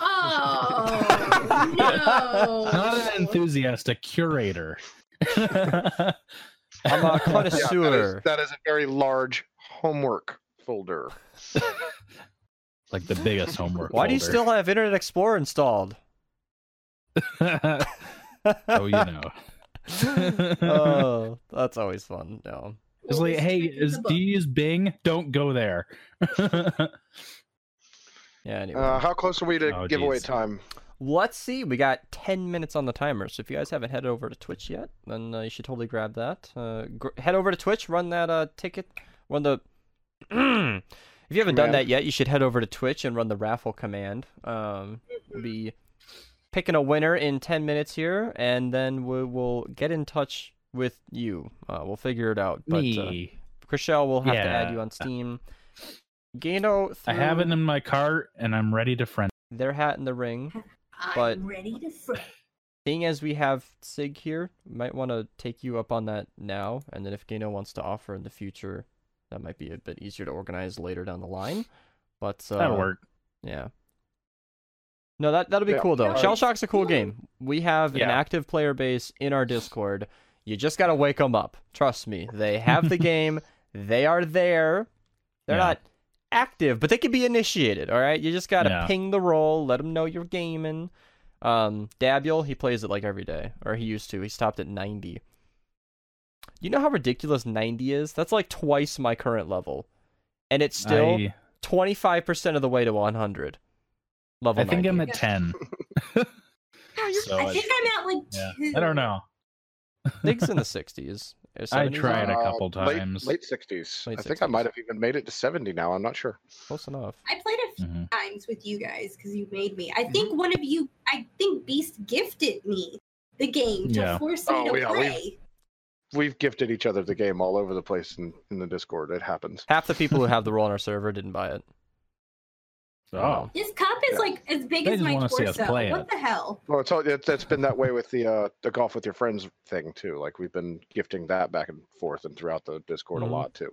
[SPEAKER 4] Oh no.
[SPEAKER 3] Not an enthusiastic curator.
[SPEAKER 1] I'm a
[SPEAKER 2] Yeah,
[SPEAKER 1] connoisseur.
[SPEAKER 2] that, is, that is a very large homework folder.
[SPEAKER 3] like the biggest homework.
[SPEAKER 1] Why do you
[SPEAKER 3] folder.
[SPEAKER 1] still have Internet Explorer installed?
[SPEAKER 3] oh, you know.
[SPEAKER 1] oh, that's always fun. No.
[SPEAKER 3] It's like, hey, is,
[SPEAKER 4] the
[SPEAKER 3] do you use Bing? Don't go there. uh,
[SPEAKER 1] Yeah, anyway.
[SPEAKER 2] Uh, how close are we to
[SPEAKER 3] Oh,
[SPEAKER 2] giveaway
[SPEAKER 3] geez.
[SPEAKER 2] time?
[SPEAKER 1] Let's see. We got 10 minutes on the timer. So if you guys haven't headed over to Twitch yet, then uh, you should totally grab that. Uh, gr- head over to Twitch, run that uh, ticket, run the. if you haven't done
[SPEAKER 2] Command.
[SPEAKER 1] that yet, you should head over to Twitch and run the raffle command. Um, we'll be picking a winner in 10 minutes here, and then we will get in touch with you. Uh, we'll figure it out. But uh,
[SPEAKER 3] Me.
[SPEAKER 1] Chriselle will have to add
[SPEAKER 3] Yeah.
[SPEAKER 1] you on Steam. Gano,
[SPEAKER 3] I have it
[SPEAKER 1] threw
[SPEAKER 3] in my cart and I'm ready to friend.
[SPEAKER 1] their hat in the ring. but-
[SPEAKER 4] I'm ready to fr-
[SPEAKER 1] Seeing as we have Sig here, we might want to take you up on that now, and then if Gano wants to offer in the future, that might be a bit easier to organize later down the line. But uh,
[SPEAKER 3] That'll work.
[SPEAKER 1] Yeah. No, that that'll be
[SPEAKER 2] Yeah.
[SPEAKER 1] cool though.
[SPEAKER 2] Yeah.
[SPEAKER 1] Shell Shock's a cool game. We have an
[SPEAKER 3] Yeah.
[SPEAKER 1] active player base in our Discord. You just got to wake them up. Trust me. They have the game. They are there. They're
[SPEAKER 3] Yeah.
[SPEAKER 1] not active, but they can be initiated, all right? You just got to
[SPEAKER 3] Yeah.
[SPEAKER 1] ping the role, let them know you're gaming. Um, Dabule, he plays it like every day, or he used to. He stopped at 90. You know how ridiculous 90 is? That's like twice my current level. And it's still
[SPEAKER 3] I,
[SPEAKER 1] 25% of the way to 100. Level
[SPEAKER 3] I think
[SPEAKER 1] 90.
[SPEAKER 3] I'm at ten.
[SPEAKER 4] Oh, you're-
[SPEAKER 3] So
[SPEAKER 4] I
[SPEAKER 3] I-
[SPEAKER 4] think I'm at like
[SPEAKER 3] Yeah.
[SPEAKER 4] two.
[SPEAKER 3] I don't know.
[SPEAKER 1] Nick's in the 60s. or
[SPEAKER 3] I
[SPEAKER 1] 70s,
[SPEAKER 3] tried a
[SPEAKER 2] Uh,
[SPEAKER 3] couple
[SPEAKER 2] late-
[SPEAKER 3] times.
[SPEAKER 2] Late sixties. I
[SPEAKER 1] Late
[SPEAKER 2] think I
[SPEAKER 1] 60s.
[SPEAKER 2] might have even made it to seventy now. I'm not sure.
[SPEAKER 1] Close enough.
[SPEAKER 4] I played a few
[SPEAKER 3] Mhm.
[SPEAKER 4] times with you guys because you made me. I
[SPEAKER 3] Mm-hmm.
[SPEAKER 4] think one of you, I think Beast gifted me the game to
[SPEAKER 3] Yeah.
[SPEAKER 4] force me
[SPEAKER 2] Oh,
[SPEAKER 4] to
[SPEAKER 2] yeah, we-
[SPEAKER 4] play.
[SPEAKER 2] We've gifted each other the game all over the place in, in the Discord. It happens.
[SPEAKER 1] Half the people who have the role on our server didn't buy it. Um,
[SPEAKER 3] Oh,
[SPEAKER 4] This cup is like as big
[SPEAKER 3] They
[SPEAKER 4] as
[SPEAKER 3] just
[SPEAKER 4] my
[SPEAKER 3] wanna see us
[SPEAKER 4] torso.
[SPEAKER 3] play
[SPEAKER 4] What
[SPEAKER 3] it.
[SPEAKER 4] the hell?
[SPEAKER 2] Well, it's all, it, that's been that way with the uh, the golf with your friends thing too. Like we've been gifting that back and forth and throughout the Discord
[SPEAKER 1] Mhm.
[SPEAKER 2] a lot too.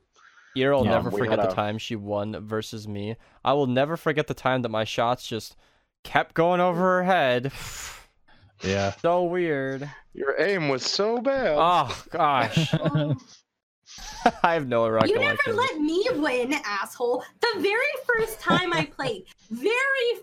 [SPEAKER 1] Ear will
[SPEAKER 3] Yeah,
[SPEAKER 1] never
[SPEAKER 2] we
[SPEAKER 1] forget
[SPEAKER 2] had
[SPEAKER 1] the
[SPEAKER 2] a-
[SPEAKER 1] time she won versus me. I will never forget the time that my shots just kept going over her head.
[SPEAKER 3] yeah.
[SPEAKER 1] so weird.
[SPEAKER 2] Your aim was so bad.
[SPEAKER 1] Oh gosh. I have no
[SPEAKER 4] you never
[SPEAKER 1] recollection.
[SPEAKER 4] let me win, asshole. The very first time I played, very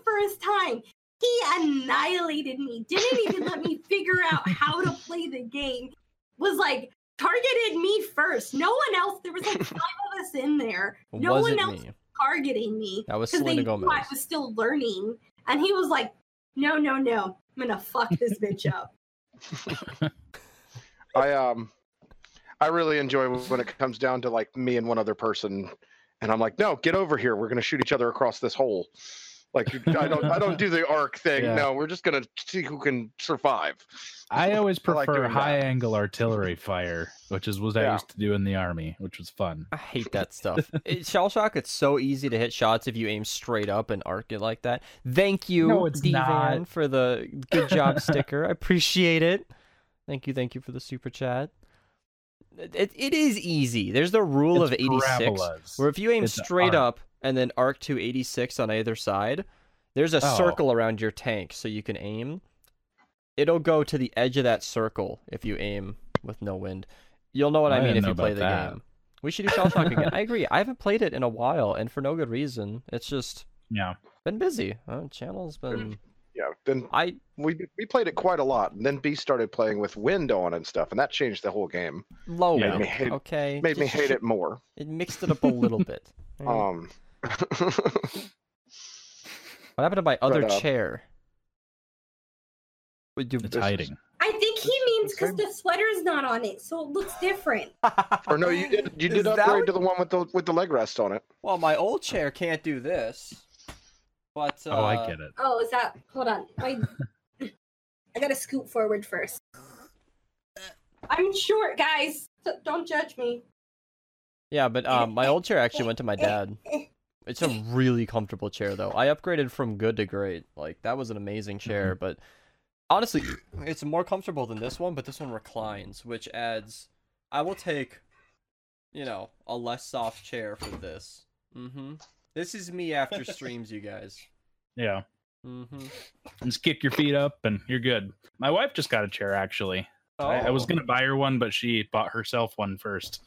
[SPEAKER 4] first time, he annihilated me. Didn't even let me figure out how to play the game. Was like targeted me first. No one else. There was like five of us in there. No
[SPEAKER 1] was
[SPEAKER 4] one
[SPEAKER 1] it
[SPEAKER 4] else
[SPEAKER 1] me?
[SPEAKER 4] targeting me
[SPEAKER 1] That was
[SPEAKER 4] because they
[SPEAKER 1] Selena
[SPEAKER 4] knew
[SPEAKER 1] Gomez.
[SPEAKER 4] I was still learning. And he was like, "No, no, no, I'm gonna fuck this bitch up."
[SPEAKER 2] I um, I really enjoy when it comes down to like me and one other person, and I'm like, no, get over here. We're gonna shoot each other across this hole. Like you- I don't I don't do the arc thing.
[SPEAKER 3] Yeah.
[SPEAKER 2] No, we're just gonna see who can survive.
[SPEAKER 3] I always
[SPEAKER 2] I like
[SPEAKER 3] prefer
[SPEAKER 2] doing that.
[SPEAKER 3] high angle artillery fire, which is what I
[SPEAKER 2] Yeah.
[SPEAKER 3] used to do in the army, which was fun.
[SPEAKER 1] I hate that stuff. it, shell shock, it's so easy to hit shots if you aim straight up and arc it like that. Thank you,
[SPEAKER 3] No, it's
[SPEAKER 1] D-Van,
[SPEAKER 3] not.
[SPEAKER 1] for the good job sticker. I appreciate it. Thank you, thank you for the super chat. It, it is easy. There's the rule
[SPEAKER 3] It's
[SPEAKER 1] of 86
[SPEAKER 3] parabolas.
[SPEAKER 1] where if you aim
[SPEAKER 3] It's an
[SPEAKER 1] straight
[SPEAKER 3] arc.
[SPEAKER 1] up and then arc to 86 on either side, there's a
[SPEAKER 3] Oh.
[SPEAKER 1] circle around your tank so you can aim. It'll go to the edge of that circle if you aim with no wind. You'll know what I,
[SPEAKER 3] I
[SPEAKER 1] mean
[SPEAKER 3] didn't
[SPEAKER 1] if
[SPEAKER 3] know
[SPEAKER 1] you play the
[SPEAKER 3] about that.
[SPEAKER 1] game. We should do Shell Shock again. I agree. I haven't played it in a while, and for no good reason. It's just
[SPEAKER 3] Yeah.
[SPEAKER 1] been busy. Uh, channel's been.
[SPEAKER 2] Yeah. Then
[SPEAKER 1] I
[SPEAKER 2] we we played it quite a lot, and then B started playing with wind on and stuff, and that changed the whole game.
[SPEAKER 1] low
[SPEAKER 3] Yeah.
[SPEAKER 2] Made me hate,
[SPEAKER 1] Okay.
[SPEAKER 2] made me
[SPEAKER 1] just-
[SPEAKER 2] hate it more.
[SPEAKER 1] It mixed it up a little bit. Alright.
[SPEAKER 2] Um,
[SPEAKER 1] what happened to my other
[SPEAKER 2] but, uh,
[SPEAKER 1] chair? Wait, do-
[SPEAKER 3] It's
[SPEAKER 2] This is-
[SPEAKER 3] hiding.
[SPEAKER 4] I think he means because
[SPEAKER 2] Same.
[SPEAKER 4] the sweater's not on it, so it looks different.
[SPEAKER 2] or no, you did you
[SPEAKER 1] Is
[SPEAKER 2] did
[SPEAKER 1] that
[SPEAKER 2] upgrade
[SPEAKER 1] what-
[SPEAKER 2] to the one with the with the leg rest on it.
[SPEAKER 1] Well, my old chair can't do this. But uh,
[SPEAKER 3] oh, I get it.
[SPEAKER 4] Oh, is that? Hold on. I, I gotta scoot forward first. I'm short, guys. so don't judge me.
[SPEAKER 1] Yeah, but um, my old chair actually went to my dad. It's a really comfortable chair, though. I upgraded from good to great. Like that was an amazing
[SPEAKER 3] Mm-hmm.
[SPEAKER 1] chair, but honestly, it's more comfortable than this one. But this one reclines, which adds. I will take, you know, a less soft chair for this. Mm-hmm. This is me after streams, you guys.
[SPEAKER 3] Yeah.
[SPEAKER 1] Mm-hmm.
[SPEAKER 3] Just kick your feet up and you're good. My wife just got a chair actually. I, I was
[SPEAKER 1] Oh.
[SPEAKER 3] gonna buy her one, but she bought herself one first.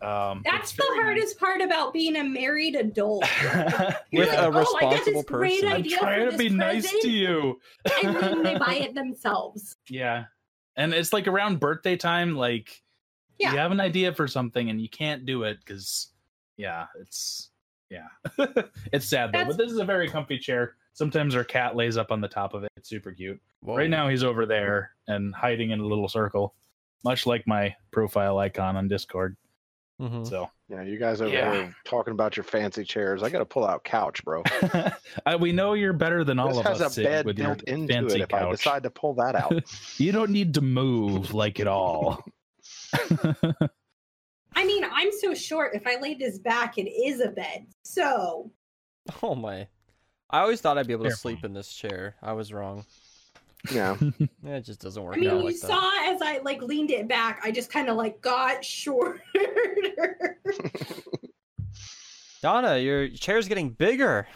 [SPEAKER 3] Um,
[SPEAKER 4] That's
[SPEAKER 3] it's
[SPEAKER 4] the
[SPEAKER 3] very
[SPEAKER 4] hardest part about being a married adult.
[SPEAKER 3] nice.
[SPEAKER 1] With
[SPEAKER 4] You're
[SPEAKER 1] a
[SPEAKER 4] like, "Oh, I got this
[SPEAKER 1] responsible
[SPEAKER 4] great
[SPEAKER 1] person.
[SPEAKER 3] I'm
[SPEAKER 4] idea for
[SPEAKER 3] trying to
[SPEAKER 4] this
[SPEAKER 3] be nice to
[SPEAKER 4] present,"
[SPEAKER 3] you.
[SPEAKER 4] And then they buy it themselves.
[SPEAKER 3] Yeah. And it's like around birthday time, like
[SPEAKER 4] Yeah.
[SPEAKER 3] you have an idea for something and you can't do it because yeah, it's yeah. it's sad though. But
[SPEAKER 4] That's-
[SPEAKER 3] this is a very comfy chair. Sometimes our cat lays up on the top of it. It's super cute.
[SPEAKER 1] Oh.
[SPEAKER 3] Right now he's over there and hiding in a little circle. Much like my profile icon on Discord.
[SPEAKER 1] Mm-hmm.
[SPEAKER 3] So
[SPEAKER 2] Yeah, you guys over
[SPEAKER 3] Yeah.
[SPEAKER 2] there talking about your fancy chairs. I got to pull out couch, bro.
[SPEAKER 3] I, Uh, we know you're better than all
[SPEAKER 2] this
[SPEAKER 3] of
[SPEAKER 2] has
[SPEAKER 3] us
[SPEAKER 2] a
[SPEAKER 3] Sid,
[SPEAKER 2] bed
[SPEAKER 3] with your
[SPEAKER 2] built into it.
[SPEAKER 3] fancy
[SPEAKER 2] If I
[SPEAKER 3] couch.
[SPEAKER 2] decide to pull that out,
[SPEAKER 3] You don't need to move like at all.
[SPEAKER 4] I mean, I'm so short. If I lay this back, it is a bed. So
[SPEAKER 1] Oh my! I always thought I'd be able to
[SPEAKER 3] Fair
[SPEAKER 1] sleep in this chair. I was wrong.
[SPEAKER 2] yeah.
[SPEAKER 1] Yeah, It just doesn't work
[SPEAKER 4] I mean,
[SPEAKER 1] out
[SPEAKER 4] you
[SPEAKER 1] like that.
[SPEAKER 4] saw as I like leaned it back, I just kind of like got shorter.
[SPEAKER 1] Donna, your chair's getting bigger.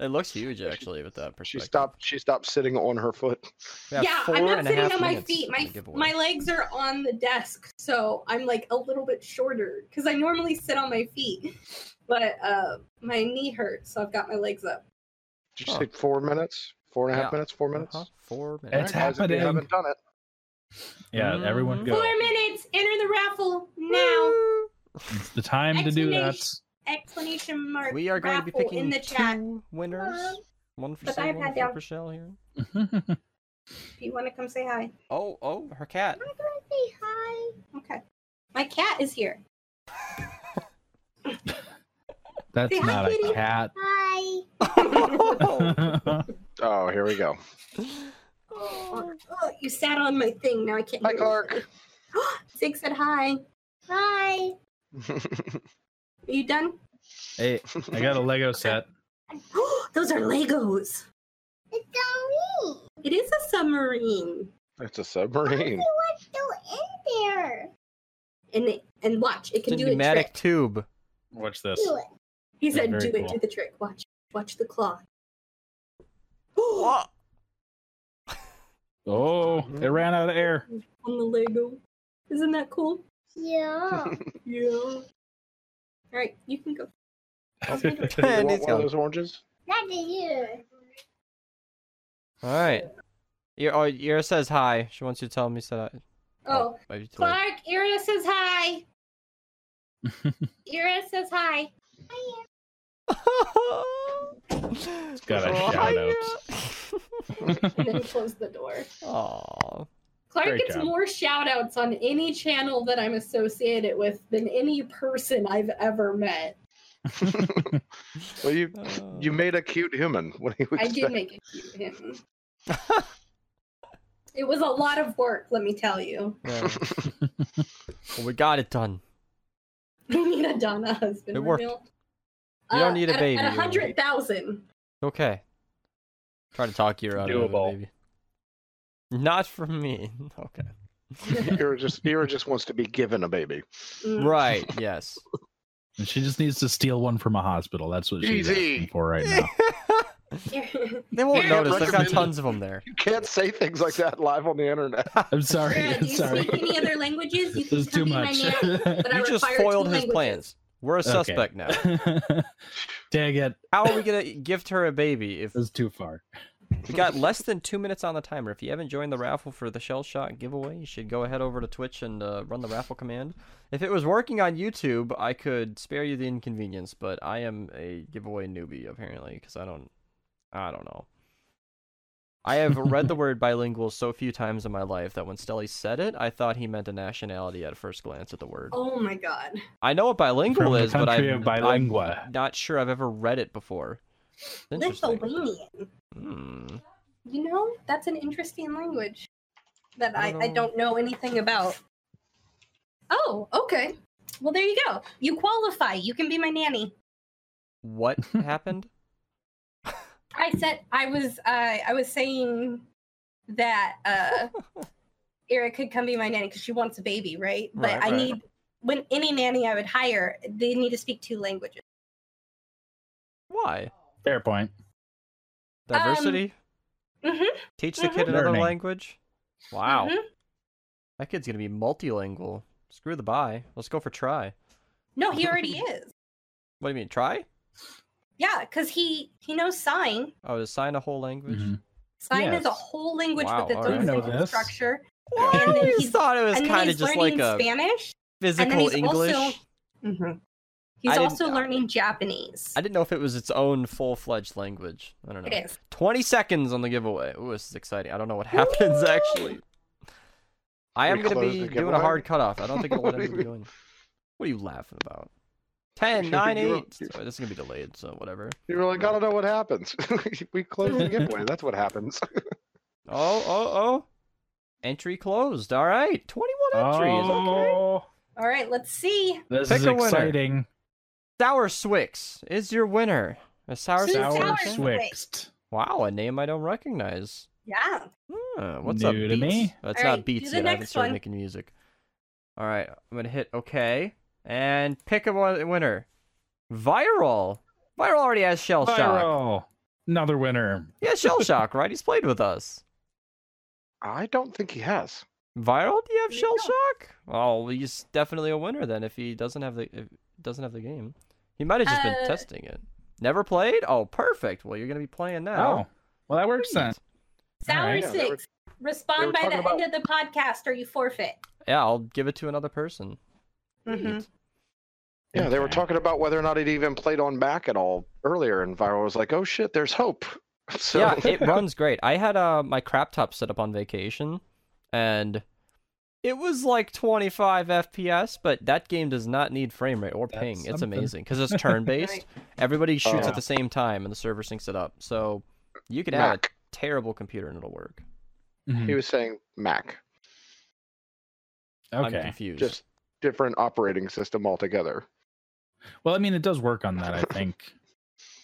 [SPEAKER 1] It looks huge actually with that
[SPEAKER 2] She
[SPEAKER 1] perspective.
[SPEAKER 2] stopped. She stopped sitting on her foot.
[SPEAKER 4] Yeah,
[SPEAKER 1] four
[SPEAKER 4] I'm not
[SPEAKER 1] and a half
[SPEAKER 4] sitting on my
[SPEAKER 1] minutes
[SPEAKER 4] feet.
[SPEAKER 1] for
[SPEAKER 4] My
[SPEAKER 1] the giveaway.
[SPEAKER 4] my legs are on the desk, so I'm like a little bit shorter because I normally sit on my feet, but uh, my knee hurts, so I've got my legs up.
[SPEAKER 2] Did you
[SPEAKER 1] Huh.
[SPEAKER 2] say four minutes? Four and a half
[SPEAKER 1] Yeah.
[SPEAKER 2] minutes? Four minutes?
[SPEAKER 1] Uh-huh, Four minutes.
[SPEAKER 3] It's
[SPEAKER 2] Alright, guys, if you
[SPEAKER 3] happening.
[SPEAKER 2] haven't done it.
[SPEAKER 3] Yeah, everyone
[SPEAKER 1] Mhm.
[SPEAKER 3] go.
[SPEAKER 4] Four minutes. Enter the raffle now!
[SPEAKER 3] It's the time to do that.
[SPEAKER 4] Explanation mark.
[SPEAKER 1] We are going to be
[SPEAKER 4] raffle
[SPEAKER 1] picking
[SPEAKER 4] in the
[SPEAKER 1] two
[SPEAKER 4] chat. Uh-huh.
[SPEAKER 1] winners. One for
[SPEAKER 4] Put the
[SPEAKER 1] Sam,
[SPEAKER 4] iPad
[SPEAKER 1] one for
[SPEAKER 4] down.
[SPEAKER 1] Rochelle here.
[SPEAKER 4] If you want to come say hi.
[SPEAKER 1] Oh, oh, her cat.
[SPEAKER 4] I'm gonna say hi. Okay. My cat is here.
[SPEAKER 3] That's
[SPEAKER 4] Say hi,
[SPEAKER 3] not a
[SPEAKER 4] kitty.
[SPEAKER 3] cat.
[SPEAKER 4] Hi.
[SPEAKER 1] oh,
[SPEAKER 2] Oh, here we go.
[SPEAKER 4] Oh, oh, you sat on my thing. Now I can't.
[SPEAKER 2] Hi,
[SPEAKER 4] hear
[SPEAKER 2] Clark.
[SPEAKER 4] you. Zig said hi. Hi. Are you done?
[SPEAKER 3] hey, I got a Lego set.
[SPEAKER 4] Those are Legos. It's a submarine. It is a submarine.
[SPEAKER 2] it's a submarine.
[SPEAKER 4] What's still in there? And it, and watch, it can do a
[SPEAKER 1] pneumatic
[SPEAKER 4] trick.
[SPEAKER 1] tube.
[SPEAKER 3] Watch this.
[SPEAKER 4] He
[SPEAKER 3] That's
[SPEAKER 4] said,
[SPEAKER 3] very
[SPEAKER 4] "Do
[SPEAKER 3] cool.
[SPEAKER 4] it, do the trick. Watch, watch the claw."
[SPEAKER 1] Oh,
[SPEAKER 3] Oh, it ran out of air.
[SPEAKER 4] on the Lego. Isn't that cool? Yeah. yeah. All right, you can go.
[SPEAKER 2] you
[SPEAKER 1] and
[SPEAKER 2] want
[SPEAKER 1] he's
[SPEAKER 2] one of
[SPEAKER 1] gone.
[SPEAKER 2] those oranges?
[SPEAKER 4] Not you.
[SPEAKER 1] All right. Your oh, Yara says hi. She wants you to tell me said hi.
[SPEAKER 4] Oh,
[SPEAKER 1] maybe too late.
[SPEAKER 4] Clark, Ira says hi. Ira says hi. Hi.
[SPEAKER 3] got a
[SPEAKER 1] Oh,
[SPEAKER 3] shout out.
[SPEAKER 4] And then close the door.
[SPEAKER 1] Aw.
[SPEAKER 4] Clark
[SPEAKER 3] Great
[SPEAKER 4] gets
[SPEAKER 3] job.
[SPEAKER 4] more shout outs on any channel that I'm associated with than any person I've ever met.
[SPEAKER 2] Well, you you made a cute human. What do you
[SPEAKER 4] I did
[SPEAKER 2] expect?
[SPEAKER 4] make it cute him. it was a lot of work, let me tell you.
[SPEAKER 1] Yeah. well, we got it done.
[SPEAKER 4] We need a Donna husband.
[SPEAKER 1] It worked.
[SPEAKER 4] Ramil.
[SPEAKER 1] You don't need a
[SPEAKER 4] at-
[SPEAKER 1] baby,
[SPEAKER 4] At
[SPEAKER 1] you-
[SPEAKER 4] 100,000.
[SPEAKER 1] Okay. Try to talk Yara out of it,
[SPEAKER 3] Doable.
[SPEAKER 1] baby. Not from me. Okay.
[SPEAKER 2] Ira just Ira just wants to be given a baby.
[SPEAKER 4] Mm.
[SPEAKER 1] Right. Yes.
[SPEAKER 3] And she just needs to steal one from a hospital. That's what she's
[SPEAKER 2] Easy.
[SPEAKER 3] asking for right now.
[SPEAKER 1] they won't
[SPEAKER 4] Yeah,
[SPEAKER 1] notice. They've got
[SPEAKER 2] recommended.
[SPEAKER 1] tons of them there.
[SPEAKER 2] You can't say things like that live on the internet.
[SPEAKER 3] I'm sorry.
[SPEAKER 4] Brad,
[SPEAKER 3] I'm
[SPEAKER 4] do you
[SPEAKER 3] sorry.
[SPEAKER 4] speak any other languages? You
[SPEAKER 3] This
[SPEAKER 4] can
[SPEAKER 3] is
[SPEAKER 4] come
[SPEAKER 3] too
[SPEAKER 4] be my
[SPEAKER 3] much.
[SPEAKER 4] nanny, but I
[SPEAKER 1] You just
[SPEAKER 4] require two
[SPEAKER 1] foiled his
[SPEAKER 4] languages.
[SPEAKER 1] plans. We're a
[SPEAKER 3] Okay.
[SPEAKER 1] suspect now.
[SPEAKER 3] Dang it.
[SPEAKER 1] How are we gonna gift her a baby if
[SPEAKER 3] This is too far.
[SPEAKER 1] We got less than two minutes on the timer. If you haven't joined the raffle for the shell shot giveaway, you should go ahead over to Twitch and uh, run the raffle command. If it was working on YouTube, I could spare you the inconvenience, but I am a giveaway newbie apparently because I don't, I don't know. I have read the word bilingual so few times in my life that when Stelly said it, I thought he meant a nationality at first glance at the word.
[SPEAKER 4] Oh my god.
[SPEAKER 1] I know what bilingual
[SPEAKER 3] From the
[SPEAKER 1] is, but
[SPEAKER 3] country
[SPEAKER 1] I'm,
[SPEAKER 3] of bilingua.
[SPEAKER 1] I'm not sure I've ever read it before. It's Interesting.
[SPEAKER 4] Lithuanian.
[SPEAKER 1] Hmm.
[SPEAKER 4] You know, that's an interesting language that I, I
[SPEAKER 1] Little-
[SPEAKER 4] don't know anything about. Oh, okay. Well, there you go. You qualify. You can be my nanny.
[SPEAKER 1] What happened?
[SPEAKER 4] I said I was uh, I was saying that uh, Eric could come be my nanny because she wants a baby, right? But
[SPEAKER 1] Right,
[SPEAKER 4] I
[SPEAKER 1] right.
[SPEAKER 4] need when any nanny I would hire, they need to speak two languages.
[SPEAKER 1] Why?
[SPEAKER 3] Fair point.
[SPEAKER 1] Diversity?
[SPEAKER 4] hmm
[SPEAKER 1] Teach the kid
[SPEAKER 4] Um, mhm. Mm-hmm.
[SPEAKER 1] another
[SPEAKER 3] Learning.
[SPEAKER 1] language? Wow. That kid's going to be multilingual. Screw the buy. Let's go for try.
[SPEAKER 4] No, he already is.
[SPEAKER 1] What do you mean, try?
[SPEAKER 4] Yeah, because he he knows sign.
[SPEAKER 1] Oh, to sign a whole language?
[SPEAKER 3] Mhm.
[SPEAKER 4] Sign
[SPEAKER 3] Yes.
[SPEAKER 4] is a whole language
[SPEAKER 1] Wow,
[SPEAKER 4] with its
[SPEAKER 1] all right.
[SPEAKER 4] own
[SPEAKER 3] I know
[SPEAKER 4] sentence
[SPEAKER 3] this.
[SPEAKER 4] structure.
[SPEAKER 1] What?
[SPEAKER 4] And then
[SPEAKER 1] I
[SPEAKER 4] he's-
[SPEAKER 1] just thought it was
[SPEAKER 4] and then
[SPEAKER 1] kind of
[SPEAKER 4] he's
[SPEAKER 1] just like
[SPEAKER 4] learning
[SPEAKER 1] a
[SPEAKER 4] Spanish.
[SPEAKER 1] physical
[SPEAKER 4] he's also-
[SPEAKER 1] English. I
[SPEAKER 4] He's
[SPEAKER 1] didn't-
[SPEAKER 4] also learning Japanese.
[SPEAKER 1] I didn't know if it was its own full fledged language. I don't know.
[SPEAKER 4] It is.
[SPEAKER 1] 20 seconds on the giveaway. Ooh, this is exciting. I don't know what happens actually. I
[SPEAKER 2] We
[SPEAKER 1] am going to
[SPEAKER 2] close
[SPEAKER 1] be
[SPEAKER 2] the
[SPEAKER 1] doing a hard
[SPEAKER 2] giveaway?
[SPEAKER 1] cutoff. I don't think it'll let
[SPEAKER 2] What do you
[SPEAKER 1] anybody join. What are you laughing about? 10,
[SPEAKER 2] You
[SPEAKER 1] 9,
[SPEAKER 2] were-
[SPEAKER 1] 8. Sorry, this is going to be delayed, so whatever.
[SPEAKER 2] You really gotta know what happens. we close the giveaway. That's what happens.
[SPEAKER 1] Oh, oh, oh. Entry closed. All right. 21 entries. Okay.
[SPEAKER 3] Oh,
[SPEAKER 4] All right, let's see.
[SPEAKER 3] this
[SPEAKER 1] Pick
[SPEAKER 3] is
[SPEAKER 1] a winner.
[SPEAKER 3] exciting.
[SPEAKER 1] Sour Swix is your winner. A sour,
[SPEAKER 4] Sour
[SPEAKER 1] Swix.
[SPEAKER 3] Sour
[SPEAKER 1] person?
[SPEAKER 4] Swix.
[SPEAKER 3] Swixt.
[SPEAKER 1] Wow, a name I don't recognize.
[SPEAKER 4] Yeah.
[SPEAKER 1] Huh, what's up,
[SPEAKER 3] New
[SPEAKER 1] Beats?
[SPEAKER 3] to me.
[SPEAKER 1] That's
[SPEAKER 4] All
[SPEAKER 1] not
[SPEAKER 4] right,
[SPEAKER 1] Beats
[SPEAKER 4] do the
[SPEAKER 1] yet. I haven't
[SPEAKER 4] next
[SPEAKER 1] started
[SPEAKER 4] one.
[SPEAKER 1] making music. All right. I'm going to hit OK
[SPEAKER 3] Oh,
[SPEAKER 1] and pick a one- winner. Viral. Viral already has shell shock.
[SPEAKER 3] Viral. Another winner.
[SPEAKER 1] Yeah, Shell Shock, right? He's played with us.
[SPEAKER 2] I don't think he has.
[SPEAKER 1] Viral, do you have Shell Shock? Oh, he's definitely a winner then. If he doesn't have the if doesn't have the game, he might have just been
[SPEAKER 4] Uh,
[SPEAKER 1] testing it. Never played? Oh, perfect. Well, you're gonna be playing now.
[SPEAKER 3] Oh, well, that works then.
[SPEAKER 4] Sour
[SPEAKER 3] Alright.
[SPEAKER 2] Yeah, they were-
[SPEAKER 4] six.
[SPEAKER 2] they
[SPEAKER 4] Respond
[SPEAKER 2] were
[SPEAKER 4] by the
[SPEAKER 2] talking about-
[SPEAKER 4] end of the podcast or you forfeit.
[SPEAKER 1] Yeah, I'll give it to another person.
[SPEAKER 2] Mm-hmm.
[SPEAKER 4] Mhm.
[SPEAKER 2] Yeah, they were
[SPEAKER 3] Okay.
[SPEAKER 2] talking about whether or not it even played on Mac at all earlier, and Viral was like, "Oh shit, there's hope." So
[SPEAKER 1] Yeah, it runs great. I had uh, my crap top set up on vacation, and it was like 25 FPS, but that game does not need frame rate or
[SPEAKER 3] That's
[SPEAKER 1] ping. It's
[SPEAKER 3] something. Oh,
[SPEAKER 1] amazing because it's turn based.
[SPEAKER 4] Right.
[SPEAKER 1] Everybody shoots
[SPEAKER 2] Yeah.
[SPEAKER 1] at the same time, and the server syncs it up. So you could have a
[SPEAKER 2] Mac.
[SPEAKER 1] terrible computer and it'll work.
[SPEAKER 2] He
[SPEAKER 3] Mhm.
[SPEAKER 2] was saying Mac,
[SPEAKER 1] I'm
[SPEAKER 3] Okay.
[SPEAKER 1] confused.
[SPEAKER 2] just different operating system altogether.
[SPEAKER 3] Well, I mean, it does work on that. I think.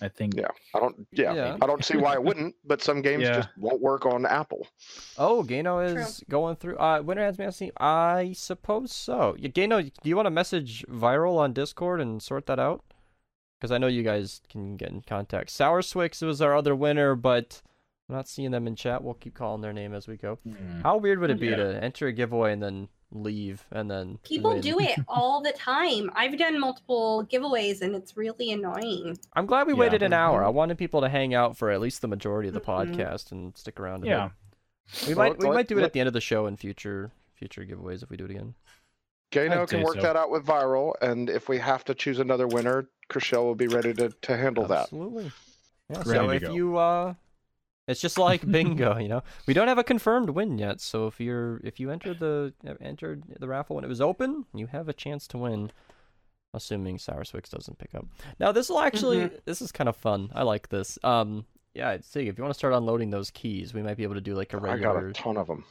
[SPEAKER 3] I think.
[SPEAKER 2] Yeah. I don't. Yeah,
[SPEAKER 1] Yeah.
[SPEAKER 2] I don't see why it wouldn't. But some games
[SPEAKER 3] Yeah.
[SPEAKER 2] just won't work on Apple.
[SPEAKER 1] Oh, Gano
[SPEAKER 4] True.
[SPEAKER 1] is going through. Uh, Winter has Massey. I suppose so. Yeah, Gano, do you want to message viral on Discord and sort that out? Because I know you guys can get in contact. Sour Swix was our other winner, but I'm not seeing them in chat. We'll keep calling their name as we go.
[SPEAKER 3] Mhm.
[SPEAKER 1] How weird would it be
[SPEAKER 3] Yeah.
[SPEAKER 1] to enter a giveaway and then leave and then
[SPEAKER 4] People
[SPEAKER 1] win?
[SPEAKER 4] do it all the time. I've done multiple giveaways and it's really annoying.
[SPEAKER 1] I'm glad we
[SPEAKER 3] Yeah.
[SPEAKER 1] waited an hour.
[SPEAKER 4] Mm-hmm.
[SPEAKER 1] I wanted people to hang out for at least the majority of the
[SPEAKER 4] Mhm.
[SPEAKER 1] podcast and stick around. a bit.
[SPEAKER 3] Yeah.
[SPEAKER 1] we
[SPEAKER 2] Well,
[SPEAKER 1] might we
[SPEAKER 2] let-
[SPEAKER 1] might do it
[SPEAKER 2] let-
[SPEAKER 1] at the end of the show in future future giveaways if we do it again.
[SPEAKER 2] Gano
[SPEAKER 3] I'd
[SPEAKER 2] can
[SPEAKER 3] say
[SPEAKER 2] work
[SPEAKER 3] so.
[SPEAKER 2] that out with Viral, and if we have to choose another winner, Chriselle will be ready to to handle that.
[SPEAKER 1] Absolutely. Yeah,
[SPEAKER 3] Ready
[SPEAKER 1] so
[SPEAKER 3] to
[SPEAKER 1] if
[SPEAKER 3] go.
[SPEAKER 1] you uh it's just like bingo, you know. We don't have a confirmed win yet, so if you're if you entered the uh, entered the raffle when it was open, you have a chance to win. Assuming Sour Swix doesn't pick up. Now this will actually
[SPEAKER 4] Mm-hmm.
[SPEAKER 1] this is kind of fun. I like this. Um yeah, see if you want to start unloading those keys, we might be able to do like a
[SPEAKER 2] I got
[SPEAKER 1] regular
[SPEAKER 2] a ton of them.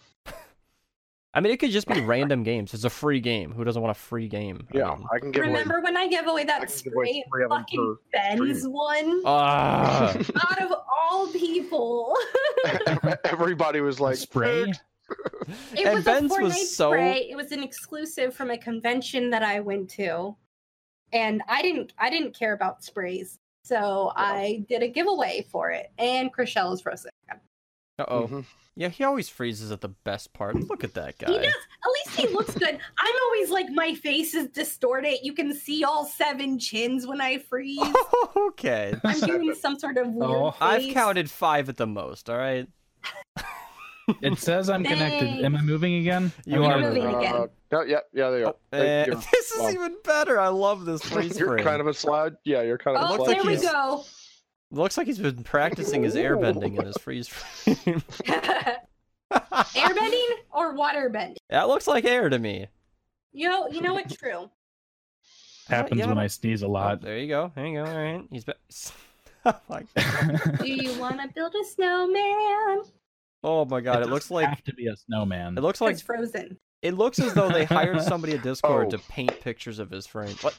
[SPEAKER 1] I mean it could just be random games. It's a free game. Who doesn't want a free game? I
[SPEAKER 2] Yeah,
[SPEAKER 1] mean,
[SPEAKER 2] I can give away.
[SPEAKER 4] Remember when I gave away
[SPEAKER 2] I
[SPEAKER 4] that
[SPEAKER 2] can give away
[SPEAKER 4] spray
[SPEAKER 2] three of them
[SPEAKER 4] fucking Ben's one?
[SPEAKER 1] ah,
[SPEAKER 4] Out of all people.
[SPEAKER 2] Everybody was like,
[SPEAKER 3] spray.
[SPEAKER 4] It
[SPEAKER 1] And
[SPEAKER 4] was
[SPEAKER 1] Ben's
[SPEAKER 4] a
[SPEAKER 1] was
[SPEAKER 4] Fortnite
[SPEAKER 1] so-
[SPEAKER 4] spray. It was an exclusive from a convention that I went to, and I didn't I didn't care about sprays, so I did a giveaway for it. And Chriselle is frozen.
[SPEAKER 1] uh-oh.
[SPEAKER 2] Mhm.
[SPEAKER 1] Yeah, he always freezes at the best part. Look at that guy.
[SPEAKER 4] He does. At least he looks good. I'm always like my face is distorted. You can see all seven chins when I freeze.
[SPEAKER 1] okay.
[SPEAKER 4] I'm doing some sort of weird.
[SPEAKER 3] Oh.
[SPEAKER 1] I've
[SPEAKER 4] face.
[SPEAKER 1] counted five at the most, all right?
[SPEAKER 3] It says I'm connected. Am I moving again?
[SPEAKER 1] You
[SPEAKER 3] I
[SPEAKER 1] are
[SPEAKER 3] mean,
[SPEAKER 4] moving.
[SPEAKER 3] uh,
[SPEAKER 4] Moving again.
[SPEAKER 2] Uh, no, yeah, yeah, they are.
[SPEAKER 1] Eh,
[SPEAKER 2] They- you're-
[SPEAKER 1] this is
[SPEAKER 2] wow.
[SPEAKER 1] even better. I love this freeze
[SPEAKER 2] You're
[SPEAKER 1] frame.
[SPEAKER 2] kind of a slide. Yeah, you're kind of
[SPEAKER 4] Oh,
[SPEAKER 2] a slide.
[SPEAKER 1] like
[SPEAKER 4] there we
[SPEAKER 1] he's-
[SPEAKER 4] go.
[SPEAKER 1] Looks like he's been practicing his airbending in his freeze frame.
[SPEAKER 4] Airbending or waterbending?
[SPEAKER 1] that looks like air to me. Oh,
[SPEAKER 4] You know, you know what? True.
[SPEAKER 3] happens
[SPEAKER 1] Yeah,
[SPEAKER 3] when
[SPEAKER 1] I
[SPEAKER 3] I sneeze a
[SPEAKER 1] Oh,
[SPEAKER 3] lot.
[SPEAKER 1] there you go. There you go. All right. He's back. oh, my God.
[SPEAKER 4] Do you want to build a snowman?
[SPEAKER 1] Oh my god, it,
[SPEAKER 3] doesn't
[SPEAKER 1] looks like
[SPEAKER 3] have to be a snowman.
[SPEAKER 1] it looks like
[SPEAKER 4] It's frozen.
[SPEAKER 1] it looks as though they hired somebody at Discord
[SPEAKER 2] Oh.
[SPEAKER 1] to paint pictures of his frame. What?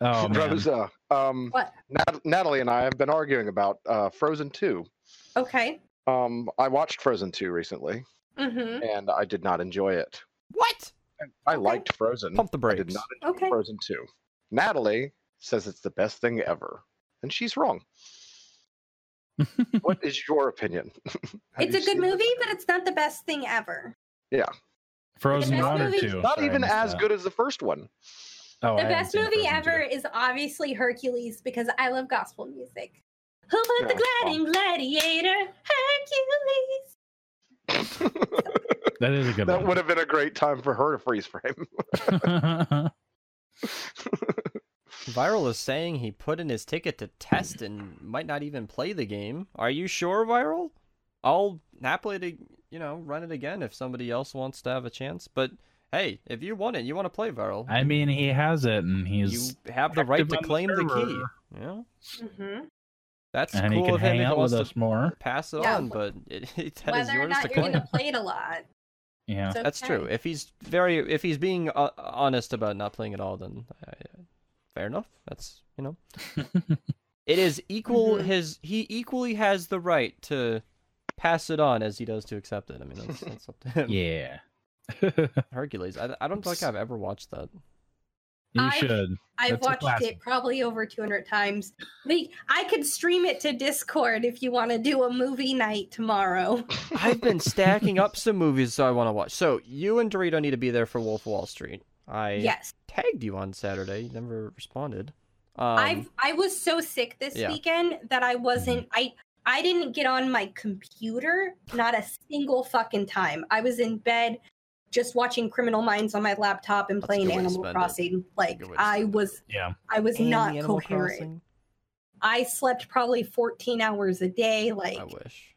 [SPEAKER 3] oh man.
[SPEAKER 2] Rosa, um,
[SPEAKER 4] What?
[SPEAKER 2] Nat- Natalie and I have been arguing about uh, Frozen 2.
[SPEAKER 4] Okay.
[SPEAKER 2] Um, I watched Frozen 2 recently,
[SPEAKER 4] Mm-hmm.
[SPEAKER 2] and I did not enjoy it.
[SPEAKER 1] What?
[SPEAKER 2] I liked Frozen.
[SPEAKER 1] Pump the
[SPEAKER 2] I
[SPEAKER 1] brakes.
[SPEAKER 2] did not enjoy
[SPEAKER 4] Okay.
[SPEAKER 2] Frozen 2. Natalie says it's the best thing ever, and she's wrong. what is your opinion? Have
[SPEAKER 4] It's
[SPEAKER 2] you
[SPEAKER 4] a good
[SPEAKER 2] seen it?
[SPEAKER 4] movie, but it's not the best thing ever.
[SPEAKER 3] Frozen
[SPEAKER 4] best
[SPEAKER 3] one or
[SPEAKER 4] movie-
[SPEAKER 3] two.
[SPEAKER 2] Not
[SPEAKER 3] Sorry, I
[SPEAKER 2] even
[SPEAKER 3] missed
[SPEAKER 2] as
[SPEAKER 3] that.
[SPEAKER 2] good as the first one.
[SPEAKER 3] Oh, I
[SPEAKER 4] the
[SPEAKER 3] haven't
[SPEAKER 4] best
[SPEAKER 3] seen
[SPEAKER 4] movie
[SPEAKER 3] Frozen two.
[SPEAKER 4] ever is obviously Hercules because I love gospel music. Who put
[SPEAKER 2] Yeah,
[SPEAKER 4] the
[SPEAKER 2] well.
[SPEAKER 4] gliding gladiator? Hercules.
[SPEAKER 3] That is a good
[SPEAKER 2] that
[SPEAKER 3] one.
[SPEAKER 2] would have been a great time for her to freeze frame.
[SPEAKER 1] Viral is saying he put in his ticket to test and might not even play the game. Are you sure, Viral? I'll happily, to, you know, run it again if somebody else wants to have a chance. But hey, if you want it, you want to play Viral.
[SPEAKER 3] I mean, he has it, and
[SPEAKER 1] you
[SPEAKER 3] he's
[SPEAKER 1] have the right
[SPEAKER 3] active
[SPEAKER 1] to
[SPEAKER 3] on the
[SPEAKER 1] claim the key.
[SPEAKER 3] server.
[SPEAKER 1] Yeah,
[SPEAKER 4] Mm-hmm.
[SPEAKER 1] that's
[SPEAKER 3] and he
[SPEAKER 1] cool
[SPEAKER 3] can
[SPEAKER 1] of him
[SPEAKER 3] hang
[SPEAKER 1] if he
[SPEAKER 3] out with
[SPEAKER 1] wants
[SPEAKER 3] us
[SPEAKER 1] to
[SPEAKER 3] more.
[SPEAKER 1] pass it
[SPEAKER 4] Yeah.
[SPEAKER 1] on, but it, it, that is
[SPEAKER 4] Whether or
[SPEAKER 1] yours to
[SPEAKER 4] not you're
[SPEAKER 1] claim.
[SPEAKER 4] going to play it a lot.
[SPEAKER 3] Yeah.
[SPEAKER 4] It's
[SPEAKER 1] That's
[SPEAKER 4] okay.
[SPEAKER 1] true. If he's very, if he's being uh, honest about not playing at all, then uh, fair enough. That's you know, it is equal.
[SPEAKER 4] Mhm.
[SPEAKER 1] His he equally has the right to pass it on as he does to accept it. I mean, that's, that's up to him.
[SPEAKER 3] Yeah.
[SPEAKER 1] Hercules. I, I don't think I've ever watched that.
[SPEAKER 3] You
[SPEAKER 4] I've-
[SPEAKER 3] should.
[SPEAKER 4] I've
[SPEAKER 3] That's a
[SPEAKER 4] watched
[SPEAKER 3] classic.
[SPEAKER 4] it probably over 200 times. Like, I could stream it to Discord if you want to do a movie night tomorrow.
[SPEAKER 1] I've been stacking up some movies that I want to watch. So you and Dorito need to be there for Wolf of Wall Street. I
[SPEAKER 4] Yes.
[SPEAKER 1] tagged you on Saturday. You never responded. Um,
[SPEAKER 4] I I was so sick this
[SPEAKER 1] yeah. Mm-hmm.
[SPEAKER 4] weekend that I wasn't I I didn't get on my computer not a single fucking time. I was in bed just watching Criminal Minds on my laptop and
[SPEAKER 1] That's a
[SPEAKER 4] playing
[SPEAKER 1] good way to
[SPEAKER 4] Animal
[SPEAKER 1] spend it.
[SPEAKER 4] Crossing. Like
[SPEAKER 1] good way to
[SPEAKER 4] I
[SPEAKER 1] spend
[SPEAKER 4] was
[SPEAKER 3] Yeah.
[SPEAKER 4] I was
[SPEAKER 1] and
[SPEAKER 4] not
[SPEAKER 1] Animal
[SPEAKER 4] coherent.
[SPEAKER 1] Crossing?
[SPEAKER 4] I slept probably 14 hours a day like
[SPEAKER 1] I wish.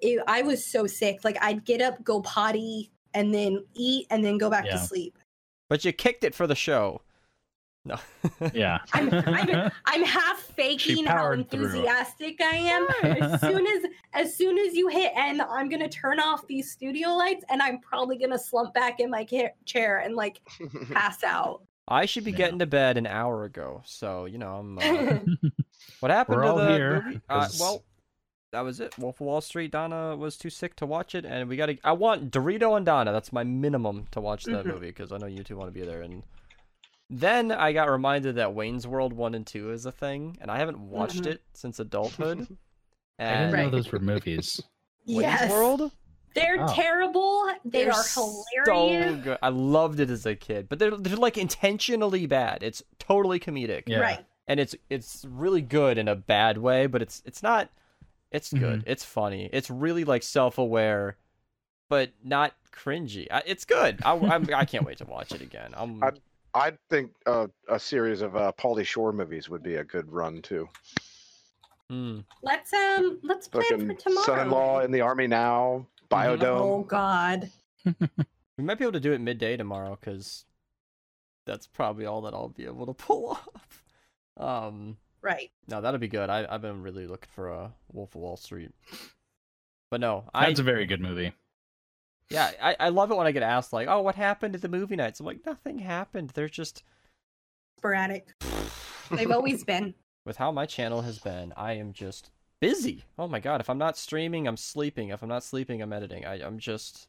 [SPEAKER 4] it, I was so sick. Like I'd get up, go potty, and then eat, and then go back
[SPEAKER 3] Yeah.
[SPEAKER 4] to sleep.
[SPEAKER 1] But you kicked it for the show. No.
[SPEAKER 3] Yeah.
[SPEAKER 4] I'm, I'm, I'm half faking how
[SPEAKER 3] powered through.
[SPEAKER 4] enthusiastic I am. As soon as as soon as you hit end, I'm gonna turn off these studio lights, and I'm probably gonna slump back in my ca- chair and like pass out.
[SPEAKER 1] I should be
[SPEAKER 3] Yeah.
[SPEAKER 1] getting to bed an hour ago. So, you know, I'm. Uh, what happened
[SPEAKER 3] We're
[SPEAKER 1] to
[SPEAKER 3] all
[SPEAKER 1] the
[SPEAKER 3] here
[SPEAKER 1] movie? Uh,
[SPEAKER 3] 'cause-
[SPEAKER 1] well, that was it. Wolf of Wall Street. Donna was too sick to watch it, and we got to. I want Dorito and Donna. That's my minimum to watch that
[SPEAKER 3] Mm-hmm.
[SPEAKER 4] Mhm.
[SPEAKER 1] movie because I know you two want to be there. And then I got reminded that Wayne's World One and Two is a thing, and I haven't watched
[SPEAKER 4] Mhm.
[SPEAKER 1] it since adulthood.
[SPEAKER 3] Mm-hmm. I didn't
[SPEAKER 1] And
[SPEAKER 3] know
[SPEAKER 4] Right.
[SPEAKER 3] those were movies.
[SPEAKER 1] Wayne's
[SPEAKER 4] yes,
[SPEAKER 1] World.
[SPEAKER 4] they're
[SPEAKER 3] Oh.
[SPEAKER 4] terrible. They
[SPEAKER 1] They're
[SPEAKER 4] are
[SPEAKER 1] So
[SPEAKER 4] hilarious.
[SPEAKER 1] good. I loved it as a kid, but they're they're like intentionally bad. It's totally comedic.
[SPEAKER 3] Yeah.
[SPEAKER 4] Right.
[SPEAKER 1] and it's it's really good in a bad way, but it's it's not it's
[SPEAKER 3] Mm-hmm.
[SPEAKER 1] good. It's funny. It's really like self-aware but not cringy. I, it's good. I I'm, I can't wait to watch it again. I'm
[SPEAKER 2] I- I think uh, a series of uh, Pauly Shore movies would be a good run too.
[SPEAKER 1] mm.
[SPEAKER 4] Let's um let's plan for
[SPEAKER 2] Fucking
[SPEAKER 4] tomorrow.
[SPEAKER 2] son-in-law in the army now.
[SPEAKER 4] Oh
[SPEAKER 2] Biodome.
[SPEAKER 4] God.
[SPEAKER 1] we might be able to do it midday tomorrow cuz that's probably all that I'll be able to pull off. Um
[SPEAKER 4] Right.
[SPEAKER 1] no, that'll be good. I I've been really looking for a Wolf of Wall Street. But no, I
[SPEAKER 3] That's a very good movie.
[SPEAKER 1] Yeah, I, I love it when I get asked like, "Oh, what happened at the movie nights?" I'm like, "Nothing happened. They're just
[SPEAKER 4] Sporadic. They've always been.
[SPEAKER 1] with how my channel has been. I am just busy. Oh my god, if I'm not streaming, I'm sleeping. If I'm not sleeping, I'm editing. I, I'm just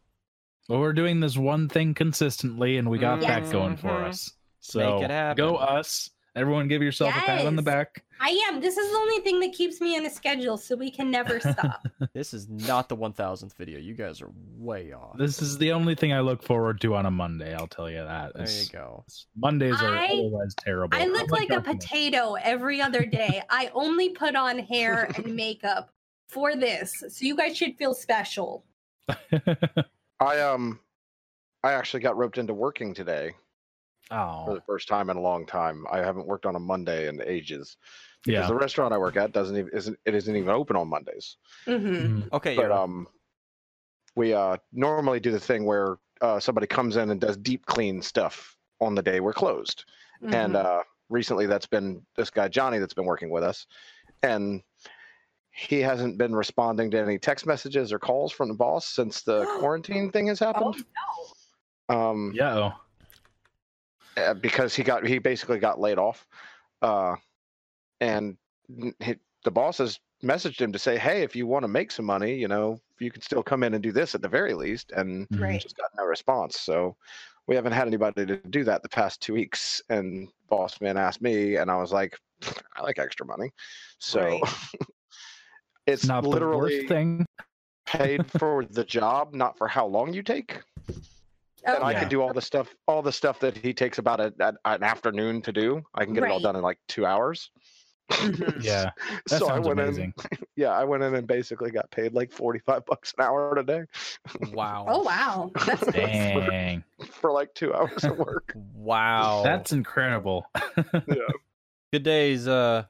[SPEAKER 3] Well, we're doing this one thing consistently, and we got
[SPEAKER 4] Yes.
[SPEAKER 3] that going for
[SPEAKER 1] Mhm.
[SPEAKER 3] us. So
[SPEAKER 1] Make it happen.
[SPEAKER 3] go us! Everyone, give yourself a pat on the
[SPEAKER 4] Yes.
[SPEAKER 3] back.
[SPEAKER 4] I am. This is the only thing that keeps me on a schedule, so we can never stop.
[SPEAKER 1] this is not the 1000th video. You guys are way off.
[SPEAKER 3] This is the only thing I look forward to on a Monday. I'll tell you that.
[SPEAKER 1] there you
[SPEAKER 3] It's-
[SPEAKER 1] go.
[SPEAKER 3] it's- Mondays are
[SPEAKER 4] I-
[SPEAKER 3] otherwise terrible.
[SPEAKER 4] I
[SPEAKER 3] I'm
[SPEAKER 4] look like a
[SPEAKER 3] Dark Knight.
[SPEAKER 4] potato every other day. I only put on hair and makeup for this, so you guys should feel special.
[SPEAKER 2] I um, I actually got roped into working today for
[SPEAKER 3] oh,
[SPEAKER 2] the first time in a long time. I haven't worked on a Monday in ages. Because
[SPEAKER 3] yeah.
[SPEAKER 2] the restaurant I work at doesn't even isn't it isn't even open on Mondays.
[SPEAKER 4] Mhm.
[SPEAKER 3] Mhm.
[SPEAKER 1] Okay,
[SPEAKER 2] But
[SPEAKER 1] you're-
[SPEAKER 2] um, we uh normally do the thing where uh, somebody comes in and does deep clean stuff on the day we're closed. and
[SPEAKER 4] Mhm.
[SPEAKER 2] uh, recently that's been this guy johnny that's been working with us and he hasn't been responding to any text messages or calls from the boss since the quarantine thing has
[SPEAKER 4] oh,
[SPEAKER 2] happened um,
[SPEAKER 3] Yeah. oh.
[SPEAKER 2] uh, because he got he basically got laid off uh, and n- he, the boss has messaged him to say hey if you want to make some money you know you can still come in and do this at the very least and
[SPEAKER 1] Mm-hmm.
[SPEAKER 3] Mhm.
[SPEAKER 4] right.
[SPEAKER 2] just got no response. So we haven't had anybody to do that the past two weeks. And boss man asked me, and I was like, I like extra money. So
[SPEAKER 4] Right.
[SPEAKER 2] it's
[SPEAKER 3] Not the
[SPEAKER 2] literally
[SPEAKER 3] worst thing.
[SPEAKER 2] paid for the job, not for how long you take.
[SPEAKER 4] Oh,
[SPEAKER 2] And I
[SPEAKER 3] Yeah.
[SPEAKER 2] can do all the stuff, all the stuff that he takes about a, a, an afternoon to do. I can get it all
[SPEAKER 4] Right.
[SPEAKER 2] done in like two hours.
[SPEAKER 4] Mm-hmm.
[SPEAKER 1] Mm-hmm.
[SPEAKER 3] Yeah. That
[SPEAKER 2] so I
[SPEAKER 3] sounds
[SPEAKER 2] went
[SPEAKER 3] amazing.
[SPEAKER 2] in. Yeah, I went in and basically got paid like forty-five bucks an hour today
[SPEAKER 1] wow.
[SPEAKER 4] oh wow, that's
[SPEAKER 3] Dang.
[SPEAKER 2] for like two hours of work.
[SPEAKER 1] Wow.
[SPEAKER 3] That's incredible.
[SPEAKER 1] good days uh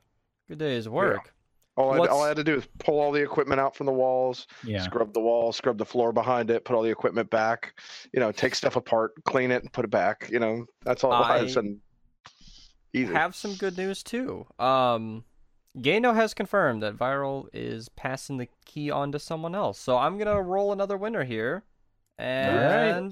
[SPEAKER 1] good days work.
[SPEAKER 2] All I, all
[SPEAKER 1] What's-
[SPEAKER 2] I had to do is pull all the equipment out from the walls,
[SPEAKER 3] yeah.
[SPEAKER 2] scrub the wall, scrub the floor behind it, put all the equipment back, you know, take stuff apart, clean it, and put it back. You know, that's all it was.
[SPEAKER 1] I
[SPEAKER 2] And easy.
[SPEAKER 1] Have some good news too. Um Gano has confirmed that Viral is passing the key on to someone else. So I'm going to roll another winner here. And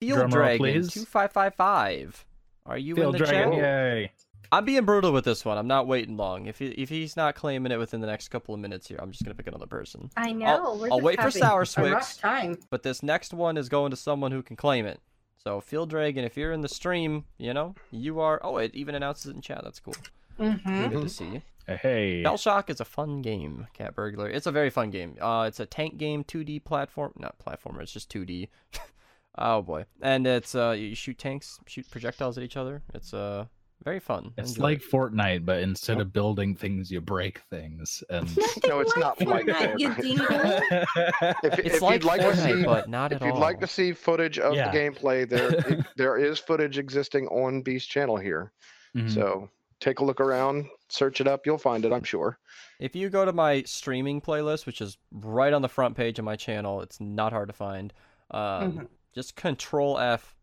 [SPEAKER 1] Field
[SPEAKER 3] Drum roll,
[SPEAKER 1] Dragon
[SPEAKER 3] please.
[SPEAKER 1] 2555. Are you
[SPEAKER 3] Field
[SPEAKER 1] in the
[SPEAKER 3] Dragon.
[SPEAKER 1] chat?
[SPEAKER 3] Yay.
[SPEAKER 1] I'm being brutal with this one. I'm not waiting long. If he, if he's not claiming it within the next couple of minutes here, I'm just going to pick another person.
[SPEAKER 4] I know.
[SPEAKER 1] I'll-
[SPEAKER 4] we're
[SPEAKER 1] I'll
[SPEAKER 4] just
[SPEAKER 1] wait for
[SPEAKER 4] having
[SPEAKER 1] Sour
[SPEAKER 4] A rough
[SPEAKER 1] Swix.
[SPEAKER 4] time.
[SPEAKER 1] But this next one is going to someone who can claim it. So Field Dragon, if you're in the stream, you know you are. Oh, it even announces it in chat. That's cool.
[SPEAKER 4] Mm-hmm.
[SPEAKER 1] Good to see you.
[SPEAKER 3] Hey.
[SPEAKER 1] Bell Shock is a fun game, Cat Burglar. It's a very fun game. Uh, it's a tank game, 2D platform, not platformer. It's just 2D. oh boy, and it's uh, you shoot tanks, shoot projectiles at each other. It's uh, very fun.
[SPEAKER 3] It's
[SPEAKER 1] Enjoy
[SPEAKER 3] like
[SPEAKER 1] it.
[SPEAKER 3] Fortnite, but instead of building things, you break things. And
[SPEAKER 4] Nothing
[SPEAKER 2] No, it's
[SPEAKER 4] like
[SPEAKER 2] not like
[SPEAKER 4] Fortnite, you
[SPEAKER 2] Fortnite.
[SPEAKER 4] dingle.
[SPEAKER 2] If,
[SPEAKER 1] it's
[SPEAKER 2] if
[SPEAKER 1] like
[SPEAKER 2] you'd like
[SPEAKER 1] Fortnite,
[SPEAKER 2] to see,
[SPEAKER 1] but not at
[SPEAKER 2] if you'd
[SPEAKER 1] all.
[SPEAKER 2] like to see footage of
[SPEAKER 3] Yeah.
[SPEAKER 2] the gameplay, there it- there is footage existing on Beast Channel here.
[SPEAKER 1] Hmm.
[SPEAKER 3] Mhm.
[SPEAKER 2] So take a look around, search it up, you'll find it, I'm sure.
[SPEAKER 1] If you go to my streaming playlist, which is right on the front page of my channel, it's not hard to find. Um,
[SPEAKER 2] Mm-hmm.
[SPEAKER 1] Just Control F,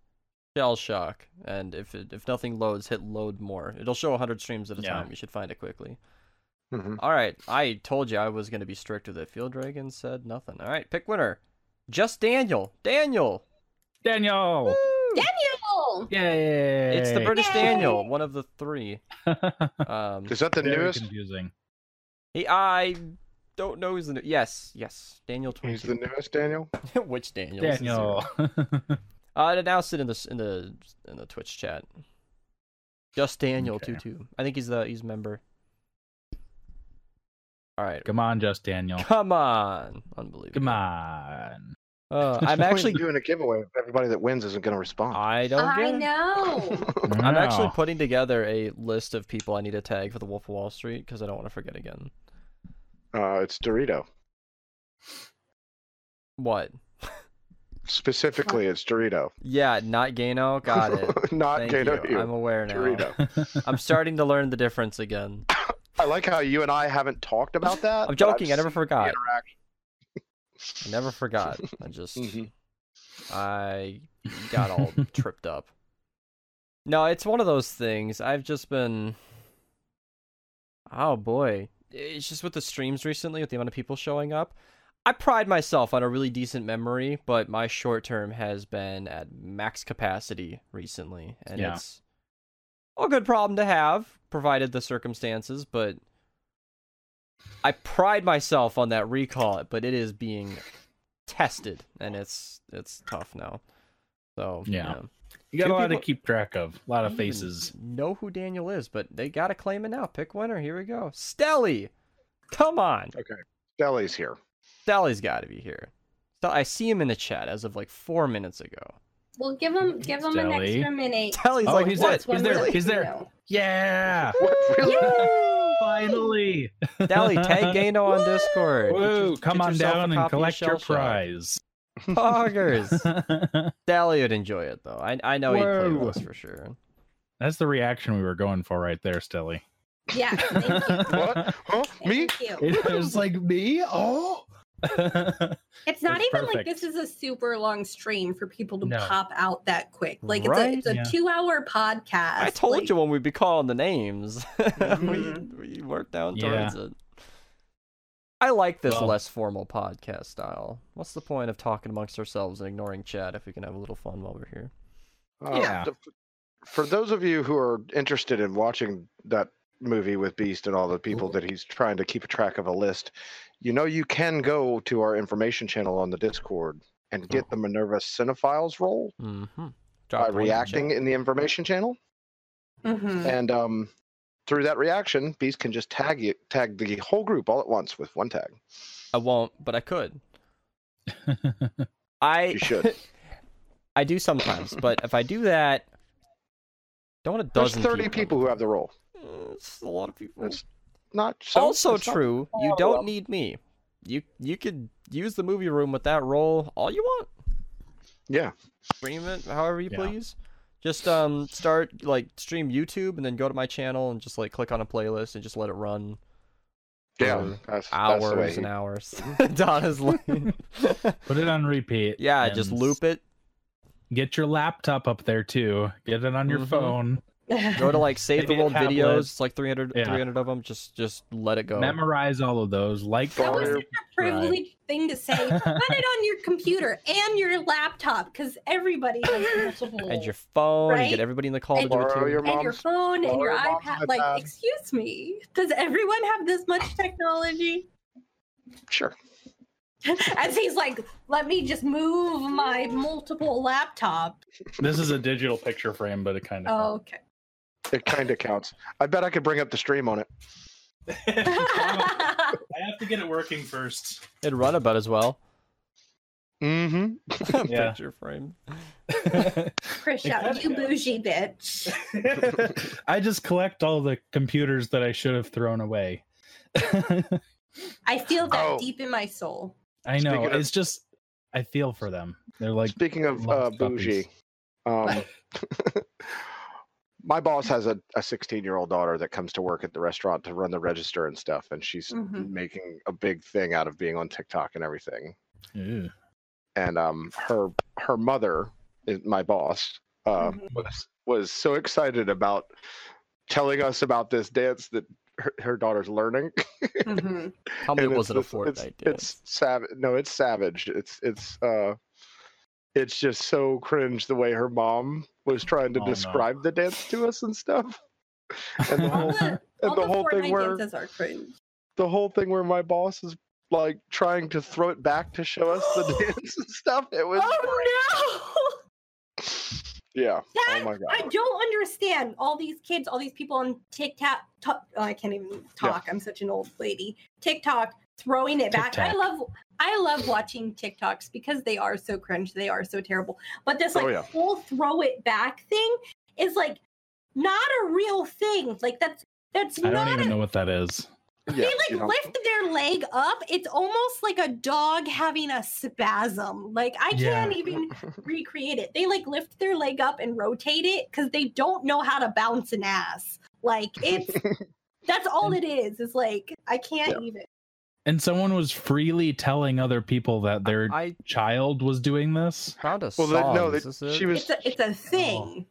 [SPEAKER 1] Shell Shock, and if it, if nothing loads, hit Load More. It'll show 100 streams at a
[SPEAKER 3] Yeah.
[SPEAKER 1] time. You should find it quickly.
[SPEAKER 2] Mhm.
[SPEAKER 1] All right, I told you I was gonna be strict with it. Field Dragon said nothing. All right, pick winner. Just Daniel. Daniel.
[SPEAKER 3] Daniel.
[SPEAKER 4] Daniel!
[SPEAKER 3] Yay.
[SPEAKER 1] It's the British
[SPEAKER 4] Yay.
[SPEAKER 1] Daniel, one of the three. Um,
[SPEAKER 2] Is that the
[SPEAKER 3] Very
[SPEAKER 2] newest?
[SPEAKER 3] confusing.
[SPEAKER 1] he, I don't know. Is the new- yes, yes, Daniel
[SPEAKER 2] He's the
[SPEAKER 1] twenty.
[SPEAKER 2] newest Daniel.
[SPEAKER 1] Which Daniel? This is zero.
[SPEAKER 3] Daniel.
[SPEAKER 1] Uh, it announced it in the s- in the in the Twitch chat. Just Daniel
[SPEAKER 3] Okay.
[SPEAKER 1] two two. I think he's the he's a member. All right,
[SPEAKER 3] Come on, just Daniel.
[SPEAKER 1] come on, unbelievable.
[SPEAKER 3] Come on.
[SPEAKER 1] Uh, I'm
[SPEAKER 2] What's the point in
[SPEAKER 1] actually
[SPEAKER 2] doing a giveaway. if Everybody that wins isn't going to respond.
[SPEAKER 1] I don't get
[SPEAKER 4] I
[SPEAKER 1] it.
[SPEAKER 4] know.
[SPEAKER 3] Oh.
[SPEAKER 1] I'm actually
[SPEAKER 3] Wow.
[SPEAKER 1] putting together a list of people I need to tag for the Wolf of Wall Street because I don't want to forget again.
[SPEAKER 2] Uh, it's Dorito.
[SPEAKER 1] What?
[SPEAKER 2] Specifically, it's Dorito.
[SPEAKER 1] Yeah, not Gano. Got it.
[SPEAKER 2] Not
[SPEAKER 1] Thank
[SPEAKER 2] Gato.
[SPEAKER 1] you. I'm aware now.
[SPEAKER 2] Dorito.
[SPEAKER 1] I'm starting to learn the difference again.
[SPEAKER 2] I like how you and I haven't talked about that.
[SPEAKER 1] I'm
[SPEAKER 2] but I've
[SPEAKER 1] joking. I never
[SPEAKER 2] seen the
[SPEAKER 1] forgot.
[SPEAKER 2] interaction.
[SPEAKER 1] I never forgot. I just
[SPEAKER 2] Mhm.
[SPEAKER 1] I got all tripped up. No, it's one of those things. I've just been Oh boy. It's just with the streams recently with the amount of people showing up. I pride myself on a really decent memory, but my short term has been at max capacity recently and
[SPEAKER 3] Yeah.
[SPEAKER 1] it's a good problem to have provided the circumstances, but I pride myself on that recall, but it is being tested and it's it's tough now. So
[SPEAKER 3] Yeah.
[SPEAKER 1] yeah.
[SPEAKER 3] You got
[SPEAKER 1] Two
[SPEAKER 3] a lot
[SPEAKER 1] people-
[SPEAKER 3] to keep track of. A lot
[SPEAKER 1] I
[SPEAKER 3] of
[SPEAKER 1] don't even
[SPEAKER 3] faces.
[SPEAKER 1] know who Daniel is, but they gotta claim it now. Pick winner. Here we go. Stelly, come on.
[SPEAKER 2] Stelly's here.
[SPEAKER 1] Stelly's got to be here. Ste- I see him in the chat as of like four minutes ago.
[SPEAKER 4] Well, give him give him an
[SPEAKER 3] Jelly.
[SPEAKER 4] extra minute.
[SPEAKER 1] Stelly's
[SPEAKER 3] Oh,
[SPEAKER 1] like,
[SPEAKER 3] he's
[SPEAKER 1] what?
[SPEAKER 3] it. He's there. He's there. Yeah.
[SPEAKER 2] What, really?
[SPEAKER 3] Finally.
[SPEAKER 1] Stelly, tag Gano on Discord. Get your-
[SPEAKER 3] Whoa,
[SPEAKER 1] get
[SPEAKER 3] come on
[SPEAKER 1] yourself a
[SPEAKER 3] down
[SPEAKER 1] copy
[SPEAKER 3] and
[SPEAKER 1] of
[SPEAKER 3] collect your
[SPEAKER 1] Shell Shock.
[SPEAKER 3] prize.
[SPEAKER 1] Poggers. Stelly would enjoy it though. I I know he'd play
[SPEAKER 3] Whoa.
[SPEAKER 1] with us for sure.
[SPEAKER 3] That's the reaction we were going for right there, Stelly.
[SPEAKER 4] Yeah. Thank you.
[SPEAKER 2] What? Huh? Me?
[SPEAKER 4] Thank you.
[SPEAKER 3] It was like me? Oh.
[SPEAKER 4] It's not
[SPEAKER 3] It's
[SPEAKER 4] even like
[SPEAKER 3] perfect.
[SPEAKER 4] this is a super long stream for people to
[SPEAKER 3] No.
[SPEAKER 4] pop out that quick. Like
[SPEAKER 1] Right?
[SPEAKER 4] it's a, it's a
[SPEAKER 3] Yeah.
[SPEAKER 4] two hour podcast.
[SPEAKER 1] I told
[SPEAKER 4] like,
[SPEAKER 1] you when we'd be calling the names.
[SPEAKER 2] Mm-hmm.
[SPEAKER 4] Mhm.
[SPEAKER 1] we, we worked down
[SPEAKER 3] Yeah.
[SPEAKER 1] towards it. I like this
[SPEAKER 3] Well-
[SPEAKER 1] less formal podcast style. What's the point of talking amongst ourselves and ignoring chat if we can have a little fun while we're here?
[SPEAKER 2] Uh,
[SPEAKER 3] Yeah.
[SPEAKER 2] th- for those of you who are interested in watching that movie with Beast and all
[SPEAKER 1] Mm-hmm.
[SPEAKER 2] the people that he's trying to keep a track of a list, you know you can go to our information channel on the Discord and get the Minerva Cinephiles role
[SPEAKER 1] Mm-hmm.
[SPEAKER 2] by reacting in the information channel,
[SPEAKER 1] Mm-hmm.
[SPEAKER 4] Mhm.
[SPEAKER 2] and um, through that reaction, Beast can just tag you, tag the whole group all at once with one tag.
[SPEAKER 1] I won't, but I could. I
[SPEAKER 2] You should.
[SPEAKER 1] I do sometimes, but if I do that, don't want a
[SPEAKER 2] There's
[SPEAKER 1] dozen.
[SPEAKER 2] 30 people who have the role.
[SPEAKER 1] Uh, It's a lot of people.
[SPEAKER 2] That's not so,
[SPEAKER 1] also
[SPEAKER 2] it's not-
[SPEAKER 1] true. You
[SPEAKER 2] Oh,
[SPEAKER 1] don't
[SPEAKER 2] well.
[SPEAKER 1] need me. You you could use the movie room with that role all you want.
[SPEAKER 2] yeah,
[SPEAKER 1] stream it however you
[SPEAKER 3] Yeah.
[SPEAKER 1] please. Just um start like stream YouTube and then go to my channel and just like click on a playlist and just let it run
[SPEAKER 2] yeah.
[SPEAKER 1] For
[SPEAKER 2] That's, that's the way
[SPEAKER 1] Um, hours
[SPEAKER 2] he-
[SPEAKER 1] and hours. Honestly.
[SPEAKER 3] Put it on repeat.
[SPEAKER 1] yeah, just
[SPEAKER 3] and
[SPEAKER 1] loop it.
[SPEAKER 3] Get your laptop up there too. Get it on your
[SPEAKER 1] Mhm.
[SPEAKER 3] phone.
[SPEAKER 1] Go to like save the
[SPEAKER 3] Maybe a
[SPEAKER 1] world
[SPEAKER 3] tablet.
[SPEAKER 1] videos. It's like 300,
[SPEAKER 3] Yeah.
[SPEAKER 1] 300 of them. Just just let it go.
[SPEAKER 3] Memorize all of those. Like
[SPEAKER 4] That was
[SPEAKER 2] Or-
[SPEAKER 4] such a privileged thing to say. Put it on your computer and your laptop because everybody has multiple.
[SPEAKER 1] and your phone and get
[SPEAKER 4] Right?
[SPEAKER 1] everybody in the call to
[SPEAKER 4] And
[SPEAKER 1] do it
[SPEAKER 2] borrow
[SPEAKER 1] too.
[SPEAKER 2] your
[SPEAKER 4] and your
[SPEAKER 2] mom's-
[SPEAKER 4] phone and
[SPEAKER 2] or
[SPEAKER 4] your
[SPEAKER 2] your mom's
[SPEAKER 4] iPad. Like,
[SPEAKER 2] iPad.
[SPEAKER 4] excuse me, does everyone have this much technology?
[SPEAKER 2] Sure.
[SPEAKER 4] As he's like, let me just move my multiple laptop.
[SPEAKER 3] This is a digital picture frame, but it kind
[SPEAKER 4] Oh,
[SPEAKER 3] of.
[SPEAKER 4] okay.
[SPEAKER 2] It kind of counts. I bet I could bring up the stream on it.
[SPEAKER 3] I have to get it working first.
[SPEAKER 5] It'd run about as well.
[SPEAKER 2] Mm-hmm.
[SPEAKER 3] Yeah.
[SPEAKER 5] Picture frame.
[SPEAKER 4] Chris,
[SPEAKER 3] It kinda
[SPEAKER 4] you
[SPEAKER 3] does.
[SPEAKER 4] bougie bitch.
[SPEAKER 3] I just collect all the computers that I should have thrown away.
[SPEAKER 4] I feel that
[SPEAKER 2] Oh.
[SPEAKER 4] deep in my soul.
[SPEAKER 3] I know.
[SPEAKER 2] Speaking of-
[SPEAKER 3] it's just I feel for them. They're like
[SPEAKER 2] Speaking of uh,
[SPEAKER 3] lost puppies.
[SPEAKER 2] bougie, um, my boss has a 16 year old daughter that comes to work at the restaurant to run the register and stuff, and she's
[SPEAKER 4] Mhm.
[SPEAKER 2] making a big thing out of being on TikTok and everything.
[SPEAKER 3] "Ew."
[SPEAKER 2] and um her her mother is my boss uh,
[SPEAKER 4] Mhm.
[SPEAKER 2] was was so excited about telling us about this dance that her, her daughter's learning
[SPEAKER 4] Mhm.
[SPEAKER 5] How many
[SPEAKER 2] And
[SPEAKER 5] was it
[SPEAKER 2] it's-
[SPEAKER 5] a
[SPEAKER 2] it's-
[SPEAKER 5] Fortnite
[SPEAKER 2] it's, it's savage no it's savage it's it's uh it's just so cringe the way her mom was trying to
[SPEAKER 3] Oh, no.
[SPEAKER 2] describe the dance to us and stuff and the
[SPEAKER 4] All
[SPEAKER 2] whole
[SPEAKER 4] the,
[SPEAKER 2] and
[SPEAKER 4] all
[SPEAKER 2] the
[SPEAKER 4] the
[SPEAKER 2] whole thing
[SPEAKER 4] Fortnite
[SPEAKER 2] where
[SPEAKER 4] dances are cringe.
[SPEAKER 2] the whole thing where my boss is like trying to throw it back to show us the dance and stuff it was
[SPEAKER 4] Oh
[SPEAKER 2] yeah
[SPEAKER 4] no!
[SPEAKER 2] oh
[SPEAKER 4] That
[SPEAKER 2] my god
[SPEAKER 4] I don't understand all these kids, all these people on TikTok. To- oh, I can't even talk. I'm such an old lady. TikTok throwing it back. I
[SPEAKER 3] TikTok.
[SPEAKER 4] love. I love watching TikToks because they are so cringe. They are so terrible. But this like
[SPEAKER 2] Oh, yeah.
[SPEAKER 4] whole throw it back thing is like not a real thing. Like that's that's
[SPEAKER 3] I don't
[SPEAKER 4] not
[SPEAKER 3] even
[SPEAKER 4] a
[SPEAKER 3] know what that is.
[SPEAKER 2] Yeah,
[SPEAKER 4] they
[SPEAKER 2] you
[SPEAKER 4] like
[SPEAKER 2] know.
[SPEAKER 4] lift their leg up. It's almost like a dog having a spasm. Like I
[SPEAKER 3] Yeah.
[SPEAKER 4] can't even recreate it. They like lift their leg up and rotate it because they don't know how to bounce an ass. Like it's that's all it is. It's like I can't even.
[SPEAKER 3] And someone was freely telling other people that their
[SPEAKER 5] did. I
[SPEAKER 3] child was doing this.
[SPEAKER 5] found a
[SPEAKER 2] Well,
[SPEAKER 5] song.
[SPEAKER 2] they, no,
[SPEAKER 5] Is
[SPEAKER 2] they-
[SPEAKER 5] this
[SPEAKER 2] she
[SPEAKER 5] it?
[SPEAKER 2] was.
[SPEAKER 4] It's a it's
[SPEAKER 2] Oh.
[SPEAKER 4] a thing.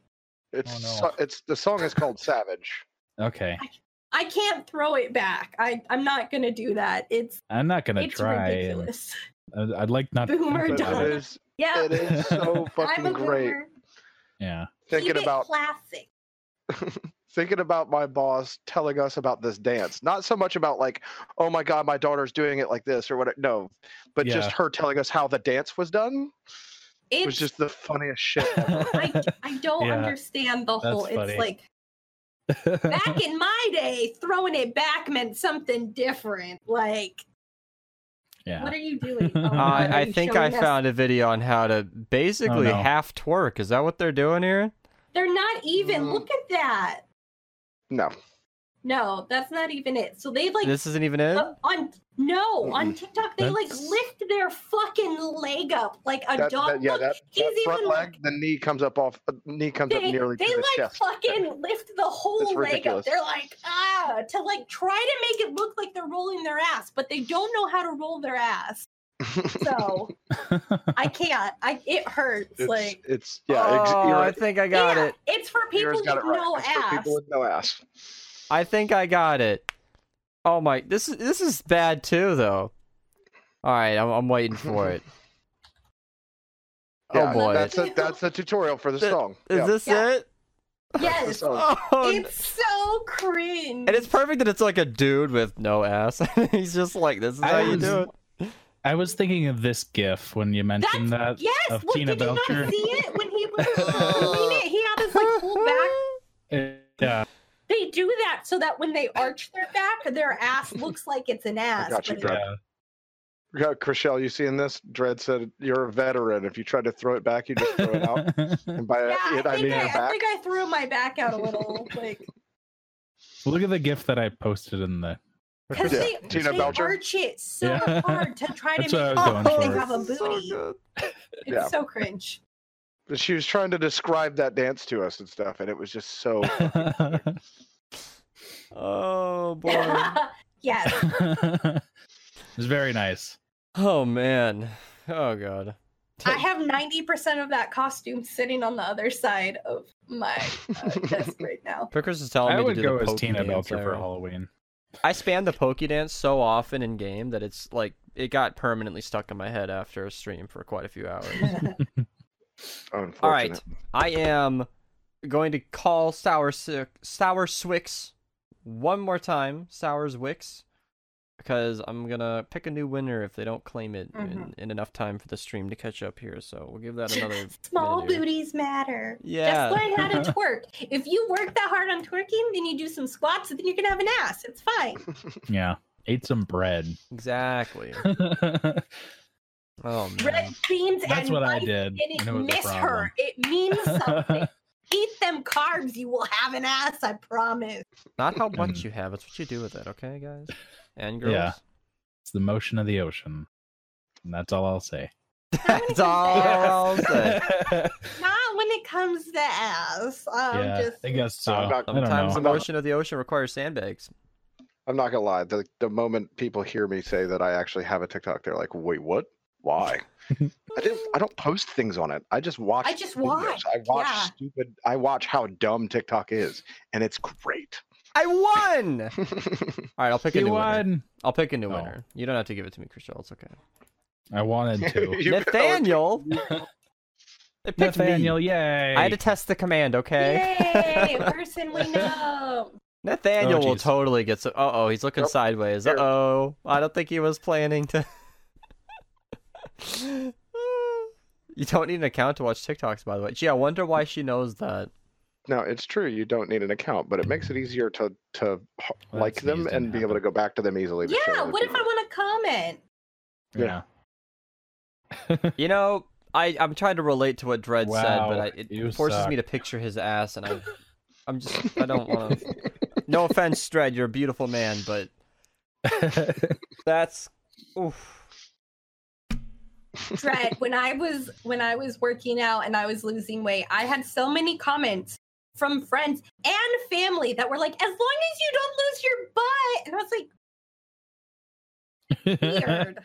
[SPEAKER 2] It's
[SPEAKER 3] Oh, no.
[SPEAKER 2] so- it's the song is called Savage.
[SPEAKER 3] Okay.
[SPEAKER 4] I can't throw it back. I I'm not gonna do that. It's
[SPEAKER 3] I'm not gonna
[SPEAKER 4] it's
[SPEAKER 3] try. and-
[SPEAKER 4] ridiculous.
[SPEAKER 3] I'd I'd like not.
[SPEAKER 4] Boomer
[SPEAKER 3] think
[SPEAKER 2] But it
[SPEAKER 3] about
[SPEAKER 4] dog.
[SPEAKER 3] it.
[SPEAKER 2] is
[SPEAKER 4] Yeah,
[SPEAKER 2] it is so
[SPEAKER 4] I'm
[SPEAKER 2] fucking
[SPEAKER 4] a
[SPEAKER 2] great.
[SPEAKER 4] boomer.
[SPEAKER 3] Yeah.
[SPEAKER 2] Thinking
[SPEAKER 4] Keep it
[SPEAKER 2] about
[SPEAKER 4] classic.
[SPEAKER 2] thinking about my boss telling us about this dance. Not so much about like, oh my god, my daughter's doing it like this or what. No, but just
[SPEAKER 3] Yeah.
[SPEAKER 2] her telling us how the dance was done
[SPEAKER 4] It's
[SPEAKER 2] was just the funniest shit. ever.
[SPEAKER 4] I, I don't
[SPEAKER 3] Yeah,
[SPEAKER 4] understand the whole.
[SPEAKER 3] that's funny.
[SPEAKER 4] It's like back in my day, throwing it back meant something different. Like,
[SPEAKER 3] yeah.
[SPEAKER 4] what are you doing?
[SPEAKER 3] Uh,
[SPEAKER 4] God, are
[SPEAKER 5] I, I
[SPEAKER 4] you
[SPEAKER 5] think I
[SPEAKER 4] showing us-
[SPEAKER 5] found a video on how to basically
[SPEAKER 3] Oh, no.
[SPEAKER 5] half twerk. Is that what they're doing here?
[SPEAKER 4] They're not even.
[SPEAKER 2] Mm.
[SPEAKER 4] Look at that.
[SPEAKER 2] No,
[SPEAKER 4] No, that's not even it. So they like
[SPEAKER 5] this isn't even it.
[SPEAKER 4] uh, on no on TikTok they
[SPEAKER 3] That's-
[SPEAKER 4] like lift their fucking leg up like a
[SPEAKER 2] that,
[SPEAKER 4] dog.
[SPEAKER 2] that- yeah,
[SPEAKER 4] Look,
[SPEAKER 2] that,
[SPEAKER 4] he's
[SPEAKER 2] that front
[SPEAKER 4] even like-
[SPEAKER 2] leg, the knee comes up off, uh, knee comes up
[SPEAKER 4] they,
[SPEAKER 2] nearly
[SPEAKER 4] they
[SPEAKER 2] to the
[SPEAKER 4] like
[SPEAKER 2] chest.
[SPEAKER 4] fucking lift the whole leg up.
[SPEAKER 2] ridiculous.
[SPEAKER 4] They're like ah to like try to make it look like they're rolling their ass, but they don't know how to roll their ass. So I can't. I it hurts.
[SPEAKER 2] it's,
[SPEAKER 4] like
[SPEAKER 2] it's yeah, ex-
[SPEAKER 5] Oh,
[SPEAKER 2] you're
[SPEAKER 5] I
[SPEAKER 2] right.
[SPEAKER 5] think I got
[SPEAKER 4] Yeah,
[SPEAKER 5] it.
[SPEAKER 4] It's for people
[SPEAKER 2] Ira's
[SPEAKER 4] with
[SPEAKER 2] got it right.
[SPEAKER 4] no
[SPEAKER 2] It's for
[SPEAKER 4] ass.
[SPEAKER 2] people with no ass.
[SPEAKER 5] I think I got it. Oh my, this is this is bad too, though. All right, I'm, I'm waiting for it.
[SPEAKER 2] Yeah,
[SPEAKER 5] oh boy,
[SPEAKER 2] that's
[SPEAKER 5] is
[SPEAKER 2] a, that's a tutorial for the
[SPEAKER 5] Th-
[SPEAKER 2] song. yeah.
[SPEAKER 5] this
[SPEAKER 4] Yeah.
[SPEAKER 5] it?
[SPEAKER 2] the
[SPEAKER 4] Yes.
[SPEAKER 2] song.
[SPEAKER 5] Oh, n-
[SPEAKER 4] It's so cringe.
[SPEAKER 5] and it's perfect that it's like a dude with no ass. He's just like, this is how
[SPEAKER 3] I
[SPEAKER 5] you
[SPEAKER 3] was-
[SPEAKER 5] do it.
[SPEAKER 3] I was thinking of this GIF when you mentioned that.
[SPEAKER 4] That's, yes,
[SPEAKER 3] of
[SPEAKER 4] well,
[SPEAKER 3] Tina
[SPEAKER 4] did you
[SPEAKER 3] Belcher.
[SPEAKER 4] not see it when he was doing it? He had his like full back.
[SPEAKER 3] Yeah.
[SPEAKER 4] They do that so that when they arch their back, their ass looks like it's an ass.
[SPEAKER 2] got you,
[SPEAKER 4] but
[SPEAKER 2] Brad. Yeah, Chriselle, you seeing this? Dredd said, "You're a veteran. If you tried to throw it back, you just throw it out." And by
[SPEAKER 4] Yeah, I
[SPEAKER 2] it, I
[SPEAKER 4] think
[SPEAKER 2] mean
[SPEAKER 4] I,
[SPEAKER 2] your
[SPEAKER 4] I
[SPEAKER 2] back.
[SPEAKER 4] think I threw my back out a little, like
[SPEAKER 3] Look at the GIF that I posted in the.
[SPEAKER 4] because
[SPEAKER 2] Yeah,
[SPEAKER 4] they,
[SPEAKER 2] Tina
[SPEAKER 4] they
[SPEAKER 2] Belcher.
[SPEAKER 4] arch it so
[SPEAKER 3] Yeah.
[SPEAKER 4] hard to try to
[SPEAKER 3] That's
[SPEAKER 4] make
[SPEAKER 3] what I was going
[SPEAKER 4] it look like
[SPEAKER 3] for.
[SPEAKER 4] they have a
[SPEAKER 5] This is so
[SPEAKER 4] booty.
[SPEAKER 5] Oh, good.
[SPEAKER 4] it's
[SPEAKER 2] Yeah.
[SPEAKER 4] so cringe.
[SPEAKER 2] She was trying to describe that dance to us and stuff, and it was just so.
[SPEAKER 5] Oh boy.
[SPEAKER 4] yes.
[SPEAKER 3] it's very nice.
[SPEAKER 5] oh man. Oh god.
[SPEAKER 4] I have 90% of that costume sitting on the other side of my uh, desk right now.
[SPEAKER 5] Pickers is telling
[SPEAKER 3] I
[SPEAKER 5] me
[SPEAKER 3] would
[SPEAKER 5] to do
[SPEAKER 3] go
[SPEAKER 5] the
[SPEAKER 3] as
[SPEAKER 5] pokey
[SPEAKER 3] Tina
[SPEAKER 5] dance
[SPEAKER 3] Belcher for
[SPEAKER 5] already.
[SPEAKER 3] Halloween.
[SPEAKER 5] I spam the pokey dance so often in game that it's like it got permanently stuck in my head after a stream for quite a few hours.
[SPEAKER 2] unfortunate.
[SPEAKER 5] All right, I am going to call Sour Sick, Sour Swix one more time. Sour's Wix.
[SPEAKER 1] because I'm gonna pick a new winner if they don't claim it in,
[SPEAKER 4] Mhm.
[SPEAKER 1] in enough time for the stream to catch up here. So we'll give that another
[SPEAKER 4] Small
[SPEAKER 1] minute here.
[SPEAKER 4] booties matter.
[SPEAKER 1] Yeah.
[SPEAKER 4] Just learn how to twerk. If you work that hard on twerking, then you do some squats, then you can have an ass. It's fine.
[SPEAKER 3] Yeah. Ate some bread.
[SPEAKER 1] Exactly.
[SPEAKER 3] That's
[SPEAKER 1] Oh man.
[SPEAKER 4] Red beans and
[SPEAKER 3] Mm. what I
[SPEAKER 4] rice,
[SPEAKER 3] did.
[SPEAKER 4] and it
[SPEAKER 3] and it was a
[SPEAKER 4] miss her. It means something.
[SPEAKER 3] problem.
[SPEAKER 4] Eat them carbs, you will have an ass, I promise.
[SPEAKER 1] Not how much
[SPEAKER 3] Mm.
[SPEAKER 1] you have, it's what you do with it. Okay, guys and girls.
[SPEAKER 3] Yeah. it's the motion of the ocean. And that's all I'll say.
[SPEAKER 1] That's all I'll say.
[SPEAKER 4] Not when it comes to ass. Um,
[SPEAKER 3] yeah,
[SPEAKER 4] just,
[SPEAKER 3] I guess so.
[SPEAKER 2] I'm not-
[SPEAKER 3] I don't
[SPEAKER 1] Sometimes the
[SPEAKER 3] know.
[SPEAKER 2] I'm not-
[SPEAKER 1] motion of the ocean requires sandbags.
[SPEAKER 2] I'm not gonna lie. The the moment people hear me say that I actually have a TikTok, they're like, "Wait, what? Why?" I
[SPEAKER 4] Mm,
[SPEAKER 2] didn't. I don't post things on it. I just watch.
[SPEAKER 4] I just
[SPEAKER 2] videos.
[SPEAKER 4] watch.
[SPEAKER 2] I watch
[SPEAKER 4] yeah.
[SPEAKER 2] stupid. I watch how dumb TikTok is, and it's great.
[SPEAKER 1] I won. All right, I'll pick a
[SPEAKER 3] He
[SPEAKER 1] new winner.
[SPEAKER 3] won.
[SPEAKER 1] I'll pick a new
[SPEAKER 3] Oh.
[SPEAKER 1] winner. You don't have to give it to me, Chriselle. It's okay.
[SPEAKER 3] I wanted to.
[SPEAKER 2] You know, it's-
[SPEAKER 1] Nathaniel. They picked
[SPEAKER 3] Nathaniel,
[SPEAKER 1] me.
[SPEAKER 3] yay!
[SPEAKER 1] I had to test the command, okay?
[SPEAKER 4] Yay, person we know.
[SPEAKER 1] Nathaniel
[SPEAKER 3] Oh,
[SPEAKER 1] will
[SPEAKER 3] jeez.
[SPEAKER 1] totally get so. Uh oh, he's looking
[SPEAKER 2] Yep.
[SPEAKER 1] sideways. Uh
[SPEAKER 2] Here.
[SPEAKER 1] oh, I don't think he was planning to. you don't need an account to watch TikToks, by the way. Gee, I wonder why she knows that.
[SPEAKER 2] No, it's true. You don't need an account, but it makes it easier to to h-
[SPEAKER 3] Well,
[SPEAKER 2] like
[SPEAKER 3] that's
[SPEAKER 2] them
[SPEAKER 3] easy to
[SPEAKER 2] and be able to
[SPEAKER 3] happen.
[SPEAKER 2] go back to them easily. to show
[SPEAKER 4] Yeah,
[SPEAKER 2] other
[SPEAKER 4] what if I
[SPEAKER 2] people.
[SPEAKER 4] want to comment?
[SPEAKER 3] yeah.
[SPEAKER 1] You know, I I'm trying to relate to what Dredd said, but
[SPEAKER 3] Wow,
[SPEAKER 1] I, it
[SPEAKER 3] you
[SPEAKER 1] forces me to
[SPEAKER 3] suck.
[SPEAKER 1] picture his ass, and I I'm just I don't want to. No offense, Dredd, you're a beautiful man, but that's oof.
[SPEAKER 4] Dread, when I was when I was working out and I was losing weight, I had so many comments from friends and family that were like, "As long as you don't lose your butt," and I was like, "Weird."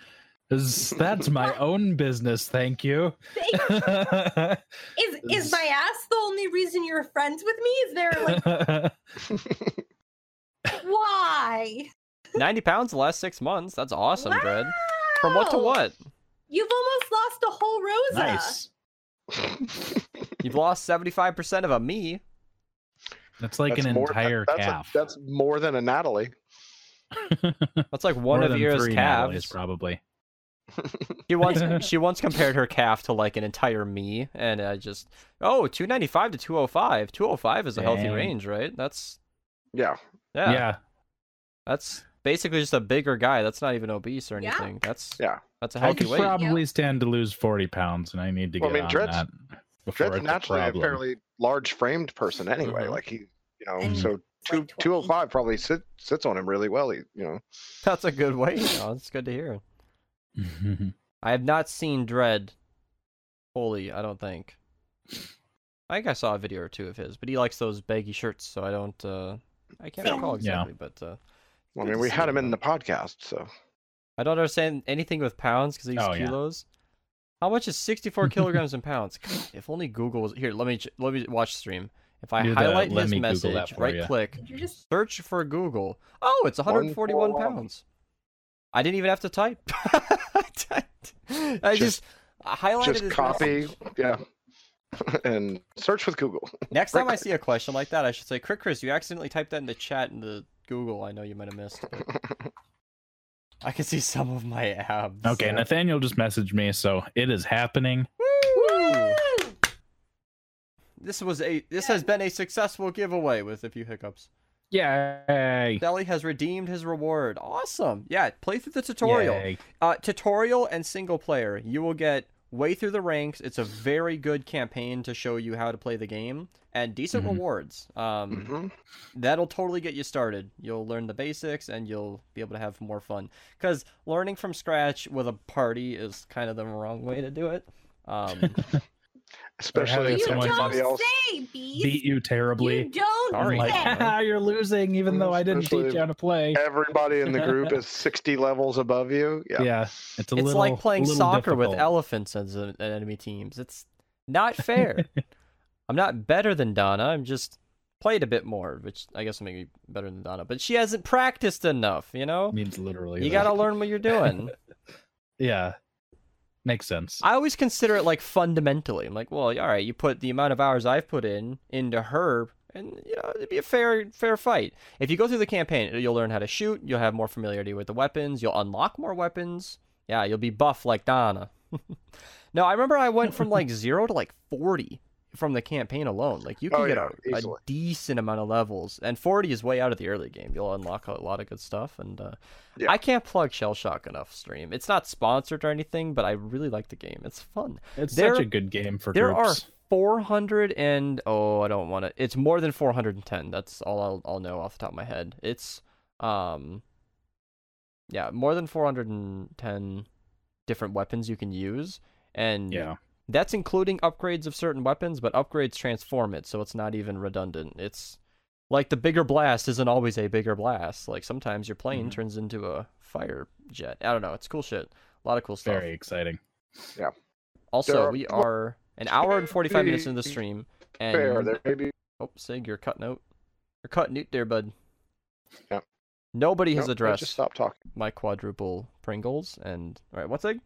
[SPEAKER 3] Is- That's my own business, thank you.
[SPEAKER 4] Thank- is is my ass the only reason you're friends with me? Is there like why?
[SPEAKER 1] 90 pounds the last six months. That's awesome, Dredd. From what to
[SPEAKER 4] Wow!
[SPEAKER 1] what?
[SPEAKER 4] You've almost lost a whole Rosa.
[SPEAKER 3] nice.
[SPEAKER 1] You've lost 75% of a me.
[SPEAKER 3] That's like
[SPEAKER 2] That's
[SPEAKER 3] an
[SPEAKER 2] more-
[SPEAKER 3] entire
[SPEAKER 2] that's a-
[SPEAKER 3] calf.
[SPEAKER 2] that's more than a Natalie.
[SPEAKER 1] That's like one
[SPEAKER 3] More
[SPEAKER 1] of
[SPEAKER 3] than
[SPEAKER 1] Ira's
[SPEAKER 3] three Natalie's,
[SPEAKER 1] calves.
[SPEAKER 3] probably.
[SPEAKER 1] She once she once compared her calf to like an entire me, and I just oh 295 to 205. 205 is a healthy
[SPEAKER 3] Dang.
[SPEAKER 1] range, right? That's
[SPEAKER 2] Yeah,
[SPEAKER 1] yeah,
[SPEAKER 3] Yeah.
[SPEAKER 1] That's basically just a bigger guy. That's not even obese or
[SPEAKER 4] Yeah.
[SPEAKER 1] anything. That's
[SPEAKER 2] Yeah.
[SPEAKER 1] That's a
[SPEAKER 3] I
[SPEAKER 1] healthy
[SPEAKER 3] could
[SPEAKER 1] weight.
[SPEAKER 3] probably stand to lose 40 pounds, and I need to get
[SPEAKER 2] Well, I mean,
[SPEAKER 3] on
[SPEAKER 2] Dred's-
[SPEAKER 3] that. before
[SPEAKER 2] Fred's
[SPEAKER 3] it's a
[SPEAKER 2] naturally a
[SPEAKER 3] problem. Mm-hmm.
[SPEAKER 2] fairly large framed person anyway.
[SPEAKER 1] Mhm.
[SPEAKER 2] Like he, you know,
[SPEAKER 4] And
[SPEAKER 2] so
[SPEAKER 4] It's
[SPEAKER 2] two
[SPEAKER 4] like
[SPEAKER 2] two hundred
[SPEAKER 4] 20.
[SPEAKER 2] five probably sit, sits on him really well. He, you know,
[SPEAKER 1] That's a good weight. Oh, that's good to hear. I have not seen Dread fully, I don't think. I think I saw a video or two of his, but he likes those baggy shirts, so I don't uh I can't recall
[SPEAKER 3] Yeah.
[SPEAKER 1] exactly, but uh Good
[SPEAKER 2] well, I mean,
[SPEAKER 1] to
[SPEAKER 2] we
[SPEAKER 1] see
[SPEAKER 2] had him
[SPEAKER 1] him,
[SPEAKER 2] in the podcast, so
[SPEAKER 1] I don't understand anything with pounds because I use
[SPEAKER 3] Oh, yeah.
[SPEAKER 1] kilos. How much is 64 kilograms in pounds? God, if only Google was here. Let me ch- let me watch stream. If I
[SPEAKER 3] Do the-
[SPEAKER 1] highlight
[SPEAKER 3] let
[SPEAKER 1] his
[SPEAKER 3] me Google that
[SPEAKER 1] message,
[SPEAKER 3] for
[SPEAKER 1] right
[SPEAKER 3] ya.
[SPEAKER 1] click,
[SPEAKER 4] Did you just
[SPEAKER 1] search for Google. Oh, it's 141
[SPEAKER 2] 141.
[SPEAKER 1] pounds. I didn't even have to type. I typed- I just,
[SPEAKER 2] Just-
[SPEAKER 1] highlighted
[SPEAKER 2] just
[SPEAKER 1] his
[SPEAKER 2] copy,
[SPEAKER 1] message.
[SPEAKER 2] yeah, and search with Google.
[SPEAKER 1] Next
[SPEAKER 2] Right
[SPEAKER 1] time I see a question like that, I should say, "Quick, Chris, you accidentally typed that in the chat in the Google. I know you might have missed." but I can see some of my abs.
[SPEAKER 3] okay, Nathaniel just messaged me, so it is happening.
[SPEAKER 1] Woo!
[SPEAKER 4] Woo!
[SPEAKER 1] This was a. This has been a successful giveaway with a few hiccups.
[SPEAKER 3] Yay!
[SPEAKER 1] Deli has redeemed his reward. Awesome. Yeah, play through the tutorial.
[SPEAKER 3] Yay.
[SPEAKER 1] Uh, tutorial and single player. You will get way through the ranks. It's a very good campaign to show you how to play the game and decent
[SPEAKER 3] Mhm.
[SPEAKER 1] rewards. Um,
[SPEAKER 3] Mm-hmm.
[SPEAKER 2] Mhm.
[SPEAKER 1] That'll totally get you started. You'll learn the basics and you'll be able to have more fun. Because learning from scratch with a party is kind of the wrong way to do it. Um,
[SPEAKER 2] Especially
[SPEAKER 3] having
[SPEAKER 2] if
[SPEAKER 4] You
[SPEAKER 3] someone
[SPEAKER 4] don't
[SPEAKER 2] everybody else.
[SPEAKER 4] say, Beast.
[SPEAKER 3] Beat you
[SPEAKER 4] you
[SPEAKER 3] terribly.
[SPEAKER 4] don't
[SPEAKER 1] Sorry.
[SPEAKER 3] I'm like,
[SPEAKER 4] say.
[SPEAKER 3] "Haha, you're losing, even though I didn't teach you how to play.
[SPEAKER 2] Everybody in the group is sixty levels above you. Yeah,
[SPEAKER 3] Yeah, it's a
[SPEAKER 1] it's
[SPEAKER 3] little.
[SPEAKER 1] like playing
[SPEAKER 3] little
[SPEAKER 1] soccer with
[SPEAKER 3] difficult.
[SPEAKER 1] elephants as a- an enemy teams. It's not fair. I'm not better than Donna. I'm just played a bit more, which I guess will make me better than Donna. But she hasn't practiced enough, you know?
[SPEAKER 3] means literally.
[SPEAKER 1] You
[SPEAKER 3] though.
[SPEAKER 1] gotta learn what you're doing.
[SPEAKER 3] Yeah, makes sense.
[SPEAKER 1] I always consider it like fundamentally. I'm like, well, all right, you put the amount of hours I've put in into her and you know it'd be a fair fair fight. If you go through the campaign, you'll learn how to shoot. You'll have more familiarity with the weapons. You'll unlock more weapons. Yeah, you'll be buff like Donna. no, I remember I went from like zero to like forty from the campaign alone. Like you can
[SPEAKER 2] Oh,
[SPEAKER 1] get
[SPEAKER 2] yeah,
[SPEAKER 1] a, a
[SPEAKER 2] easily.
[SPEAKER 1] decent amount of levels, and forty is way out of the early game. You'll unlock a lot of good stuff, and uh,
[SPEAKER 2] Yeah.
[SPEAKER 1] I can't plug Shell Shock enough. Stream. It's not sponsored or anything, but I really like the game. It's fun.
[SPEAKER 3] It's
[SPEAKER 1] There-
[SPEAKER 3] such a good game for
[SPEAKER 1] There
[SPEAKER 3] groups.
[SPEAKER 1] are 400 and oh, I don't want to. It's more than 410. That's all I'll, I'll know off the top of my head. It's um yeah, more than 410 different weapons you can use and
[SPEAKER 3] yeah.
[SPEAKER 1] that's including upgrades of certain weapons, but upgrades transform it, so it's not even redundant. It's like the bigger blast isn't always a bigger blast. Like sometimes your plane
[SPEAKER 2] Mm-hmm.
[SPEAKER 3] Mhm.
[SPEAKER 1] turns into a fire jet. I don't know. It's cool shit. A lot of cool stuff.
[SPEAKER 3] Very exciting.
[SPEAKER 1] Also,
[SPEAKER 2] There are
[SPEAKER 1] we
[SPEAKER 2] twen-
[SPEAKER 1] are an hour and 45 minutes into the stream. And
[SPEAKER 2] Fair. There may be
[SPEAKER 1] Oh, Sig, you're cutting out. You're cutting out there, bud.
[SPEAKER 2] Yeah.
[SPEAKER 1] Nobody
[SPEAKER 2] no,
[SPEAKER 1] has
[SPEAKER 2] let's Just
[SPEAKER 1] addressed
[SPEAKER 2] stop talking.
[SPEAKER 1] my quadruple Pringles. And, all right, what's Sig?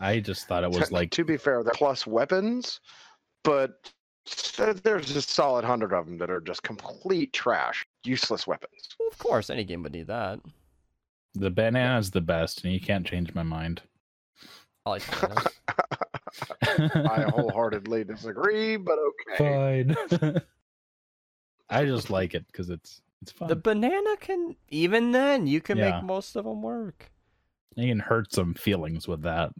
[SPEAKER 3] I just thought it was like
[SPEAKER 2] to be fair, they're plus weapons, but th- there's a solid hundred of them that are just complete trash, useless weapons.
[SPEAKER 1] Well, of course, any game would need that.
[SPEAKER 3] the banana is the best, and you can't change my mind.
[SPEAKER 1] I like bananas.
[SPEAKER 2] I wholeheartedly disagree, but okay.
[SPEAKER 3] Fine. I just like it because it's it's fun.
[SPEAKER 1] the banana can, even then, you can
[SPEAKER 3] Yeah.
[SPEAKER 1] make most of them work.
[SPEAKER 3] you can hurt some feelings with that.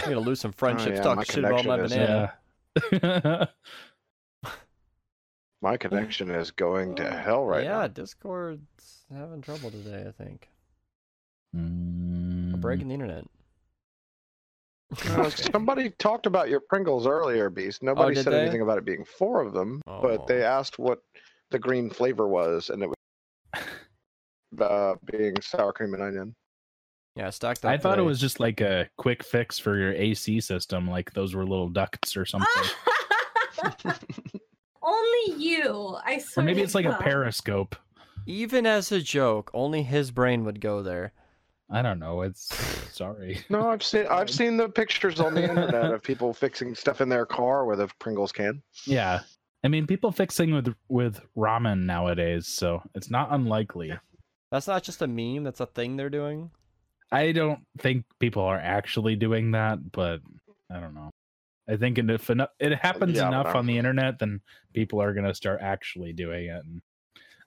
[SPEAKER 1] You're going to lose some friendships
[SPEAKER 2] Oh, yeah, my
[SPEAKER 1] talking shit about
[SPEAKER 2] connection
[SPEAKER 1] my
[SPEAKER 2] is-
[SPEAKER 1] banana.
[SPEAKER 3] Yeah.
[SPEAKER 2] My connection is going to hell right
[SPEAKER 1] Oh, yeah,
[SPEAKER 2] now.
[SPEAKER 1] Discord's having trouble today, I think.
[SPEAKER 3] Mm, Hmm.
[SPEAKER 1] I'm breaking the internet.
[SPEAKER 2] Uh, somebody talked about your Pringles earlier, Beast. Nobody
[SPEAKER 1] Oh, did
[SPEAKER 2] said
[SPEAKER 1] they? Oh.
[SPEAKER 2] anything about it being four of them, but they asked what the green flavor was, and it was uh, being sour cream and onion.
[SPEAKER 1] yeah, stocked up.
[SPEAKER 3] I thought it
[SPEAKER 1] today.
[SPEAKER 3] was just like a quick fix for your AC system, like those were little ducts or something.
[SPEAKER 4] Only you. I
[SPEAKER 3] uh, or
[SPEAKER 4] swear.
[SPEAKER 3] maybe it's
[SPEAKER 4] to
[SPEAKER 3] like a
[SPEAKER 4] God.
[SPEAKER 3] periscope.
[SPEAKER 1] Even as a joke, only his brain would go there.
[SPEAKER 3] I don't know. It's sorry.
[SPEAKER 2] No, I've seen I've seen the pictures on the internet of people fixing stuff in their car with a Pringles can.
[SPEAKER 3] Yeah. I mean, people fixing with with ramen nowadays, so it's not unlikely.
[SPEAKER 1] That's not just a meme, that's a thing they're doing.
[SPEAKER 3] I don't think people are actually doing that, but I don't know. I think and if enough, it happens
[SPEAKER 2] Yeah, I don't
[SPEAKER 3] enough
[SPEAKER 2] know.
[SPEAKER 3] on the internet, then people are going to start actually doing it and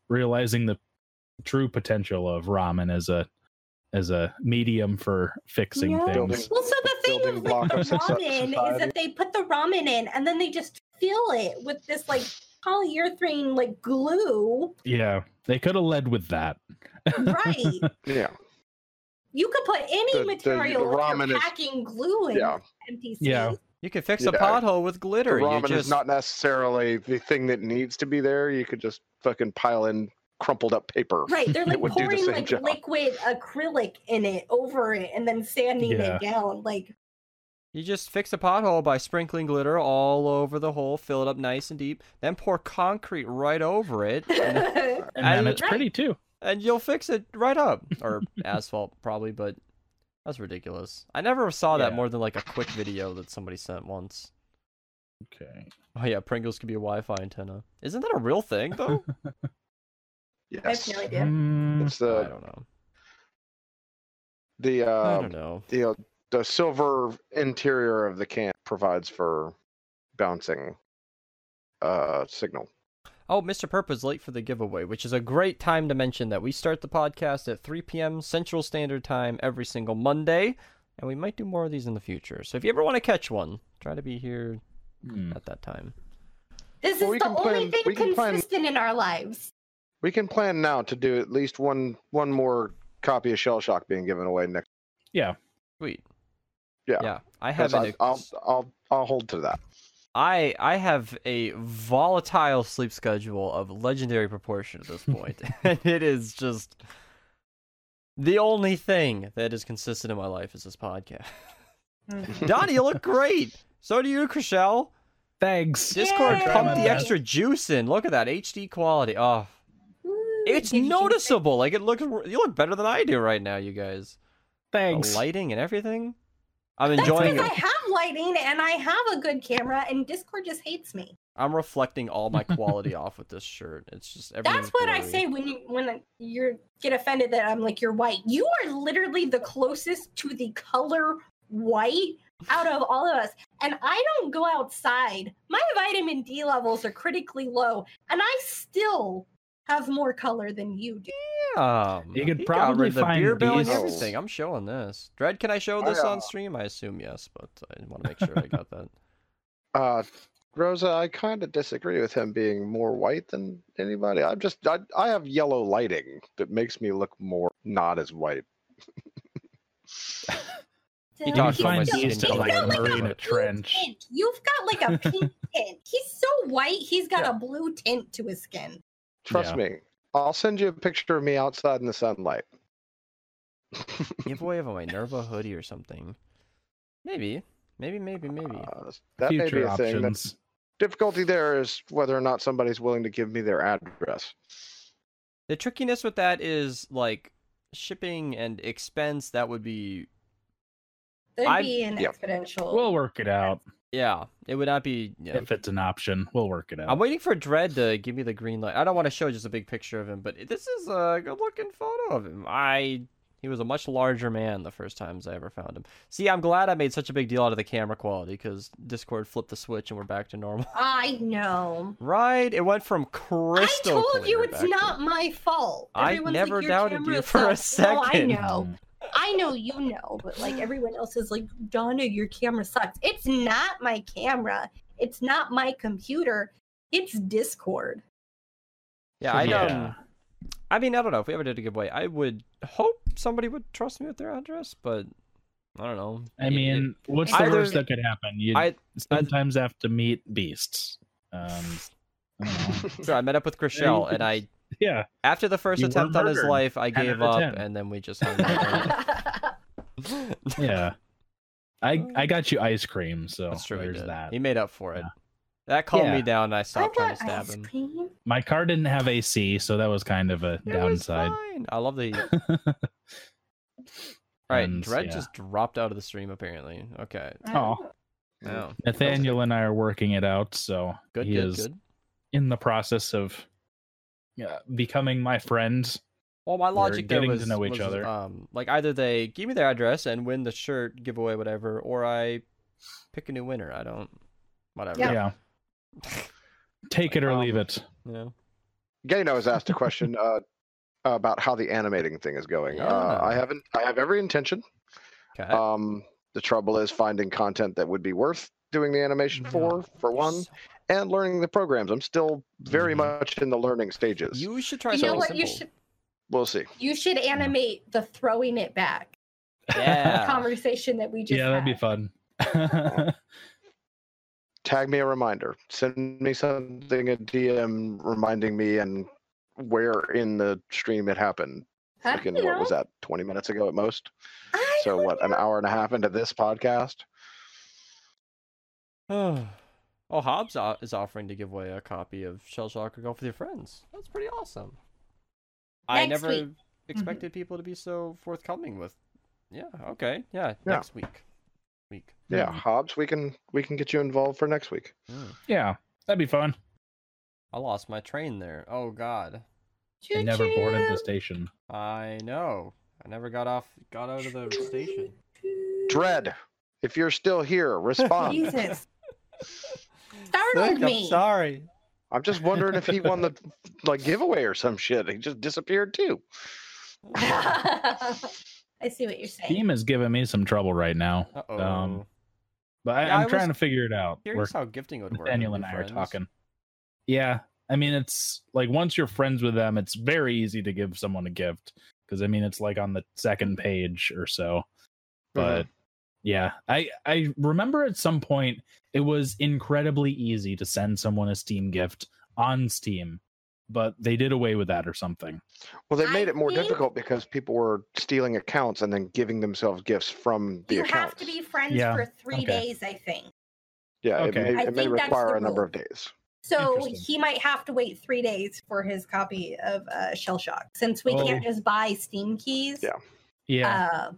[SPEAKER 3] realizing the true potential of ramen as a as a medium for fixing
[SPEAKER 4] Yeah.
[SPEAKER 2] Building
[SPEAKER 3] things.
[SPEAKER 4] Well, so the thing
[SPEAKER 2] building
[SPEAKER 4] with
[SPEAKER 2] block
[SPEAKER 4] like,
[SPEAKER 2] of soci-
[SPEAKER 4] ramen is
[SPEAKER 2] society.
[SPEAKER 4] that they put the ramen in and then they just fill it with this like polyurethane like glue.
[SPEAKER 3] Yeah, they could have led with that.
[SPEAKER 4] Right.
[SPEAKER 2] Yeah,
[SPEAKER 4] you could put any
[SPEAKER 2] The- the-
[SPEAKER 4] material
[SPEAKER 2] the ramen
[SPEAKER 4] if
[SPEAKER 2] is-
[SPEAKER 4] you're packing glue in
[SPEAKER 2] yeah.
[SPEAKER 4] NPC.
[SPEAKER 3] Yeah.
[SPEAKER 1] You can fix a
[SPEAKER 2] Yeah.
[SPEAKER 1] pothole with
[SPEAKER 2] The
[SPEAKER 1] glitter.
[SPEAKER 2] ramen
[SPEAKER 1] you just
[SPEAKER 2] is not necessarily the thing that needs to be there. You could just fucking pile in crumpled up paper.
[SPEAKER 4] Right, they're like
[SPEAKER 2] would do the
[SPEAKER 4] pouring
[SPEAKER 2] same
[SPEAKER 4] like
[SPEAKER 2] job.
[SPEAKER 4] liquid acrylic in it over it and then sanding
[SPEAKER 3] Yeah.
[SPEAKER 4] it down. Like
[SPEAKER 1] you just fix a pothole by sprinkling glitter all over the hole, fill it up nice and deep, then pour concrete right over it, and,
[SPEAKER 4] I
[SPEAKER 3] And then
[SPEAKER 1] I-
[SPEAKER 3] it's pretty too.
[SPEAKER 1] and you'll fix it right up. Or asphalt probably, but that's ridiculous. I never saw that
[SPEAKER 3] Yeah.
[SPEAKER 1] more than like a quick video that somebody sent once.
[SPEAKER 3] Okay.
[SPEAKER 1] Oh yeah, Pringles could be a Wi-Fi antenna. Isn't that a real thing though?
[SPEAKER 2] Yes,
[SPEAKER 4] have no idea.
[SPEAKER 3] Mm,
[SPEAKER 2] it's
[SPEAKER 1] Hmm. I
[SPEAKER 2] the
[SPEAKER 1] don't know.
[SPEAKER 2] the
[SPEAKER 1] I
[SPEAKER 2] um,
[SPEAKER 1] don't know.
[SPEAKER 2] you know the silver interior of the can provides for bouncing uh signal
[SPEAKER 1] Oh, Mr. Purple's late for the giveaway, which is a great time to mention that we start the podcast at 3 p.m. Central Standard Time every single Monday, and we might do more of these in the future. So if you ever want to catch one, try to be here
[SPEAKER 3] mm.
[SPEAKER 1] at that time.
[SPEAKER 4] this
[SPEAKER 2] Well, we
[SPEAKER 4] is the
[SPEAKER 2] can
[SPEAKER 4] only
[SPEAKER 2] plan- we
[SPEAKER 4] thing
[SPEAKER 2] can plan-
[SPEAKER 4] consistent in our lives.
[SPEAKER 2] we can plan now to do at least one one more copy of shell shock being given away next
[SPEAKER 1] Sweet.
[SPEAKER 2] Yeah.
[SPEAKER 1] Yeah. I have
[SPEAKER 2] I, um,
[SPEAKER 1] an
[SPEAKER 2] i'll i'll i'll hold to that
[SPEAKER 1] I I have a volatile sleep schedule of legendary proportion at this point. and it is just the only thing that is consistent in my life is this podcast. Donnie, you look great. So do you, Chriselle.
[SPEAKER 3] Thanks.
[SPEAKER 1] Discord
[SPEAKER 4] Yay!
[SPEAKER 1] pumped the
[SPEAKER 3] Yeah.
[SPEAKER 1] extra juice in. Look at that HD quality. Oh,
[SPEAKER 4] Ooh,
[SPEAKER 1] it's
[SPEAKER 4] did you-
[SPEAKER 1] noticeable. Like it looks. You look better than I do right now, you guys. The
[SPEAKER 3] Thanks.
[SPEAKER 1] lighting and everything. I'm
[SPEAKER 4] That's
[SPEAKER 1] enjoying
[SPEAKER 4] because
[SPEAKER 1] it.
[SPEAKER 4] I have lighting and I have a good camera, and Discord just hates me.
[SPEAKER 1] I'm reflecting all my quality off with this shirt. It's just everything.
[SPEAKER 4] That's what I say when you when you get offended that I'm like you're white. You are literally the closest to the color white out of all of us. And I don't go outside. My vitamin D levels are critically low, and I still have more color than you do.
[SPEAKER 1] Um,
[SPEAKER 3] You could probably
[SPEAKER 1] the
[SPEAKER 3] find
[SPEAKER 1] beer belly and
[SPEAKER 2] these-
[SPEAKER 1] everything. I'm showing this. Dread, can I show this
[SPEAKER 2] I, uh,
[SPEAKER 1] on stream? I assume yes, but I want to make sure I got that.
[SPEAKER 2] Uh, Rosa, I kind of disagree with him being more white than anybody. I'm just I, I have yellow lighting that makes me look more not as white.
[SPEAKER 1] He
[SPEAKER 3] You
[SPEAKER 4] So-
[SPEAKER 3] can
[SPEAKER 1] talked about my
[SPEAKER 3] find
[SPEAKER 1] skin
[SPEAKER 3] these to
[SPEAKER 1] color.
[SPEAKER 3] like
[SPEAKER 1] He's got, like, a
[SPEAKER 3] Marina
[SPEAKER 1] pink
[SPEAKER 3] Trench.
[SPEAKER 4] Tint. You've got like a pink tint. He's so white, he's got a blue tint to his skin.
[SPEAKER 2] Trust
[SPEAKER 3] Yeah.
[SPEAKER 2] me. I'll send you a picture of me outside in the sunlight.
[SPEAKER 1] Giveaway of a Minerva hoodie or something. Maybe, maybe, maybe, maybe.
[SPEAKER 2] Uh, that may be
[SPEAKER 3] Future
[SPEAKER 2] a thing. The
[SPEAKER 3] options.
[SPEAKER 2] difficulty there is whether or not somebody's willing to give me their address.
[SPEAKER 1] The trickiness with that is like shipping and expense. That would be
[SPEAKER 4] There'd
[SPEAKER 1] I-
[SPEAKER 4] be an
[SPEAKER 2] yeah.
[SPEAKER 4] exponential.
[SPEAKER 3] We'll work it out
[SPEAKER 1] yeah. It would not be. Yeah.
[SPEAKER 3] if it's an option. We'll work it
[SPEAKER 1] I'm
[SPEAKER 3] out.
[SPEAKER 1] waiting for Dread to give me the green light. I don't want to show just a big picture of him, but this is a good-looking photo of him. I he was a much larger man the first times I ever found him. See, I'm glad I made such a big deal out of the camera quality because Discord flipped the switch and we're back to normal.
[SPEAKER 4] I know.
[SPEAKER 1] Right? It went from crystal.
[SPEAKER 4] I told you
[SPEAKER 1] clear
[SPEAKER 4] it's
[SPEAKER 1] back to-
[SPEAKER 4] not my fault.
[SPEAKER 1] I
[SPEAKER 4] like,
[SPEAKER 1] never
[SPEAKER 4] "Your
[SPEAKER 1] doubted
[SPEAKER 4] camera
[SPEAKER 1] you for a
[SPEAKER 4] sucks." No,
[SPEAKER 1] second.
[SPEAKER 4] I know. I know you know, but like everyone else is like, Donna, your camera sucks. It's not my camera. It's not my computer. It's Discord.
[SPEAKER 1] Yeah, I
[SPEAKER 3] Yeah.
[SPEAKER 1] don't. I mean, I don't know if we ever did a giveaway. I would hope somebody would trust me with their address, but I don't know. It-
[SPEAKER 3] I
[SPEAKER 1] it-
[SPEAKER 3] mean, what's the
[SPEAKER 1] either-
[SPEAKER 3] worst that could happen? You
[SPEAKER 1] I-
[SPEAKER 3] sometimes have to meet beasts. Um, I don't know.
[SPEAKER 1] sure, I met up with Grishel,
[SPEAKER 3] could
[SPEAKER 1] and I
[SPEAKER 3] yeah,
[SPEAKER 1] after the first
[SPEAKER 3] You were
[SPEAKER 1] attempt on his
[SPEAKER 3] murdered.
[SPEAKER 1] life, I
[SPEAKER 3] 10
[SPEAKER 1] gave
[SPEAKER 3] out
[SPEAKER 1] up,
[SPEAKER 3] of 10.
[SPEAKER 1] and then we just hung out.
[SPEAKER 4] That's
[SPEAKER 3] yeah. I
[SPEAKER 1] Um,
[SPEAKER 3] I got you ice cream, so
[SPEAKER 1] That's true. He,
[SPEAKER 3] there's
[SPEAKER 1] did.
[SPEAKER 3] that.
[SPEAKER 1] he made up for it.
[SPEAKER 3] Yeah.
[SPEAKER 1] That calmed me
[SPEAKER 3] Yeah.
[SPEAKER 1] down, and I stopped trying to
[SPEAKER 4] I
[SPEAKER 1] stab
[SPEAKER 4] want ice
[SPEAKER 1] him.
[SPEAKER 4] cream.
[SPEAKER 3] My car didn't have AC, so that was kind of a
[SPEAKER 1] It was
[SPEAKER 3] downside.
[SPEAKER 1] fine. I love the. All right,
[SPEAKER 3] And,
[SPEAKER 1] Dread
[SPEAKER 3] yeah.
[SPEAKER 1] just dropped out of the stream apparently. Okay.
[SPEAKER 3] Oh.
[SPEAKER 1] No.
[SPEAKER 3] Nathaniel and I are working it out, so
[SPEAKER 1] Good,
[SPEAKER 3] he
[SPEAKER 1] good,
[SPEAKER 3] is
[SPEAKER 1] good.
[SPEAKER 3] in the process of uh, becoming my friend.
[SPEAKER 1] Well, my
[SPEAKER 3] we're
[SPEAKER 1] logic there
[SPEAKER 3] getting to
[SPEAKER 1] was,
[SPEAKER 3] know each
[SPEAKER 1] was,
[SPEAKER 3] other.
[SPEAKER 1] um, like either they give me their address and win the shirt giveaway, whatever, or I pick a new winner. I don't, whatever.
[SPEAKER 3] Yeah.
[SPEAKER 4] Yeah.
[SPEAKER 3] Take it or
[SPEAKER 1] Um,
[SPEAKER 3] leave it.
[SPEAKER 1] You know?
[SPEAKER 2] Gano has asked a question uh, about how the animating thing is going. Uh, I
[SPEAKER 1] Yeah.
[SPEAKER 2] haven't. I have every intention.
[SPEAKER 1] Okay.
[SPEAKER 2] Um, the trouble is finding content that would be worth doing the animation
[SPEAKER 1] No,
[SPEAKER 2] for, for one,
[SPEAKER 1] So-
[SPEAKER 2] and learning the programs. I'm still very
[SPEAKER 1] Mhm.
[SPEAKER 2] much in the learning stages.
[SPEAKER 1] you should try
[SPEAKER 4] you know
[SPEAKER 1] something
[SPEAKER 4] what? You
[SPEAKER 1] simple.
[SPEAKER 4] should
[SPEAKER 2] We'll see.
[SPEAKER 4] you should animate the throwing it back
[SPEAKER 1] Yeah.
[SPEAKER 4] conversation that we just
[SPEAKER 3] yeah, that'd be
[SPEAKER 4] had.
[SPEAKER 3] fun.
[SPEAKER 2] Tag me a reminder. Send me something a DM reminding me and where in the stream it happened.
[SPEAKER 4] I
[SPEAKER 2] Like in,
[SPEAKER 4] don't
[SPEAKER 2] what was
[SPEAKER 4] know.
[SPEAKER 2] that? 20 minutes ago at most.
[SPEAKER 4] I
[SPEAKER 2] So
[SPEAKER 4] don't
[SPEAKER 2] what? An
[SPEAKER 4] know.
[SPEAKER 2] hour and a half into this podcast.
[SPEAKER 1] oh, Hobbs o- is offering to give away a copy of Shell Shock or Golf with Your Friends. That's pretty awesome. I
[SPEAKER 4] Next
[SPEAKER 1] never
[SPEAKER 4] week.
[SPEAKER 1] expected people to be so forthcoming with. Yeah. Okay. Yeah.
[SPEAKER 2] Yeah.
[SPEAKER 1] Next week. Week.
[SPEAKER 2] Yeah,
[SPEAKER 4] Mm-hmm.
[SPEAKER 2] Hobbs, we can we can get you involved for next week.
[SPEAKER 1] Mm.
[SPEAKER 3] yeah, that'd be fun.
[SPEAKER 1] I lost my train there. Oh God.
[SPEAKER 3] I never boarded the
[SPEAKER 4] Choo-choo.
[SPEAKER 3] station.
[SPEAKER 1] I know. I never got off. Got out of the station.
[SPEAKER 2] Dread, if you're still here,
[SPEAKER 1] ah.
[SPEAKER 2] respond.
[SPEAKER 4] Jesus. Startled me.
[SPEAKER 1] sorry.
[SPEAKER 2] I'm just wondering if he won the like giveaway or some shit. He just disappeared too.
[SPEAKER 4] I see what you're saying.
[SPEAKER 3] Team is giving me some trouble right now,
[SPEAKER 1] Uh oh.
[SPEAKER 3] Um, but I,
[SPEAKER 1] Yeah, I
[SPEAKER 3] I'm trying to
[SPEAKER 1] was
[SPEAKER 3] figure it out. We're
[SPEAKER 1] Curious how gifting would work.
[SPEAKER 3] Daniel
[SPEAKER 1] with
[SPEAKER 3] and
[SPEAKER 1] new
[SPEAKER 3] I
[SPEAKER 1] friends.
[SPEAKER 3] are talking. Yeah, I mean it's like once you're friends with them, it's very easy to give someone a gift because I mean it's like on the second page or so.
[SPEAKER 1] Uh-huh.
[SPEAKER 3] But yeah, I I remember at some point it was incredibly easy to send someone a Steam gift on Steam, but they did away with that or something.
[SPEAKER 2] Well, they
[SPEAKER 4] I
[SPEAKER 2] made it more
[SPEAKER 4] think-
[SPEAKER 2] difficult because people were stealing accounts and then giving themselves gifts from the
[SPEAKER 4] You
[SPEAKER 2] accounts.
[SPEAKER 4] have to be friends
[SPEAKER 3] Yeah,
[SPEAKER 4] for three
[SPEAKER 3] okay.
[SPEAKER 4] days, I think.
[SPEAKER 2] yeah,
[SPEAKER 3] Okay.
[SPEAKER 2] it may,
[SPEAKER 4] I
[SPEAKER 2] it may
[SPEAKER 4] think that's
[SPEAKER 2] require
[SPEAKER 4] the
[SPEAKER 2] a number
[SPEAKER 4] rule.
[SPEAKER 2] of days.
[SPEAKER 4] So
[SPEAKER 3] Interesting.
[SPEAKER 4] he might have to wait three days for his copy of uh, Shell Shock since we
[SPEAKER 3] Oh.
[SPEAKER 4] can't just buy Steam keys.
[SPEAKER 2] Yeah.
[SPEAKER 3] Yeah,
[SPEAKER 4] Uh,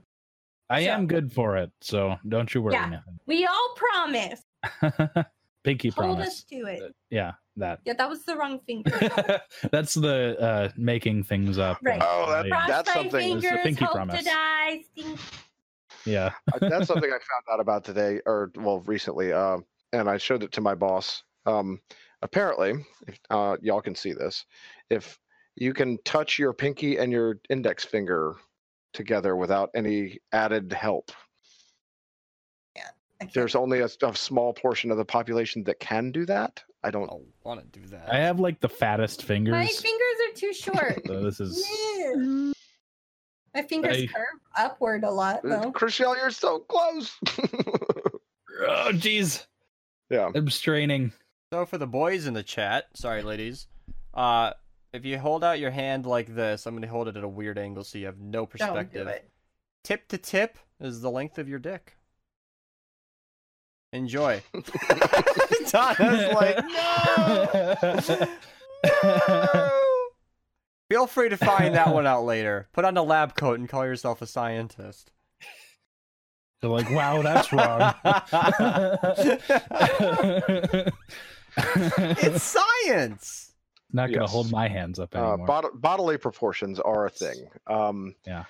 [SPEAKER 3] I
[SPEAKER 4] So-
[SPEAKER 3] am good for it, so don't you worry.
[SPEAKER 4] Yeah. We all promise.
[SPEAKER 3] Nathan. Pinky
[SPEAKER 4] Hold
[SPEAKER 3] promise.
[SPEAKER 4] us to it.
[SPEAKER 3] Yeah, that.
[SPEAKER 4] Yeah, that was the wrong finger.
[SPEAKER 3] that's the uh making things up. Uh,
[SPEAKER 4] Right.
[SPEAKER 2] Oh, that-
[SPEAKER 3] yeah.
[SPEAKER 4] Cross
[SPEAKER 2] That's
[SPEAKER 4] my
[SPEAKER 2] something.
[SPEAKER 3] It's the
[SPEAKER 4] fingers,
[SPEAKER 3] pinky
[SPEAKER 4] hope
[SPEAKER 3] promise.
[SPEAKER 4] to die. Stink.
[SPEAKER 3] yeah.
[SPEAKER 2] Uh, That's something I found out about today, or well, recently, uh, and I showed it to my boss. Um, apparently, if, uh, y'all can see this. If you can touch your pinky and your index finger together without any added help,
[SPEAKER 4] I can't-
[SPEAKER 2] there's only a, a small portion of the population that can do that. I don't.
[SPEAKER 1] don't want to do that.
[SPEAKER 3] I have like the fattest
[SPEAKER 4] My
[SPEAKER 3] fingers.
[SPEAKER 4] fingers are too short.
[SPEAKER 3] So this is
[SPEAKER 4] Yeah. My fingers
[SPEAKER 3] I-
[SPEAKER 4] curve upward a lot, though.
[SPEAKER 2] Chriselle, Uh, you're so close.
[SPEAKER 3] Oh jeez.
[SPEAKER 2] yeah.
[SPEAKER 3] I'm straining.
[SPEAKER 1] So for the boys in the chat, sorry ladies, uh, if you hold out your hand like this, I'm gonna hold it at a weird angle so you have no
[SPEAKER 4] Don't do
[SPEAKER 1] perspective.
[SPEAKER 4] it.
[SPEAKER 1] Tip to tip is the length of your dick. Enjoy. Donna's like, no. No! Feel free to find that one out later. Put on a lab coat and call yourself a scientist.
[SPEAKER 3] They're like, wow, that's wrong.
[SPEAKER 1] It's science.
[SPEAKER 3] Not gonna
[SPEAKER 2] Yes.
[SPEAKER 3] hold my hands up
[SPEAKER 2] Uh,
[SPEAKER 3] anymore.
[SPEAKER 2] bod- bodily proportions are a thing. Um,
[SPEAKER 3] Yeah.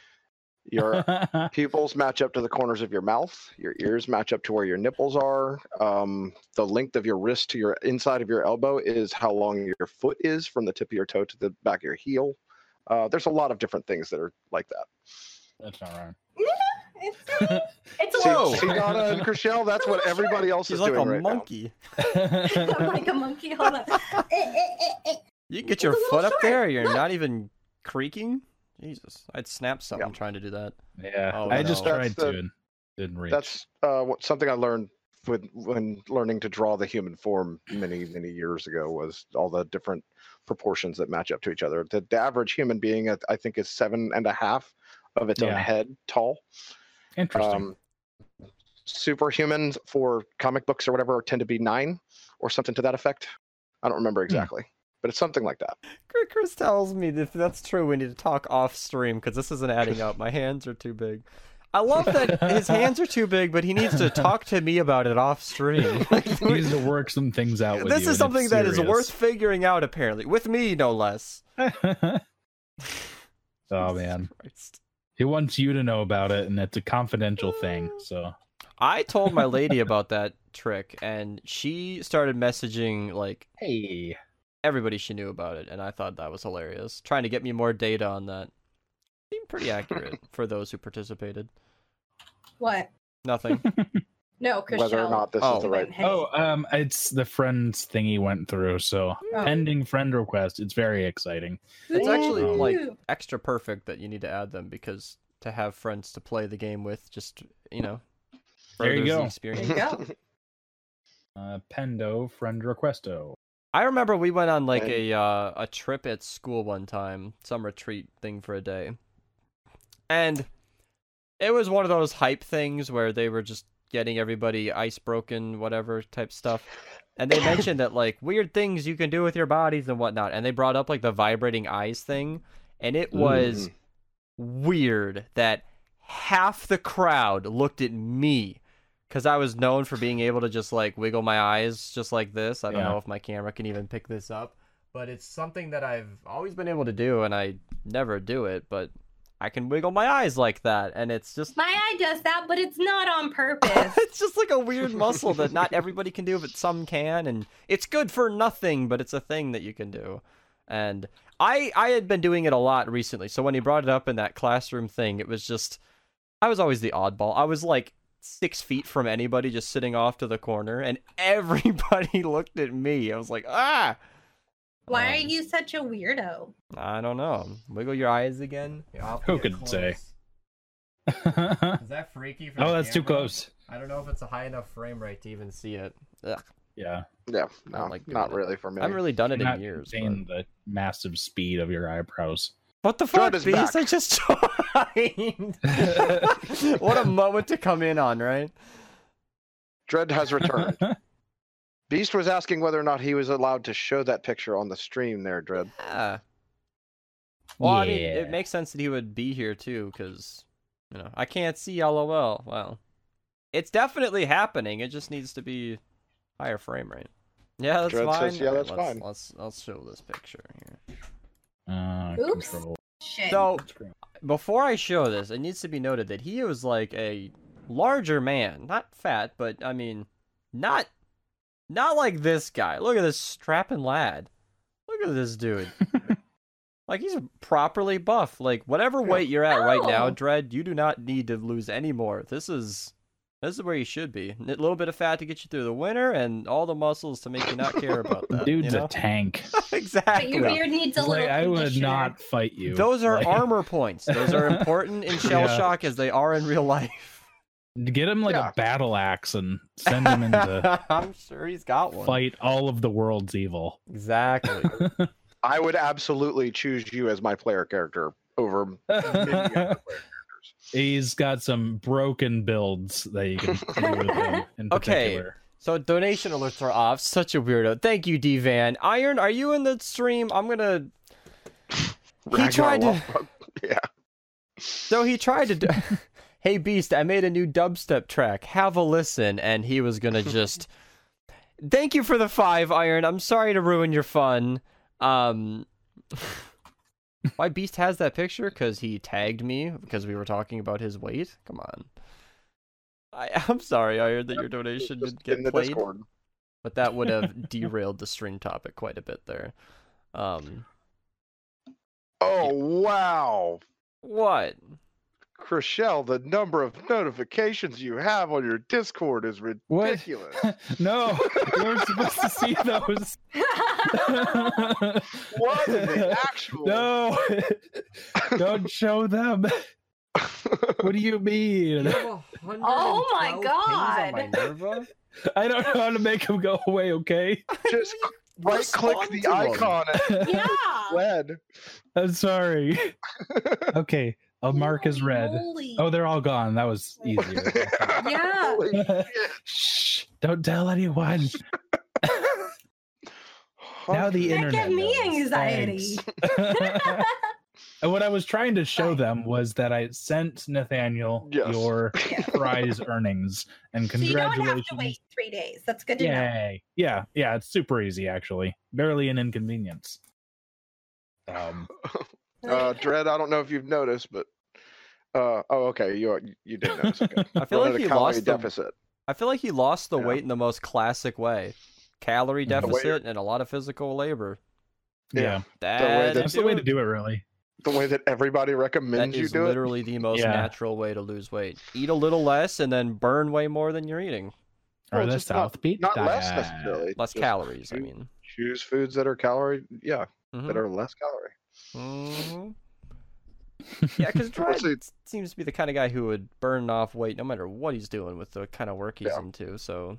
[SPEAKER 2] Your pupils match up to the corners of your mouth. Your ears match up to where your nipples are. Um, the length of your wrist to your inside of your elbow is how long your foot is from the tip of your toe to the back of your heel. Uh, there's a lot of different things that are like that.
[SPEAKER 3] that's not wrong.
[SPEAKER 4] It's, it's a
[SPEAKER 2] See,
[SPEAKER 4] little
[SPEAKER 2] see,
[SPEAKER 4] short.
[SPEAKER 2] Donna and Chriselle, that's what everybody else
[SPEAKER 1] She's
[SPEAKER 2] is
[SPEAKER 1] like a
[SPEAKER 2] doing right now.
[SPEAKER 1] monkey.
[SPEAKER 4] I'm like a monkey. Hold on. Eh, eh, eh, eh.
[SPEAKER 1] You can get
[SPEAKER 4] It's
[SPEAKER 1] your
[SPEAKER 4] a little
[SPEAKER 1] foot up
[SPEAKER 4] short.
[SPEAKER 1] there. You're
[SPEAKER 4] Look.
[SPEAKER 1] not even creaking. Jesus, I'd snap something trying to do that.
[SPEAKER 3] yeah,
[SPEAKER 1] Oh,
[SPEAKER 3] I just
[SPEAKER 1] no.
[SPEAKER 3] tried
[SPEAKER 2] That's the-
[SPEAKER 3] to and didn't reach.
[SPEAKER 2] That's uh, what, something I learned with when learning to draw the human form many many years ago was all the different proportions that match up to each other. The, the average human being, I I think, is seven and a half of its own
[SPEAKER 3] Yeah.
[SPEAKER 2] head tall.
[SPEAKER 3] interesting.
[SPEAKER 2] Um, superhumans for comic books or whatever tend to be nine or something to that effect. I don't
[SPEAKER 1] Hmm.
[SPEAKER 2] remember exactly, but it's something like that.
[SPEAKER 1] Chris- Chris tells me that if that's true, we need to talk off stream because this isn't adding up. My hands are too big. I love that his hands are too big, but he needs to talk to me about it off stream. Like,
[SPEAKER 3] He needs to work some things out with
[SPEAKER 1] this
[SPEAKER 3] you,
[SPEAKER 1] is
[SPEAKER 3] and
[SPEAKER 1] something
[SPEAKER 3] it's
[SPEAKER 1] that is
[SPEAKER 3] serious.
[SPEAKER 1] worth figuring out, apparently, with me, no less.
[SPEAKER 3] oh
[SPEAKER 1] Jesus
[SPEAKER 3] man,
[SPEAKER 1] Christ.
[SPEAKER 3] he wants you to know about it, and it's a confidential thing.
[SPEAKER 4] Mm.
[SPEAKER 3] So
[SPEAKER 1] I told my lady about that trick, and she started messaging like
[SPEAKER 3] hey,
[SPEAKER 1] everybody she knew about it, and I thought that was hilarious. Trying to get me more data on that seemed pretty accurate for those who participated.
[SPEAKER 4] What?
[SPEAKER 1] Nothing.
[SPEAKER 4] No, Chriselle.
[SPEAKER 2] Whether or not this
[SPEAKER 1] Oh.
[SPEAKER 2] is the right.
[SPEAKER 4] went, hey.
[SPEAKER 3] oh, um, it's the friends thing he went through. So
[SPEAKER 4] Oh.
[SPEAKER 3] pending friend request. It's very exciting.
[SPEAKER 1] It's actually
[SPEAKER 4] Ooh.
[SPEAKER 1] like extra perfect that you need to add them because to have friends to play the game with, just you know,
[SPEAKER 3] There you
[SPEAKER 1] furthers the
[SPEAKER 3] go.
[SPEAKER 4] There
[SPEAKER 1] experience.
[SPEAKER 4] you go.
[SPEAKER 3] Uh, Pendo friend requesto.
[SPEAKER 1] I remember we went on like
[SPEAKER 2] And-
[SPEAKER 1] a uh, a trip at school one time, some retreat thing for a day, and it was one of those hype things where they were just getting everybody ice broken, whatever type stuff. And they mentioned that like weird things you can do with your bodies and whatnot, and they brought up like the vibrating eyes thing, and it was weird that half the crowd looked at me because I was known for being able to just like wiggle my eyes just like this. I don't
[SPEAKER 3] Yeah.
[SPEAKER 1] know if my camera can even pick this up, but it's something that I've always been able to do and I never do it, but I can wiggle my eyes like that and it's just
[SPEAKER 4] My eye does that, but it's not on purpose.
[SPEAKER 1] it's just like a weird muscle that not everybody can do, but some can, and it's good for nothing, but it's a thing that you can do. And I I had been doing it a lot recently, so when he brought it up in that classroom thing, it was just I was always the oddball. I was like six feet from anybody, just sitting off to the corner, and everybody looked at me. I was like, ah,
[SPEAKER 4] Why are
[SPEAKER 1] Um,
[SPEAKER 4] you such a weirdo?
[SPEAKER 1] I don't know. Wiggle your eyes again. Here, I'll
[SPEAKER 3] Who
[SPEAKER 1] get
[SPEAKER 3] could
[SPEAKER 1] close.
[SPEAKER 3] say?
[SPEAKER 1] Is that freaky? For
[SPEAKER 3] oh,
[SPEAKER 1] the
[SPEAKER 3] that's too
[SPEAKER 1] camera?
[SPEAKER 3] close.
[SPEAKER 1] I don't know if it's a high enough frame rate to even see it. Ugh.
[SPEAKER 3] Yeah,
[SPEAKER 2] Yeah,
[SPEAKER 1] I don't
[SPEAKER 2] no,
[SPEAKER 1] like doing
[SPEAKER 2] not
[SPEAKER 1] that.
[SPEAKER 2] really for me.
[SPEAKER 1] I haven't really done it
[SPEAKER 3] not
[SPEAKER 1] in years. but-
[SPEAKER 3] seeing the massive speed of your eyebrows.
[SPEAKER 1] What the
[SPEAKER 2] Jordan
[SPEAKER 1] fuck,
[SPEAKER 2] is
[SPEAKER 1] Beast?
[SPEAKER 2] back.
[SPEAKER 1] I just joined. what a moment to come in on, right?
[SPEAKER 2] Dread has returned. Beast was asking whether or not he was allowed to show that picture on the stream there, Dread.
[SPEAKER 1] Yeah. Well, I mean,
[SPEAKER 3] Yeah.
[SPEAKER 1] it makes sense that he would be here too, because You know, I can't see LOL. Well, it's definitely happening. It just needs to be higher frame rate. Yeah, that's
[SPEAKER 2] Dread
[SPEAKER 1] fine.
[SPEAKER 2] says, yeah,
[SPEAKER 1] Okay,
[SPEAKER 2] that's
[SPEAKER 1] let's-
[SPEAKER 2] fine.
[SPEAKER 1] Let's let's show this picture here.
[SPEAKER 3] Uh,
[SPEAKER 4] Oops.
[SPEAKER 3] control.
[SPEAKER 4] Shit.
[SPEAKER 1] So
[SPEAKER 3] Screen.
[SPEAKER 1] before I show this, it needs to be noted that he was like a larger man, not fat, but I mean, not not like this guy. Look at this strapping lad. Look at this dude. like he's properly buff. Like whatever weight you're at right now,
[SPEAKER 4] No.
[SPEAKER 1] Dread, you do not need to lose any more. This is this is where you should be. A little bit of fat to get you through the winter, and all the muscles to make you not care about that.
[SPEAKER 3] Dude's
[SPEAKER 1] you
[SPEAKER 3] a
[SPEAKER 1] know?
[SPEAKER 3] tank.
[SPEAKER 4] but
[SPEAKER 1] exactly.
[SPEAKER 4] your beard needs a
[SPEAKER 3] Like,
[SPEAKER 4] little.
[SPEAKER 3] I would
[SPEAKER 4] conditioner.
[SPEAKER 3] not fight you.
[SPEAKER 1] Those are
[SPEAKER 3] Like,
[SPEAKER 1] armor points. Those are important in shell
[SPEAKER 3] Yeah.
[SPEAKER 1] shock as they are in real life.
[SPEAKER 3] Get him like
[SPEAKER 2] Yeah.
[SPEAKER 3] a battle axe and send him in to
[SPEAKER 1] I'm sure he's got one.
[SPEAKER 3] fight all of the world's evil.
[SPEAKER 1] Exactly.
[SPEAKER 2] I would absolutely choose you as my player character over many other player characters.
[SPEAKER 3] He's got some broken builds that you can do with him in
[SPEAKER 1] Okay.
[SPEAKER 3] particular.
[SPEAKER 1] so donation alerts are off. Such a weirdo. Thank you, D Van. Iron, are you in the stream? I'm gonna. He
[SPEAKER 2] Ragnar
[SPEAKER 1] tried to.
[SPEAKER 2] Lothbrok. Yeah.
[SPEAKER 1] So he tried to. Do... hey Beast, I made a new dubstep track. Have a listen, and he was gonna just. Thank you for the five, Iron. I'm sorry to ruin your fun. Um. Why Beast has that picture? Because he tagged me because we were talking about his weight. Come on. I, I'm sorry, Iron, that your donation
[SPEAKER 2] Just
[SPEAKER 1] didn't get
[SPEAKER 2] in the
[SPEAKER 1] played.
[SPEAKER 2] Discord.
[SPEAKER 1] but that would have derailed the stream topic quite a bit there. Um,
[SPEAKER 2] Oh wow.
[SPEAKER 1] what?
[SPEAKER 2] Chriselle, the number of notifications you have on your Discord is
[SPEAKER 3] What?
[SPEAKER 2] ridiculous.
[SPEAKER 3] no, you weren't supposed to see those.
[SPEAKER 2] What in the actual?
[SPEAKER 3] no, don't show them. What do you mean?
[SPEAKER 4] Oh my God.
[SPEAKER 3] I don't know how to make them go away. Okay,
[SPEAKER 2] Just right click the
[SPEAKER 1] Respond to 'em.
[SPEAKER 2] icon and
[SPEAKER 4] yeah.
[SPEAKER 2] red.
[SPEAKER 3] I'm sorry. Okay, I'll mark as
[SPEAKER 4] Holy
[SPEAKER 3] red.
[SPEAKER 4] moly.
[SPEAKER 3] Oh, they're all gone. That was easier.
[SPEAKER 4] yeah.
[SPEAKER 2] Holy shit.
[SPEAKER 3] Shh! Don't tell anyone. now the
[SPEAKER 4] That
[SPEAKER 3] internet.
[SPEAKER 4] gave me
[SPEAKER 3] knows.
[SPEAKER 4] anxiety.
[SPEAKER 3] Thanks. and what I was trying to show them was that I sent Nathaniel
[SPEAKER 2] Yes.
[SPEAKER 3] your
[SPEAKER 4] Yeah.
[SPEAKER 3] prize earnings and
[SPEAKER 4] So you don't have
[SPEAKER 3] congratulations.
[SPEAKER 4] to wait three days. That's good to know.
[SPEAKER 3] Yay! Yeah, yeah. It's super easy actually. Barely an inconvenience. Um,
[SPEAKER 2] Uh, Dread, I don't know if you've noticed, but uh, oh, okay, you you did notice. Okay.
[SPEAKER 1] I feel
[SPEAKER 2] Running
[SPEAKER 1] like
[SPEAKER 2] a
[SPEAKER 1] he
[SPEAKER 2] calorie
[SPEAKER 1] lost the-
[SPEAKER 2] deficit.
[SPEAKER 1] I feel like he lost the
[SPEAKER 2] Yeah.
[SPEAKER 1] weight in the most classic way: calorie
[SPEAKER 3] The way-
[SPEAKER 1] deficit and a lot of physical labor.
[SPEAKER 2] Yeah.
[SPEAKER 3] yeah,
[SPEAKER 1] That
[SPEAKER 2] that-
[SPEAKER 3] that's the way to do it. Really,
[SPEAKER 2] The way that everybody
[SPEAKER 1] That
[SPEAKER 2] recommends you
[SPEAKER 1] is
[SPEAKER 2] do it.
[SPEAKER 1] literally the most
[SPEAKER 3] Yeah.
[SPEAKER 1] natural way to lose weight. Eat a little less and then burn way more than you're eating.
[SPEAKER 3] or
[SPEAKER 2] Well,
[SPEAKER 3] the
[SPEAKER 2] just not-
[SPEAKER 3] South Beach
[SPEAKER 2] Not less
[SPEAKER 3] diet.
[SPEAKER 2] necessarily.
[SPEAKER 1] Less
[SPEAKER 2] just
[SPEAKER 1] calories, I
[SPEAKER 2] you-
[SPEAKER 1] mean.
[SPEAKER 2] Choose foods that are calorie, yeah,
[SPEAKER 1] Mhm.
[SPEAKER 2] that are less calorie.
[SPEAKER 1] Mhm. yeah, because Dread
[SPEAKER 2] Also-
[SPEAKER 1] s- seems to be the kind of guy who would burn off weight no matter what he's doing with the kind of work he's
[SPEAKER 2] Yeah.
[SPEAKER 1] into. So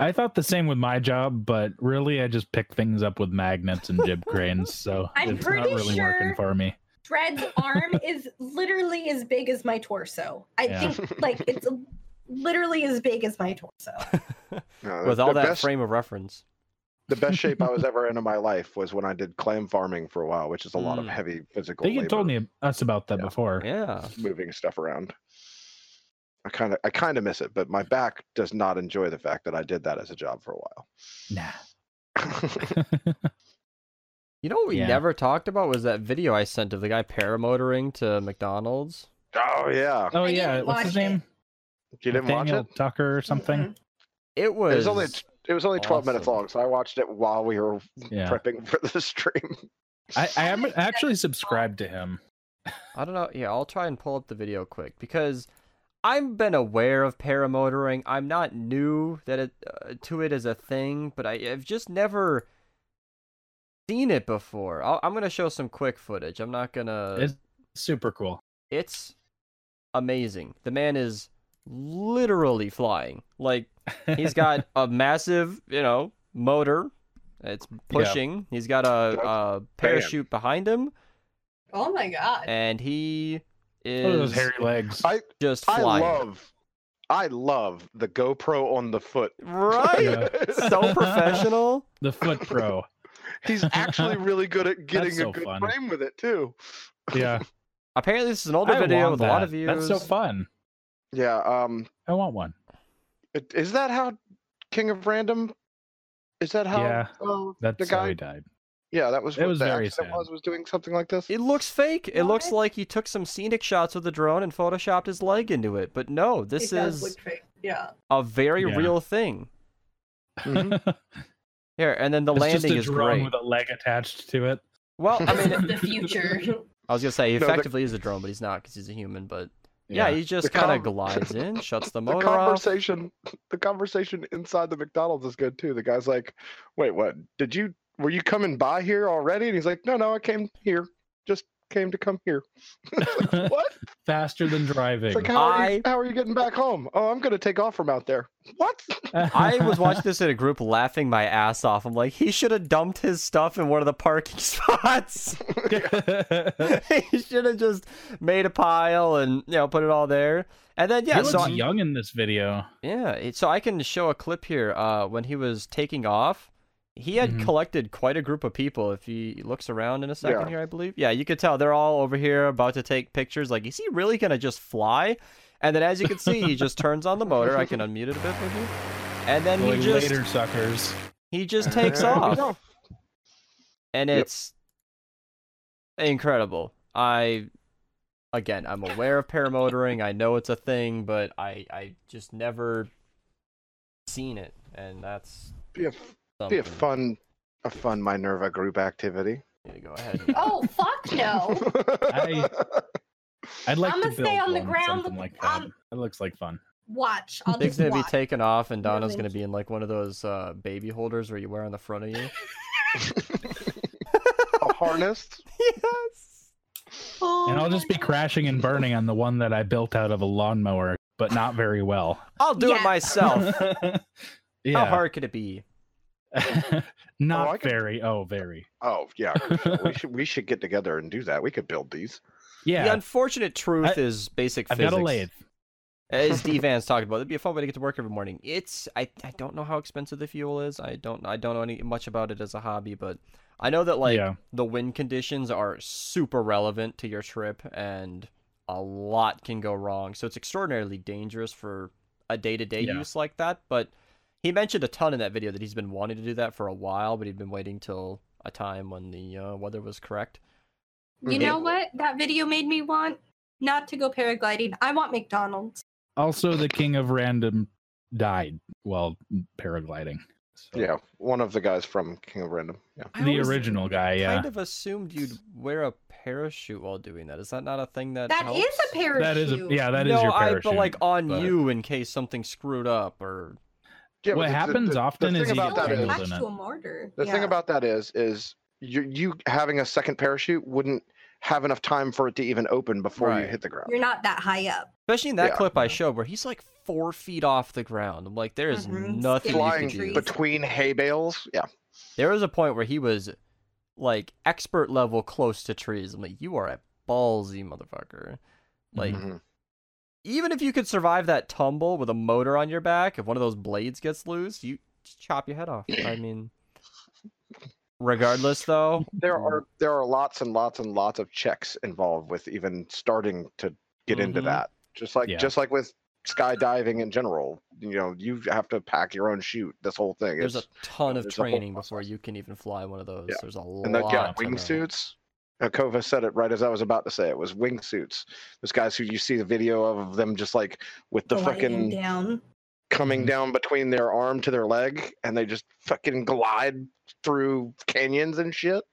[SPEAKER 3] I thought the same with my job, but really, I just pick things up with magnets and jib cranes, so
[SPEAKER 4] I'm
[SPEAKER 3] it's not
[SPEAKER 4] pretty
[SPEAKER 3] really
[SPEAKER 4] sure-
[SPEAKER 3] working for me.
[SPEAKER 4] Dread's arm is literally as big as my torso. I
[SPEAKER 3] Yeah.
[SPEAKER 4] think like it's literally as big as my torso.
[SPEAKER 2] No,
[SPEAKER 1] with
[SPEAKER 2] Uh, the,
[SPEAKER 1] all
[SPEAKER 2] the
[SPEAKER 1] that
[SPEAKER 2] best,
[SPEAKER 1] frame of reference,
[SPEAKER 2] the best shape I was ever in in my life was when I did clam farming for a while, which is a lot of
[SPEAKER 1] Mm.
[SPEAKER 2] heavy
[SPEAKER 3] I
[SPEAKER 2] physical.
[SPEAKER 3] think you told
[SPEAKER 2] labor,
[SPEAKER 3] me us about that
[SPEAKER 2] Yeah.
[SPEAKER 3] before.
[SPEAKER 1] yeah,
[SPEAKER 2] moving stuff around. I kind of I kind of miss it, but my back does not enjoy the fact that I did that as a job for a while.
[SPEAKER 3] Nah.
[SPEAKER 1] you know what we
[SPEAKER 3] Yeah.
[SPEAKER 1] never talked about was that video I sent of the guy paramotoring to McDonald's.
[SPEAKER 2] oh yeah,
[SPEAKER 3] oh
[SPEAKER 4] I
[SPEAKER 3] yeah,
[SPEAKER 4] didn't
[SPEAKER 3] what's his
[SPEAKER 4] watch it.
[SPEAKER 3] name?
[SPEAKER 2] you didn't watch
[SPEAKER 3] Nathaniel
[SPEAKER 2] it?
[SPEAKER 3] Tucker or something.
[SPEAKER 1] It was,
[SPEAKER 2] It was only it was only twelve minutes
[SPEAKER 1] awesome.
[SPEAKER 2] long, so I watched it while we were
[SPEAKER 4] Mm-hmm.
[SPEAKER 3] Yeah,
[SPEAKER 2] prepping for the stream.
[SPEAKER 3] I, I haven't actually subscribed to him.
[SPEAKER 1] I don't know. Yeah, I'll try and pull up the video quick because I've been aware of paramotoring. I'm not new that it uh, to it as a thing, but I, I've just never seen it before. I'll, I'm gonna show some quick footage. I'm not gonna.
[SPEAKER 3] It's super cool.
[SPEAKER 1] it's amazing. The man is literally flying. Like he's got a massive, you know, motor. It's pushing. He's got a, a parachute behind him,
[SPEAKER 4] Oh my god.
[SPEAKER 1] and he
[SPEAKER 3] Look at those
[SPEAKER 1] is
[SPEAKER 3] hairy legs.
[SPEAKER 2] I
[SPEAKER 1] just
[SPEAKER 2] I
[SPEAKER 1] flying.
[SPEAKER 2] love I love the GoPro on the foot.
[SPEAKER 1] Right?
[SPEAKER 3] Yeah.
[SPEAKER 1] so professional.
[SPEAKER 3] The Foot Pro.
[SPEAKER 2] He's actually really good at getting
[SPEAKER 3] so
[SPEAKER 2] a good
[SPEAKER 3] fun.
[SPEAKER 2] frame with it too.
[SPEAKER 3] Yeah,
[SPEAKER 1] Apparently, this is an older
[SPEAKER 3] I
[SPEAKER 1] video
[SPEAKER 3] want
[SPEAKER 1] with a lot
[SPEAKER 3] that.
[SPEAKER 1] of views.
[SPEAKER 3] That's so fun.
[SPEAKER 2] Yeah. Um.
[SPEAKER 3] I want one.
[SPEAKER 2] it- Is that how King of Random? Is that how?
[SPEAKER 3] Yeah.
[SPEAKER 2] uh,
[SPEAKER 3] That's
[SPEAKER 2] the
[SPEAKER 3] how
[SPEAKER 2] guy.
[SPEAKER 3] he died.
[SPEAKER 2] Yeah, that was.
[SPEAKER 3] It
[SPEAKER 2] what
[SPEAKER 3] was
[SPEAKER 2] the
[SPEAKER 3] very
[SPEAKER 2] accident
[SPEAKER 3] sad.
[SPEAKER 2] Was was doing something like this.
[SPEAKER 1] It looks fake. It looks
[SPEAKER 4] What?
[SPEAKER 1] like he took some scenic shots with the drone and photoshopped his leg into it. But no, this
[SPEAKER 4] does
[SPEAKER 1] is
[SPEAKER 4] look fake. Yeah.
[SPEAKER 1] a very
[SPEAKER 3] Yeah.
[SPEAKER 1] real thing.
[SPEAKER 2] Mhm.
[SPEAKER 1] Here, and then the Mm-hmm.
[SPEAKER 3] it's just
[SPEAKER 1] landing
[SPEAKER 3] a
[SPEAKER 1] is
[SPEAKER 3] drone
[SPEAKER 1] great.
[SPEAKER 3] with a leg attached to it.
[SPEAKER 1] Well, I mean,
[SPEAKER 4] the future.
[SPEAKER 1] I was gonna say he
[SPEAKER 2] No, the-
[SPEAKER 1] effectively is a drone, but he's not because he's a human. But yeah, he just
[SPEAKER 2] The
[SPEAKER 1] kind of
[SPEAKER 2] com-
[SPEAKER 1] glides in, shuts the
[SPEAKER 2] the
[SPEAKER 1] motor off.
[SPEAKER 2] conversation the conversation inside the mcdonald's is good too the guy's like wait what did you were you coming by here already and he's like no no i came here just came to come here It's like, what
[SPEAKER 3] Faster than driving.
[SPEAKER 2] it's like how are, you,
[SPEAKER 1] I-
[SPEAKER 2] how are you getting back home oh i'm gonna take off from out there what
[SPEAKER 1] I was watching this in a group, laughing my ass off. I'm like, he should have dumped his stuff in one of the parking spots. he should have just made a pile and you know put it all there. And then yeah,
[SPEAKER 3] he
[SPEAKER 1] so
[SPEAKER 3] looks young in this video.
[SPEAKER 1] Yeah, it- so I can show a clip here. Uh, when he was taking off, he had
[SPEAKER 3] Mhm.
[SPEAKER 1] collected quite a group of people. If he looks around in a second
[SPEAKER 2] Yeah.
[SPEAKER 1] here, I believe. Yeah, you could tell they're all over here about to take pictures. Like, is he really gonna just fly? And then, as you can see, he just turns on the motor. I can unmute it a bit for you. And then he
[SPEAKER 3] Like
[SPEAKER 1] just
[SPEAKER 3] later suckers.
[SPEAKER 1] he just takes
[SPEAKER 2] There we
[SPEAKER 1] off, and
[SPEAKER 2] Yep.
[SPEAKER 1] it's incredible. I again, I'm aware of paramotoring. I know it's a thing, but I I just never seen it, and that's
[SPEAKER 2] be a, be
[SPEAKER 1] something.
[SPEAKER 2] a fun a fun minerva group activity
[SPEAKER 1] Yeah, go ahead. and-
[SPEAKER 4] Oh fuck no.
[SPEAKER 3] I- I'd like
[SPEAKER 4] I'ma
[SPEAKER 3] to
[SPEAKER 4] stay
[SPEAKER 3] build
[SPEAKER 4] on the
[SPEAKER 3] one,
[SPEAKER 4] ground
[SPEAKER 3] something
[SPEAKER 4] with-
[SPEAKER 3] like that.
[SPEAKER 4] um,
[SPEAKER 3] That looks like fun.
[SPEAKER 4] Watch. I'll
[SPEAKER 1] Thing's
[SPEAKER 4] just
[SPEAKER 1] gonna be
[SPEAKER 4] watch.
[SPEAKER 1] taken off, and Donna's
[SPEAKER 4] thank
[SPEAKER 1] gonna be in like one of those uh, baby holders where you wear on the front of you.
[SPEAKER 2] a harness
[SPEAKER 1] yes.
[SPEAKER 3] And I'll just be crashing and burning on the one that I built out of a lawnmower, but not very well.
[SPEAKER 1] I'll do
[SPEAKER 4] Yeah.
[SPEAKER 1] it myself. How
[SPEAKER 3] yeah.
[SPEAKER 1] hard could it be?
[SPEAKER 3] not
[SPEAKER 2] Oh, I could-
[SPEAKER 3] very. Oh, very.
[SPEAKER 2] oh yeah we should we should get together and do that we could build these
[SPEAKER 3] Yeah.
[SPEAKER 1] The unfortunate truth
[SPEAKER 3] I-
[SPEAKER 1] is basic
[SPEAKER 3] I've
[SPEAKER 1] physics.
[SPEAKER 3] got a lathe.
[SPEAKER 1] as D Van's talked about, it'd be a fun way to get to work every morning. It's I, I don't know how expensive the fuel is. I don't I don't know any much about it as a hobby, but I know that like
[SPEAKER 3] Yeah.
[SPEAKER 1] the wind conditions are super relevant to your trip and a lot can go wrong. So it's extraordinarily dangerous for a day to day
[SPEAKER 3] Yeah.
[SPEAKER 1] use like that. But he mentioned a ton in that video that he's been wanting to do that for a while, but he'd been waiting till a time when the uh, weather was correct.
[SPEAKER 4] You know what? That video made me want not to go paragliding. I want McDonald's.
[SPEAKER 3] Also, the king of random died while paragliding. So-
[SPEAKER 2] yeah one of the guys from king of random yeah
[SPEAKER 1] I
[SPEAKER 3] The
[SPEAKER 1] always
[SPEAKER 3] original guy, yeah.
[SPEAKER 1] Kind of assumed you'd wear a parachute while doing that. Is that not a thing that
[SPEAKER 4] That is
[SPEAKER 1] helps?
[SPEAKER 4] a parachute.
[SPEAKER 3] That is a, yeah, That is
[SPEAKER 1] no,
[SPEAKER 3] your
[SPEAKER 1] I,
[SPEAKER 3] parachute.
[SPEAKER 1] but like on
[SPEAKER 3] but-
[SPEAKER 1] you in case something screwed up or
[SPEAKER 2] Yeah, but
[SPEAKER 3] What
[SPEAKER 2] the- the-
[SPEAKER 3] happens
[SPEAKER 2] the- the
[SPEAKER 3] often is
[SPEAKER 2] thing
[SPEAKER 3] you
[SPEAKER 2] about
[SPEAKER 3] get
[SPEAKER 2] that is-
[SPEAKER 3] tangled.
[SPEAKER 4] attached
[SPEAKER 3] in
[SPEAKER 4] to
[SPEAKER 3] it.
[SPEAKER 4] a mortar.
[SPEAKER 2] The thing
[SPEAKER 4] Yeah.
[SPEAKER 2] about that is, is you you having a second parachute wouldn't have enough time for it to even open before you
[SPEAKER 1] Right.
[SPEAKER 2] hit the ground.
[SPEAKER 4] you're not that high up.
[SPEAKER 1] especially in that
[SPEAKER 2] Yeah.
[SPEAKER 1] clip I showed where he's like four feet off the ground. I'm like, there is
[SPEAKER 4] Mhm.
[SPEAKER 1] nothing you can
[SPEAKER 2] Flying
[SPEAKER 1] do.
[SPEAKER 4] trees.
[SPEAKER 2] between hay bales. Yeah.
[SPEAKER 1] There was a point where he was like expert level close to trees. I'm like, you are a ballsy motherfucker. Like
[SPEAKER 2] Mhm.
[SPEAKER 1] even if you could survive that tumble with a motor on your back, if one of those blades gets loose, you just chop your head off. I mean, regardless though,
[SPEAKER 2] There are there are lots and lots and lots of checks involved with even starting to get into
[SPEAKER 1] Mhm.
[SPEAKER 2] that. Just like
[SPEAKER 3] Yeah.
[SPEAKER 2] just like with skydiving in general, you know, you have to pack your own chute. This whole thing.
[SPEAKER 1] there's a
[SPEAKER 2] It's-
[SPEAKER 1] ton of
[SPEAKER 2] there's a whole
[SPEAKER 1] training before
[SPEAKER 2] process.
[SPEAKER 1] you can even fly one of those.
[SPEAKER 2] Yeah.
[SPEAKER 1] There's a lot.
[SPEAKER 2] and they got
[SPEAKER 1] to know.
[SPEAKER 2] wingsuits. Uh, Kova said it right as I was about to say it was wingsuits. Those guys who you see the video of them just like with the
[SPEAKER 4] Gliding
[SPEAKER 2] fucking
[SPEAKER 4] down.
[SPEAKER 2] coming
[SPEAKER 3] Mhm.
[SPEAKER 2] down between their arm to their leg and they just fucking glide through canyons and shit.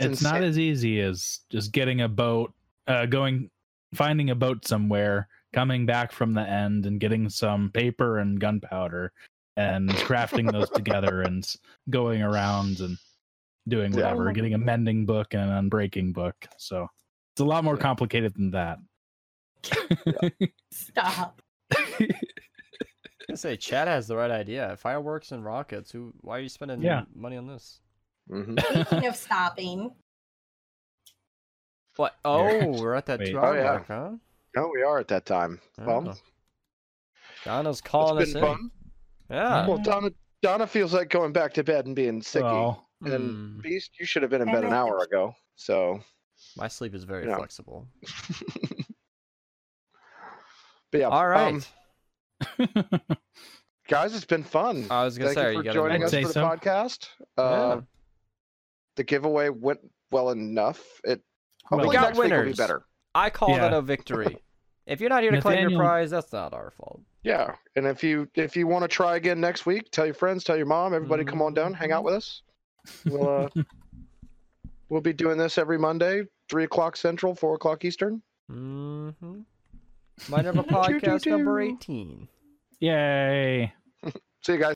[SPEAKER 3] it's not as easy as just getting a boat uh going finding a boat somewhere coming back from the end and getting some paper and gunpowder and crafting those together and s- going around and doing
[SPEAKER 2] Yeah.
[SPEAKER 3] whatever getting a mending book and an unbreaking book so it's a lot more complicated than that
[SPEAKER 4] Stop.
[SPEAKER 1] I was gonna say Chad has the right idea. Fireworks and rockets. Who? Why are you spending
[SPEAKER 3] Yeah.
[SPEAKER 1] money on this?
[SPEAKER 2] hmm
[SPEAKER 4] Speaking of stopping,
[SPEAKER 1] What?
[SPEAKER 3] Yeah.
[SPEAKER 1] Oh, we're at that
[SPEAKER 3] Wait.
[SPEAKER 1] two-hour
[SPEAKER 2] Oh, yeah.
[SPEAKER 1] mark, huh?
[SPEAKER 2] No, we are at that time.
[SPEAKER 1] Yeah.
[SPEAKER 2] Well,
[SPEAKER 1] Donna's calling us
[SPEAKER 2] it's been
[SPEAKER 1] in.
[SPEAKER 2] fun.
[SPEAKER 1] Yeah.
[SPEAKER 2] Well, Donna, Donna feels like going back to bed and being sicky.
[SPEAKER 3] well mm.
[SPEAKER 2] And
[SPEAKER 1] Hmm.
[SPEAKER 2] Beast, you should have been in
[SPEAKER 4] And
[SPEAKER 2] bed an
[SPEAKER 4] I-
[SPEAKER 2] hour ago. So
[SPEAKER 1] My sleep is very
[SPEAKER 2] Yeah.
[SPEAKER 1] flexible.
[SPEAKER 2] But yeah,
[SPEAKER 1] All right.
[SPEAKER 2] um, guys, it's been fun.
[SPEAKER 1] I was gonna
[SPEAKER 2] Thank
[SPEAKER 1] say, you
[SPEAKER 2] you for
[SPEAKER 1] got
[SPEAKER 2] joining
[SPEAKER 3] I'd
[SPEAKER 2] us
[SPEAKER 3] say
[SPEAKER 2] for the
[SPEAKER 3] so.
[SPEAKER 2] podcast.
[SPEAKER 1] Yeah.
[SPEAKER 2] Uh, The giveaway went well enough. It
[SPEAKER 3] Well,
[SPEAKER 2] hopefully
[SPEAKER 1] got
[SPEAKER 2] next week will be
[SPEAKER 1] winners.
[SPEAKER 2] better.
[SPEAKER 1] I call
[SPEAKER 3] Yeah.
[SPEAKER 1] that a victory. if you're not here to claim your
[SPEAKER 3] Nathaniel-
[SPEAKER 1] prize, that's not our fault.
[SPEAKER 2] Yeah, and if you if you want to try again next week, tell your friends, tell your mom, everybody, come on down, hang out with us. We'll uh, we'll be doing this every Monday, three o'clock Central, four o'clock Eastern.
[SPEAKER 1] hmm My number
[SPEAKER 2] Choo-choo-choo.
[SPEAKER 1] podcast number eighteen.
[SPEAKER 3] Yay.
[SPEAKER 2] See you guys.